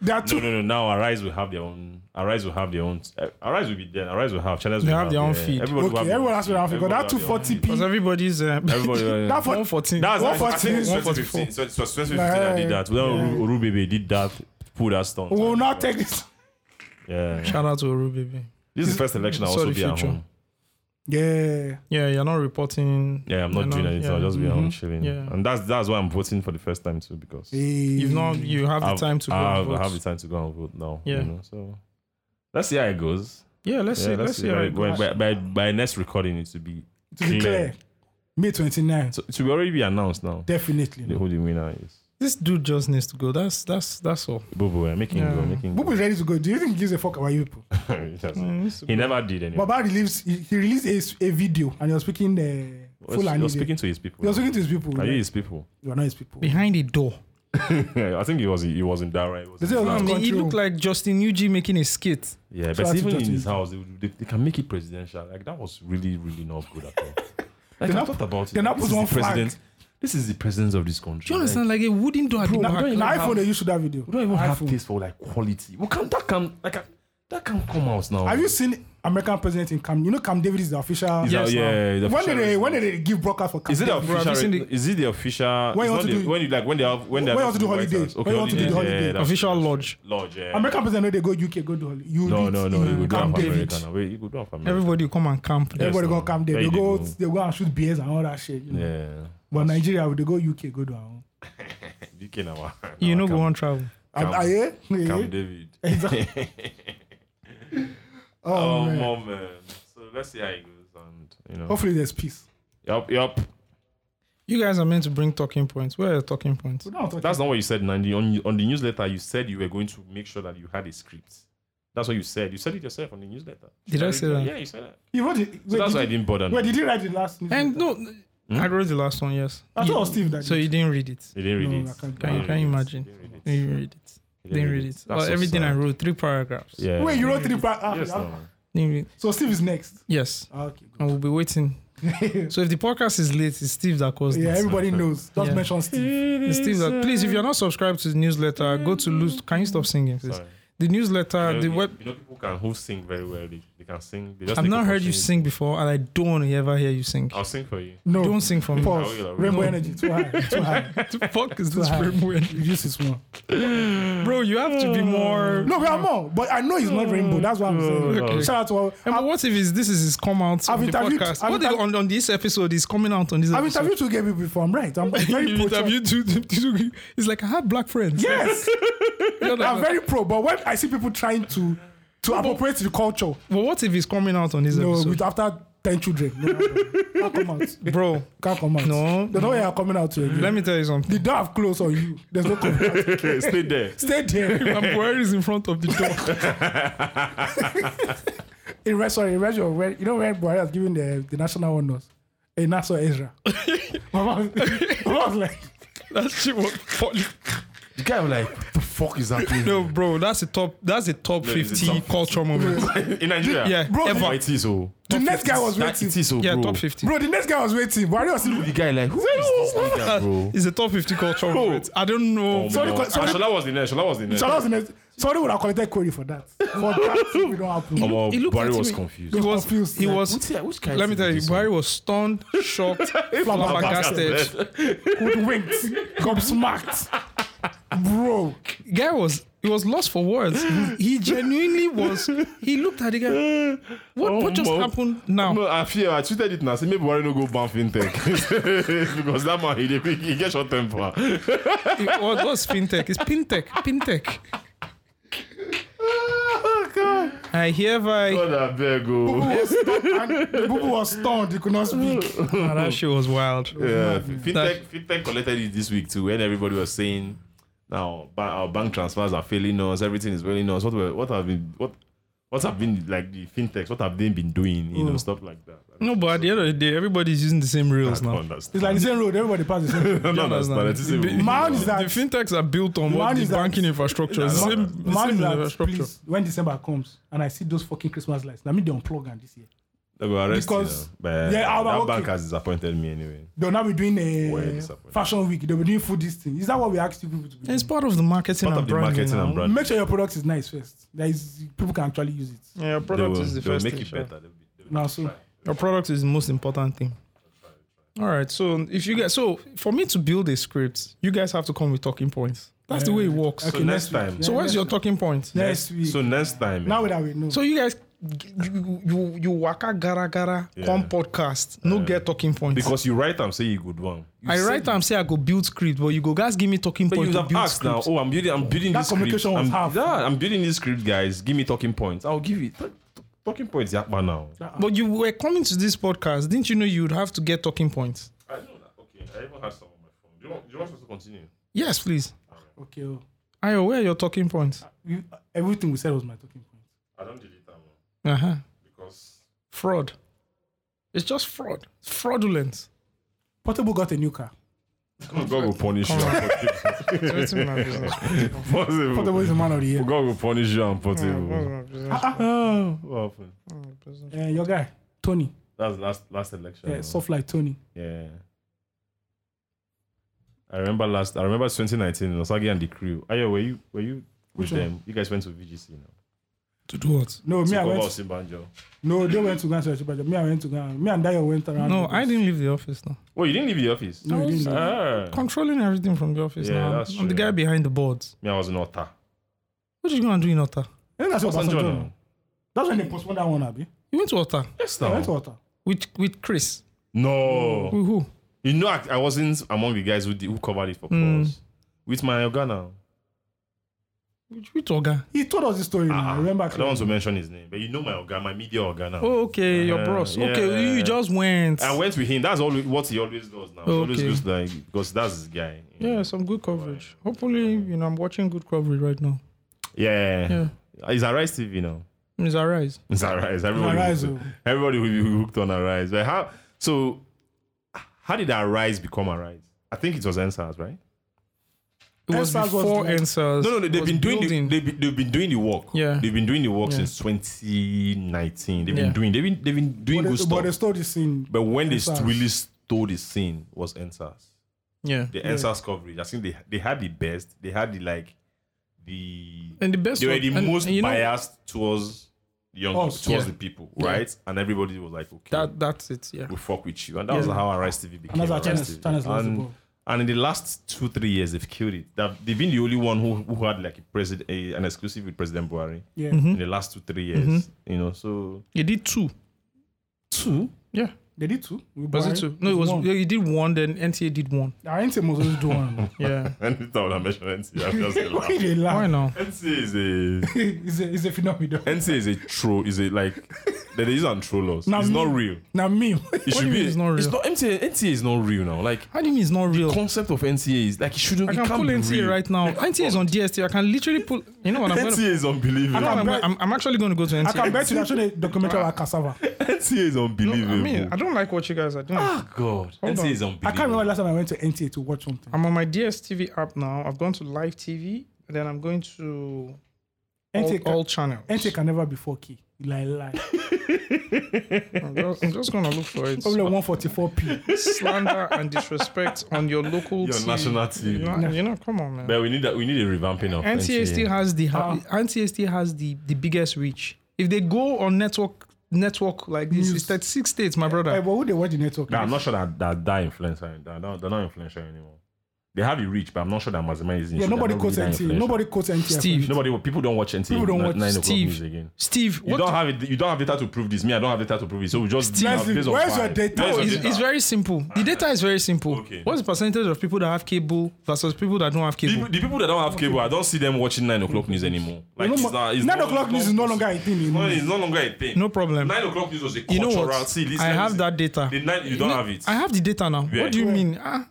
their
No,
2
no, no. Now Arise will have their own. Arise will have their own. uh, Arise will be there. Arise will have channels.
They
will
have their own feed.
Everybody will
Okay,
their
everyone
own
has been Africa.
Everybody
That
will have their own
240p.
Because everybody's uh,
feed. Everybody.
That
That
for,
114.
that's I think it's
144.
2015. So it's 2015 I did that. When Oru Bebe did that, pull that stunt.
we will not take this.
Yeah.
Shout out to Oru, baby.
This is the first election I'll also
Sorry,
be at
future.
home.
Yeah.
Yeah, you're not reporting.
Yeah, I'm not
You're
doing
not-
anything.
yeah. Mm-hmm.
I'll just be at home chilling.
Yeah.
And that's that's why I'm voting for the first time too because
You've not. You have the
I've-
time to go.
I've-
and vote.
I have the time to go and vote now.
Yeah.
You know, so let's see how it goes.
Yeah, let's see.
yeah,
Let's see. how it
By,
goes.
by, by, by next recording, it will be
To be clear, May 29th,
So, it should already be announced now.
definitely.
The, who the winner is.
This dude just needs to go. That's that's that's all.
Bubu, I'm making
Yeah.
go, making
Bubu is ready to go. Do you think he gives a fuck about you people?
Mm, this-
<laughs> he never did anyway.
Baba relieves, he, he released a, a video and he was speaking uh,
Was-
full
he
and
was speaking to his people.
he was speaking to his people.
Are you
like,
his people?
You are not his people.
Behind the door.
I think he was he was in Dara. He was
Is
in
it
Dara.
I
Out
mean, he
control.
looked like Justin Uji making a skit.
yeah,
So
but
I think
even in
that's
his
it.
house, they, would- they, they can make it presidential. Like that was really, really not
<laughs>
good at all. Like
Then
I
I-
thought about it.
then I
This
put
is the
one flag.
president. This is the president of this country.
Do you
Like,
understand? Like a wooden door at the
Bro,
back.
an
Like,
iPhone, they you should that video.
We don't even have
iPhone.
taste for like quality. We can that can like I, That can come out now.
Have you seen American president in Cam? You know Cam David is the official.
Is that-
Yes,
yeah, yeah, the
When did
official-
they when did they give broadcast for Cam?
Is it the
David?
Bro, have you
official?
seen the-
is it the official?
When you want
it's not
to
the-
do-
when you like when they have when they
when you
are
want to do
not in the White
holiday,
House.
when you want to do the
holiday, yeah,
holiday.
that's-
Official
that's-
lodge.
Lodge. Yeah.
American president no they go UK go do holiday. You
No,
read
no, no. You go do
Camp
Half
David.
America now. Wait, you go do Half America.
Everybody will come and camp. there.
Everybody
Yes,
go
no.
Cam there.
There
They
you
go
go.
they go and shoot beers and all that shit. You know?
Yeah.
But Nigeria we they go UK go do our own.
UK now. <laughs>
You know, go
Camp-
on travel.
Am-
Camp-
ah, yeah? Yeah.
Camp David. <laughs>
Exactly.
Oh,
Oh, man.
mom, man. So let's see how it goes, and you know.
Hopefully there's peace.
Yup, yup.
You guys are meant to bring talking points. Where are the talking points?
We don't talk
That's not what you said, Nandi. On on the newsletter, you said you were going to make sure that you had a script. That's what you said. You said it yourself on the newsletter.
Did I say that?
Yeah, you said that.
You wrote it.
So
wait,
that's why I
did,
didn't bother.
you- wait, did you write the last news?
And no,
Hmm?
I wrote the last one. Yes.
I thought it
You-
was Steve that
So
did.
you didn't read it.
They didn't read
No, I
it.
can't-
They
Can you
didn't
can
read
you
it.
imagine?
They Ah, didn't
You
read it.
didn't read it.
They
Didn't read it.
That's
Well,
so
everything I
sad.
wrote, three paragraphs.
Yeah.
Wait, you wrote three pa- ah,
Yes,
ah.
no.
Didn't read-
So Steve is next.
Yes.
Ah, Okay. good.
I will be waiting. So if the podcast is late, it's Steve that caused
yeah,
it.
everybody knows. Just
Yeah.
mention Steve.
<laughs>
It's Steve that. Please, if you're not subscribed to the newsletter, go to lose. Can you stop singing, please?
Sorry.
The newsletter,
you,
the
know,
web.
you know people can who sing very well. They, they can sing. They just
I've
take
not heard you
opportunity.
sing before, and I don't want to ever hear you sing.
I'll sing for you.
No.
Don't sing for me. What
Pause.
I will, I will.
Rainbow
No.
energy. Too high. Too
<laughs>
high.
the fuck is
Too
this
high.
framework?
Reduce this one.
Bro, you have to be more.
No, we are more. But I know it's not rainbow. That's what I'm saying.
Oh, Okay.
Shout out to all.
And what if it's, this is his come out
I've
on the
interviewed-
podcast?
I've
What if
interviewed-
on, on this episode is coming out on this
I've
episode?
interviewed two gay people before. I'm right. I'm
<laughs>
very
You
pro.
interviewed two- two- two- It's like I have black friends.
Yes.
You know,
I'm
like-
very pro. But when I see people trying to to appropriate the culture,
But what if it's coming out on this
no,
episode?
with after 10 children, no, no, no. can't come out.
Bro,
Can't come out.
No,
They know you're coming out to you again.
let me tell you something.
They don't have clothes on you. There's no coming
<laughs>
out.
Okay, stay there.
Stay there.
I'm is in front of the door.
In red, sorry, in red, you're red, you know when Buhari has given the, the national honors? A Nassau
<laughs>
Ezra. my, mom, my mom was <laughs> like,
<laughs> that shit was funny.
<laughs> The guy was like, what the fuck is happening?
No, bro, that's a top. That's a top
No, it's a
fifty
top 50.
culture moment.
In Nigeria?
Yeah,
Bro,
Oh,
ever.
it is oh.
the next guy was
That
waiting.
it is oh,
Yeah,
bro.
top fifty.
Bro, the next guy was waiting. Buhari was still.
The guy like, who is this nigga,
That
bro?
is a top fifty culture moment. I don't know.
Oh,
Sorry,
no.
co- sorry-
Ah, Shola was the next. Shola was the next.
So that was the next. Somebody would have collected query for that. For that, we don't have
Oh,
proof.
well,
he looked
Barry
at
was
me.
confused.
He was.
confused.
He
Like,
was. Let me tell you, Barry was stunned, <laughs> shocked, flabbergasted.
Good wings. Come smacked. Bro.
Guy was. He was lost for words. He, he genuinely was. He looked at the guy. What?
Oh,
what just
mo-
happened now?
No, I fear I tweeted it now. Say maybe Barry no go ban fintech <laughs> because that man he, dey- he get short temper.
<laughs> It- what, what's fintech? It's fintech. Fintech.
Oh God!
I hereby.
God, I beg oh.
Boo-boo was stunned. and Boo-boo was stunned. He could not speak.
Ah, that shit was wild.
Yeah, fintech fintech collected it this week too when everybody was saying now ba- our bank transfers are failing us, everything is failing us. What were, what have been what what have been like the fintechs? What have they been doing? You know stuff like that. I
No, but at the end of the day, everybody's using the same rails
don't
now.
understand.
It's like the same road. Everybody passes the same
<laughs> I don't understand. It is a-
Man is
The
that.
fintechs are built on what
Mine
the
is that-
banking infrastructure is. <laughs> The same, the
Man
same
is that.
infrastructure.
Please, when December comes and I see those fucking Christmas lights, I mean they unplug and this year.
They will arrest
Because-
you now. But
Yeah, I'm
that
okay.
bank has disappointed me anyway.
They'll now be doing
Well,
a
disappointed.
fashion week. They'll be doing food this thing. Is that what we ask you people to be
It's
doing?
part of the marketing
Part
and
of the
branding.
marketing and
now.
branding.
Make sure your product is nice first. There is people can actually use it.
Yeah, your
They
product
will,
is the
they will
first
make
thing.
it
sure.
better. They will- they will-
Now so
Your product is the most important thing. All right, so if you guys, so for me to build a script, you guys have to come with talking points. That's the way it works.
So next
week.
time.
So where's your talking point?
next week?
So next time,
now that we know.
So you guys, you you, you waka gara gara come podcast, no get talking points.
because you write and say you good one. You
I
said
write am say I go build script, but you go guys give me talking
But
point
you
to
have
build
asked now.
script.
Oh, I'm building. I'm building
That
this
communication
script.
was
I'm,
half.
Yeah, I'm building this script, guys. Give me talking points. I'll give you t- t- talking points. Yeah, but now.
But you were coming to this podcast, didn't you know you would have to get talking points?
I know that. Okay, I even have some on my phone. Do you want? Do you want us to continue?
Yes, please.
okay. oh.
Ayo, where are your talking points?
We, everything we said was my talking point.
I don't delete that one
Uh huh.
because
Fraud. It's just fraud. Fraudulent.
Portable got a new car.
<laughs> God will punish you. <laughs>
So it's in my business.
Portable is the man of the year.
<laughs>
God will punish you and portable. Oh, what happened?
Uh, your guy, Tony.
That's last last election.
Uh,
Yeah,
no?
soft like Tony.
Yeah. I remember last. I remember 2019. Osagi and the crew. Ayo, were you? Were you with
one?
them? You guys went to VGC now.
To do what?
No, me, I
Tokola
went.
Osinbanjo.
No, they went to Ghana. Me, I went to Ghana. Me and Dayo went around.
No, I didn't Uh, leave the office now.
Oh, you didn't leave the office?
No, you didn't.
Ah.
Controlling everything from the office
Yeah,
now.
that's
I'm the
true.
guy behind the boards.
Me, I was in Ota.
What are you gonna do in Otta?
And that's what
Osanjo
Obasanjo
now.
now. That's when they postponed that one, Abi.
You went to Otta
Yes,
I went to
now.
Otta.
with with Chris.
No.
With who?
You know, I, I wasn't among the guys who, did, who covered it for
Hmm.
Mm.
pause. With my Ogana.
With, with Oga.
He told us the story.
Ah,
now. I remember.
Ah, I don't want to mention his name, but you know my Ogana, my media Ogana.
Oh, okay, your
Yeah,
bros.
Uh, yeah.
Okay, you just went.
I went with him. That's all what he always does now. He
Oh,
always
Okay.
looks like because that's his guy.
Yeah, some good coverage. Hopefully, you know, I'm watching good coverage right now.
Yeah. yeah. He's a Rise TV now.
It's Arise.
It's Arise. Everybody,
Arise,
will-
oh.
everybody will be hooked on Arise. But how? So, how did Arise become Arise? I think it was NSAS, right?
It was
NSAS was
before
like-
NSAS.
No, no, no. They've
was
been doing the,
building.
they've, been, they've been doing the work.
Yeah.
They've been doing the work
Yeah.
since 2019. They've
Yeah.
been doing. They've been they've been doing
But
good
they, but
stuff.
they stole the scene.
but when they
NSAS.
really stole the scene was NSAS.
Yeah.
The NSAS coverage. I think they they had the best. They had the like the
And the best
they were
one-
the
and-
most
and you know-
biased towards the young
Us.
towards
Yeah.
the people,
Yeah.
right? And everybody was like, okay,
That that's it. Yeah.
we fuck with you, and that
Yeah.
was how Arise TV became.
And that's how
Arise
Channels,
TV.
Channels lost the
and,
ball.
and in the last two three years, they've killed it. That they've been the only one who, who had like a president a, an exclusive with President Buhari
Yeah.
Mm-hmm.
in the last two three years. You know, so
You did two.
two.
Yeah.
They did two. We
Was
borrowed.
it two? No, it was.
one.
Yeah, you did one. Then NTA did one.
Our NTM was always
<laughs>
doing.
<laughs>
Yeah.
Anytime I mention NC, I'm just <laughs> gonna laugh.
Why they laugh?
Why not?
NC is a
it's a it's a phenomenon.
NC is a troll. Is it like they they use and troll us?
Now
it's
me-
not real.
<laughs> Now me,
It
What
should
do you
be.
mean it's not
It's
real?
not NTA. NTA is not real now. Like
How do you mean it's not real?
concept of NTA is like it shouldn't.
I
it
can
can't
pull
be
NTA
real.
right now. NTA is on DST. I can literally pull. You know what I'm going
NTA
to?
is unbelievable.
I'm,
bet-
I'm, I'm actually going to go to NTA.
<laughs> I can bet you that showed a documentary about cassava.
NTA is
No,
unbelievable.
I mean, I don't like what you guys are doing.
God,
Hold
NTA
on.
is unbelievable.
I can't remember the last time I went to NTA to watch something.
I'm on my DSTV app now. I've gone to live TV. And then I'm going to all,
NTA,
all channels.
NTA can never be 4K. Like,
<laughs>
like.
I'm just, I'm just gonna look for <laughs> it.
Probably
<laughs>
144p.
Slander and disrespect on your local
Your
TV.
national TV.
You know, you know, come on, man. Ah.
But we need that. We need a revamping of
NTA still has the ha- NTA still has the the biggest reach. If they go on network network like this, it's 36 states, my
Hey,
brother.
but who they watch the network?
Nah, I'm not sure that that, that influencer. They're not, they're not influential anymore. They have a reach, but I'm not sure that Mazima is. in
yeah,
it.
nobody
They're not
quotes
really that
NTA.
influential.
Nobody quotes NTA.
Steve.
Nobody. People don't watch NTA.
People don't
ni-
watch
nine o'clock
Steve.
news again.
Steve,
You
what
don't have it. You don't have data to prove this. Me, I don't have data to prove it. So we just.
Steve,
have based on
where's
vibe.
your data?
Where's your
it's,
data?
it's very simple. The data is very simple.
Okay.
What's the percentage of people that have cable versus people that don't have
The,
cable?
people- the people that don't have cable, I don't see them watching nine o'clock news anymore. Like
No
it's
more-
not, it's
nine
not-
o'clock news is no longer a thing.
No,
anymore.
it's no longer a thing.
No problem.
Nine o'clock news was a
You
cultural.
know what?
See, listen,
I have
listen.
that data.
The night you don't have it.
I have the data now.
Yeah.
What do you mean? I,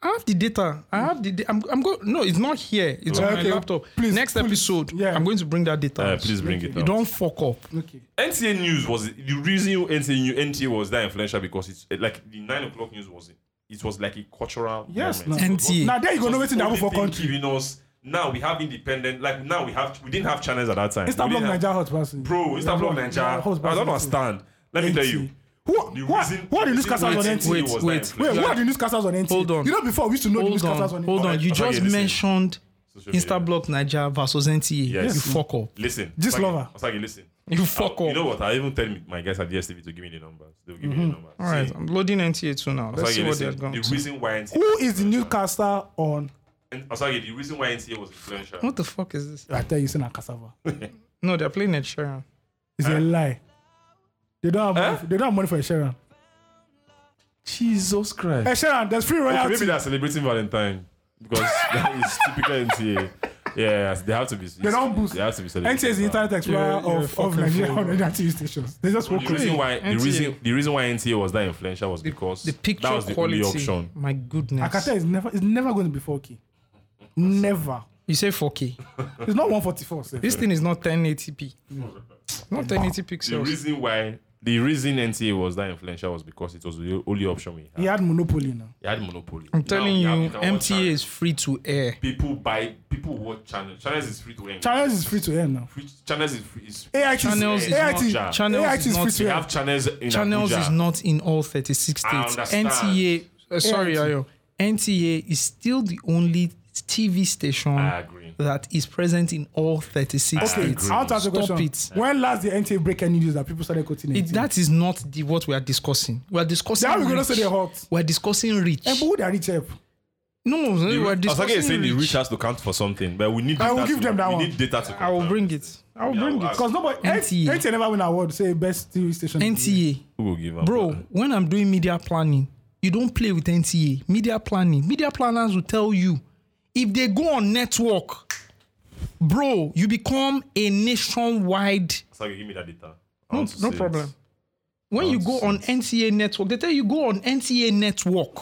I have the data. I have the. da- I'm. I'm going. No, it's not here. It's on
Okay,
my laptop.
please,
Next
please.
episode,
Yeah.
I'm going to bring that data.
Uh,
out.
please bring it
You
out.
don't fuck up.
Okay.
NTA News was the reason NTA, New- NTA was that influential because it's eh, like the nine o'clock news was it. It was like a cultural
Yes,
moment.
now.
NTA.
Now, there you go. No waiting
Only
double for
thing
country.
Giving us now we have independent like now we have we didn't have channels at that time.
Insta blog
We didn't have-
Nigeria hot person.
Bro,
Yeah,
Instablog
yeah, hot
Ninja. I don't
person.
understand. Let me tell you.
Who,
The
why,
reason-
why are the
the
newscasters on
reason
NTA?
wait,
Wait,
was
wait,
that
why
influence.
are the newscasters on NTA?
Hold on.
You know, before we used to know the
Hold
newscasters
on.
on
Hold
NTA.
on. You
Okay,
just
listen.
mentioned
Social media.
Instablock Niger versus NTA.
Yes.
You fuck up.
Listen.
This
Osagi,
lover.
Osagi, listen.
You fuck
I-
up.
You know what? I even tell me- my guys at DSTV to give me the numbers. They'll give
Mm-hmm.
me the numbers.
All right.
See,
I'm loading NTA two now. Let's
Osagi,
see what they're
listen,
going.
the
to.
reason why NTA
Who is the newscaster on?
And Osagi, the reason why NTA was influential.
What the fuck is this?
I tell you, it's in cassava.
No, they're playing Ed Sheeran.
It's a lie. They don't have
Eh?
money, they don't have money for Sharon.
Jesus Christ.
Hey Sharon, there's free
Okay,
royalty.
maybe they're celebrating Valentine because
<laughs>
that is typical NTA. Yeah, they have to be.
they don't boost.
They have to be celebrating.
NTA is the internet explorer
Yeah, yeah,
of, of
fucking
Nigeria
fool.
on Nigeria TV stations. They just work
The reason
crazy.
why the
NTA.
reason the reason why NTA was that influential was because
The picture
that was the
quality.
only option.
My goodness.
Akata is never it's never going to be 4K. Never.
You say 4K.
It's not 144. sef.
This thing is not 1080p. Not 1080
The
pixels.
reason why the reason NTA was that influential was because it was the only option we
He
had.
had monopoly now.
It had monopoly.
I'm telling
Now we
you,
have- we can watch
MTA
channels.
is free to air.
people buy people watch channels. Channels is free to air.
Channels is free to air now.
Free, channels is free. Is,
AIT
Channels
is
is
AIT
not-
Channels
AIT
is
is free
not-
to
we
air.
have channels in
Channels
Abuja.
is not in all 36
I
states.
understand.
NTA, uh, sorry,
NTA.
Ayo. NTA is still the only TV station
I agree.
that is present in all 36
Okay,
states.
I want to ask a
Stop
question.
it.
When last the NTA break any news that people started quoting
It-
it?
that is not the what we are discussing. We are discussing.
Now we're gonna
rich.
say they're hot.
We are discussing rich.
Eh, but who that reach up?
No, no, we are
Asake is
discussing
saying the rich
rich.
has to count for something, but we need.
I will
data
give
to-
them that
we
one.
need data to.
I will
confirm.
bring it. I will
Yeah,
bring
I'll
it.
ask.
Because nobody
NTA.
NTA. never win award. Say best TV station. in the year.
NTA,
Who will give up?
bro. When I'm doing media planning, you don't play with NTA. Media planning. Media planners will tell you if they go on network, bro, you become a nationwide.
Asake, give me that data. I
No,
want to
no
see it.
problem. When you go on NTA network, they tell you go on NTA network.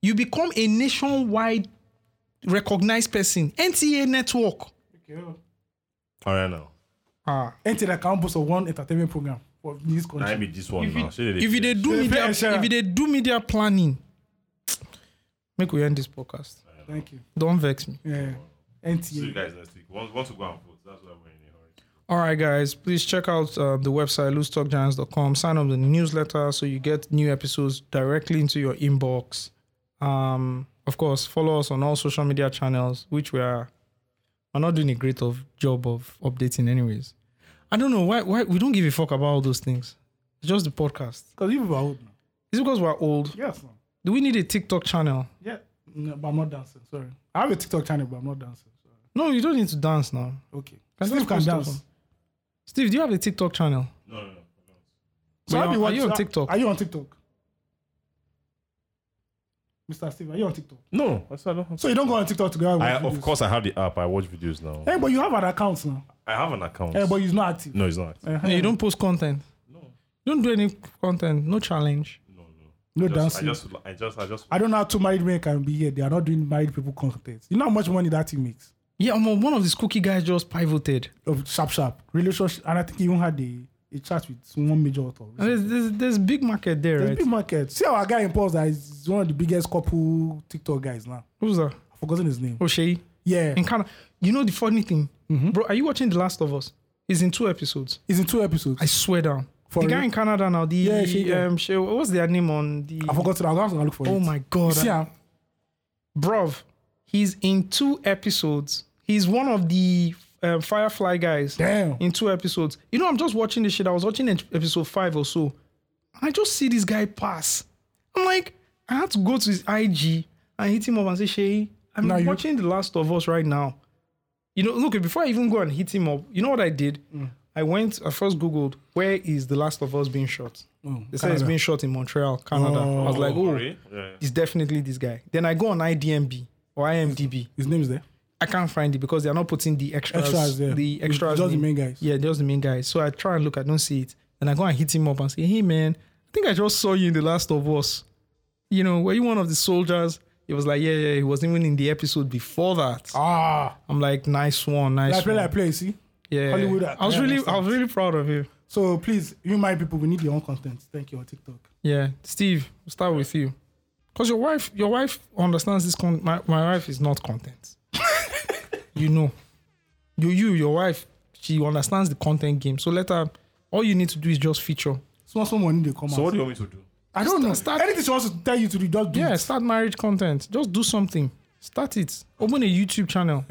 You become a nationwide recognized person. NTA network.
All right now.
Ah.
NTA that can't boast of one entertainment program for this
Now it
country.
be this one now. Shey dey-
If you they do
Say,
media,
fair share.
if you they do media planning, make we end this podcast.
Thank you.
Don't vex me.
Yeah.
See you
NTA.
guys next week. Want, want to go and vote? That's why we're in a hurry.
All right, guys, please check out uh, the website loosetalkgiants.com. Sign up to the newsletter so you get new episodes directly into your inbox. Um, of course, follow us on all social media channels, which we are are not doing a great of job of updating, anyways. I don't know why why we don't give a fuck about all those things. It's just the podcast.
Because you people are old now.
Is it because we're old?
Yes, man.
Do we need a TikTok channel?
Yeah. No, but I'm not dancing. Sorry. I have a TikTok channel, but I'm not dancing. Sorry.
No, you don't need to dance now.
Okay.
Can
Steve
just
can
post up
dance.
on- Steve, do you have a TikTok channel?
No, no, no.
So
Wait,
I'll be
are
watching-
you on TikTok?
Are you on TikTok? Mr. Steve, are you on TikTok?
No, that's not.
So you don't go on TikTok to go out and
I,
watch
of
videos?
course, I have the app. I watch videos now.
Eh?
Hey, but you have an account now.
I have an account.
Hey, but he's not active.
no, it's not.
Uh-huh.
No, you don't post content. No. You don't do any content. No challenge.
No, no.
No
Just- I
dancing.
just, I just, I just.
I don't know how two married men can be here. They are not doing married people content. You know how much money that thing makes?
Yeah, um, one of these cookie guys just pivoted.
Of sharp sharp relationship, and I think he even had a, a chat with one major author.
And there's, there's, there's big market there,
There's
right?
big market. See our guy in Pulse that is one of the biggest couple TikTok guys now.
Who's that?
I've forgotten his name.
O'Shea
Yeah, Mm-hmm.
in Canada. You know the funny thing, bro? Are you watching The Last of Us? It's in two episodes.
he's in two episodes.
I swear down.
For
the guy
real?
in Canada now. The
Yeah, she- yeah.
um, she, what's their name on the?
I forgot to. I'm gonna look for it.
Oh my
You
god!
see him?
bruv, he's in two episodes. He's one of the um, Firefly guys.
Damn.
In two episodes. You know, I'm just watching this shit. I was watching ep- episode five or so. I just see this guy pass. I'm like, I had to go to his IG and hit him up and say, Shay, I'm
Now you-
watching The Last of Us right now. You know, look, before I even go and hit him up, you know what I did?
Mm.
I went, I first Googled, where is The Last of Us being shot?
Oh,
They said it's
Canada.
being shot in Montreal, Canada. I was like, oh,
Really? Yeah.
it's definitely this guy. Then I go on IDMB or IMDB.
His name is there.
I can't find it because they're not putting the extras,
Extras, yeah.
the
It's
extras,
just the main
name.
guys.
Yeah, just the main guys. So I try and look, I don't see it. Then I go and hit him up and say, "Hey man, I think I just saw you in The Last of Us. You know, were you one of the soldiers?" He was like, "Yeah, yeah." He was even in the episode before that.
Ah,
I'm like, "Nice one, nice
I play,
one."
I play. See,
yeah,
Hollywood,
I was
yeah,
really,
that's
I was really proud of you.
so please, you mind people, we need your own content. Thank you on TikTok.
Yeah, Steve, we'll start with you, because your wife, your wife understands this. Con- my, my wife is not content. <laughs> you know, you you your wife, she understands the content game. So let her. All you need to do is just feature.
Small, small money they come out.
So what do you want me to do?
I don't know.
Start-
Anything she wants to tell you to do, just do.
Yeah,
it.
start marriage content. Just do something. Start it. Open a YouTube <laughs> channel.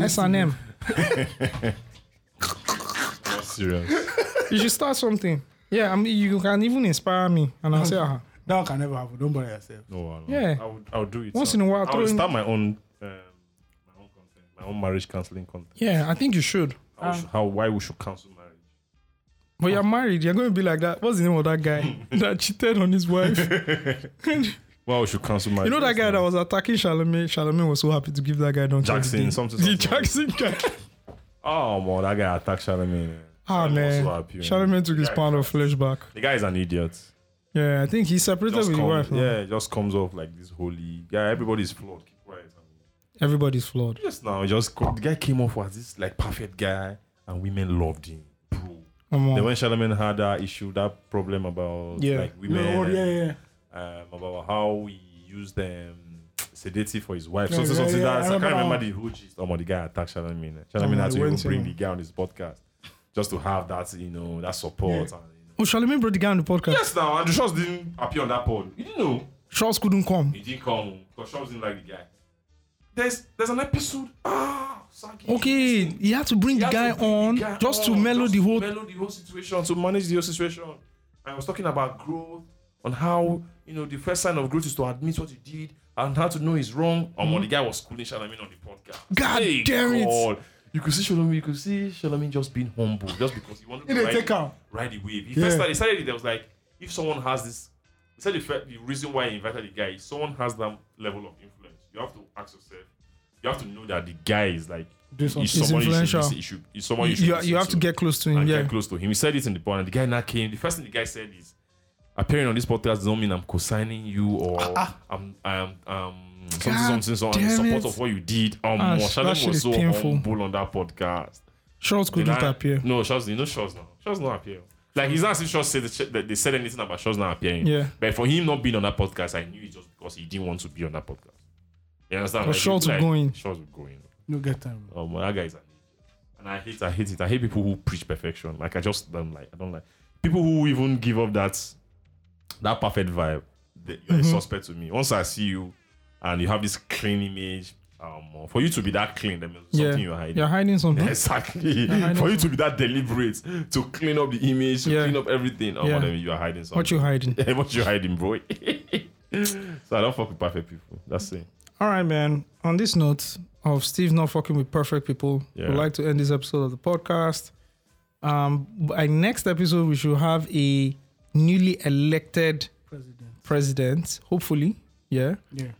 S and M.
I'm serious.
You should start something. Yeah, I mean, you can even inspire me, and I'll say, ah,
That one can never happen. Don't bother yourself.
No, no.
Yeah.
I would, I would do it. uh,
Once in a while,
I
throw
would
in-
start my own, um, my own content, my own marriage counseling content.
yeah, I think you should.
How, we should- how why we should counsel marriage?
But you're married. You're going to be like that. What's the name of that guy <laughs> that cheated on his wife?
Why we should counsel marriage?
You know that guy that was attacking Charlemagne? Charlemagne was so happy to give that guy Don
Jackson, something,
The
something.
Jackson
<laughs>
guy.
Oh man, that guy attacked Charlemagne.
Ah, man.
so happy, man.
Charlemagne took his
Yeah.
pound of flesh back.
The guy is an idiot.
Yeah, I think he separated
Just
with his
come-
wife. now.
yeah, it just comes off like this holy. Yeah, everybody's flawed. Keep quiet.
Everybody's flawed.
Just now, it just co- the guy came off as this like perfect guy, and women loved him, bro.
Come
Then
on.
when Charlemagne had that issue, that problem about
Yeah.
like
Yeah,
women,
oh, yeah, yeah.
um, about how he used them sedative for his wife.
Yeah,
so, so,
yeah,
something
yeah, I
that's, I, can't
remember
remember
that
the who gist. Oh, my, the guy attacked Charlemagne.
Oh,
Charlemagne
my,
had to
he
even
went to
bring
him.
the guy on his podcast just to have that, you know, that support. And, you know.
Oh, Charlemagne brought the guy on the podcast.
Yes, now and the shots didn't appear on that pod. You didn't know
Charles couldn't come.
he didn't come because shots didn't like the guy. There's there's an episode. Ah, Sagi.
Okay, he had to bring
He
the
had
guy
to bring the
on
guy
just to
on,
mellow
just
the
to
whole.
mellow the whole situation to manage the whole situation. I was talking about growth on how you know the first sign of growth is to admit what you did and how to know it's wrong. Um, the guy was schooling Shalamin on the podcast.
Hmm? God damn it.
God. You could see Shalamin. You could see Shalamin just being humble, just because he wanted
He
to
didn't
ride,
take out.
ride the wave. He
Yeah.
first started. He started. it, There was like, if someone has this, he said the, fir- the reason why he invited the guy is someone has that level of influence. You have to ask yourself. You have to know that the guy is like
Do something.
is someone you should
influential.
listen- you should- is someone
You,
you should
you,
listen
have to get close to him.
and
Yeah.
get close to him. He said it in the pod, and the guy now came. The first thing the guy said is, appearing on this podcast does not mean I'm co-signing you or I'm I'm um something
Ah, God
something so I'm in
damn it.
support of what you did. Um,
Ah,
ah,
sh- that shit
was
is
so
painful.
humble on that podcast.
Schultz
Then
couldn't
I-
appear.
No, Shaz, you know Shaz now. Shaz not appear. Like he's not as if Shaz said the- that they said anything about Shaz not appearing.
Yeah.
But for him not being on that podcast, I knew it just because he didn't want to be on that podcast. You understand?
But Schultz would go in.
Shaz would go in.
No get time.
Oh my, that guy is an idiot. And I hate, I hate it. I hate people who preach perfection. Like I just don't like. I don't like people who even give up that that perfect vibe. They, you're
Mm-hmm.
a suspect to me. Once I see you, and you have this clean image, um, for you to be that clean, there must be
Yeah.
something you're hiding.
You're hiding something.
<laughs> Exactly.
hiding
For you to be that deliberate to clean up the image, to
Yeah.
clean up everything. Oh,
Yeah.
whatever, you are hiding something. <laughs>
What you hiding?
what you hiding, bro? so I don't fuck with perfect people. That's it.
All right, man. On this note of Steve not fucking with perfect people,
Yeah.
we'd like to end this episode of the podcast. Um, by next episode, we should have a newly elected
President.
president, hopefully. Yeah.
Yeah.
Mm.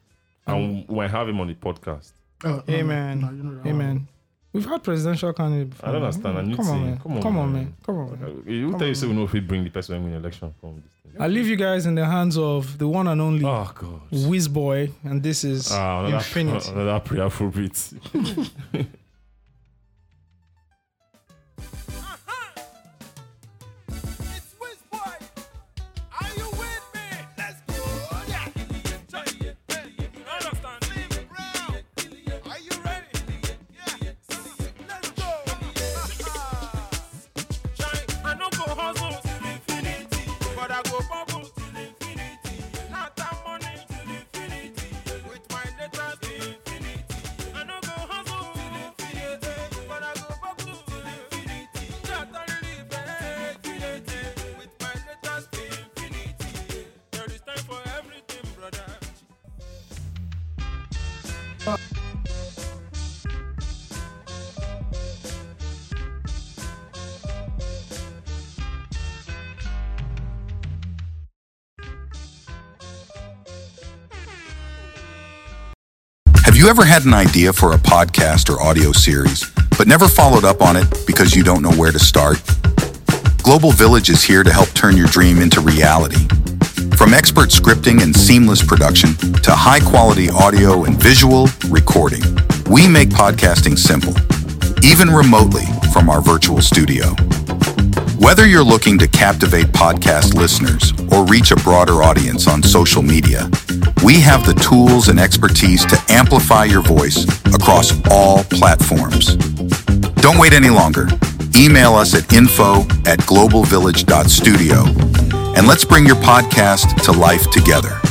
And we might have him on the podcast.
Oh, no,
Amen.
no, you know that one.
Amen. We've had presidential candidate before.
I don't
man.
understand. I need
Come on,
to-
man.
come on,
Come on,
man.
man. Come on, man.
You tell you say we know if we bring the person who win election from this thing.
I leave you guys in the hands of the one and only
Oh God.
Whiz Boy, and this is
Ah,
Infinity.
<laughs> another, another prayerful bit.
It's Wiz Boy. Are you with me? Let's go. Yeah. Understand. Leave Brown. Are you ready? Yeah. Let's go. <laughs> Shine. I no go hustle till infinity, but I go bubble till infinity. Not that money till infinity, with my letters till infinity. I no go hustle till infinity, but I go bubble till infinity. Not that relief, eh, infinity, with my letters till infinity. There is time for everything, brother.
Have you ever had an idea for a podcast or audio series, but never followed up on it because you don't know where to start? Global Village is here to help turn your dream into reality. From expert scripting and seamless production to high quality audio and visual recording, we make podcasting simple, even remotely from our virtual studio. Whether you're looking to captivate podcast listeners or reach a broader audience on social media, we have the tools and expertise to amplify your voice across all platforms. Don't wait any longer. Email us at info at globalvillage.studio and let's bring your podcast to life together.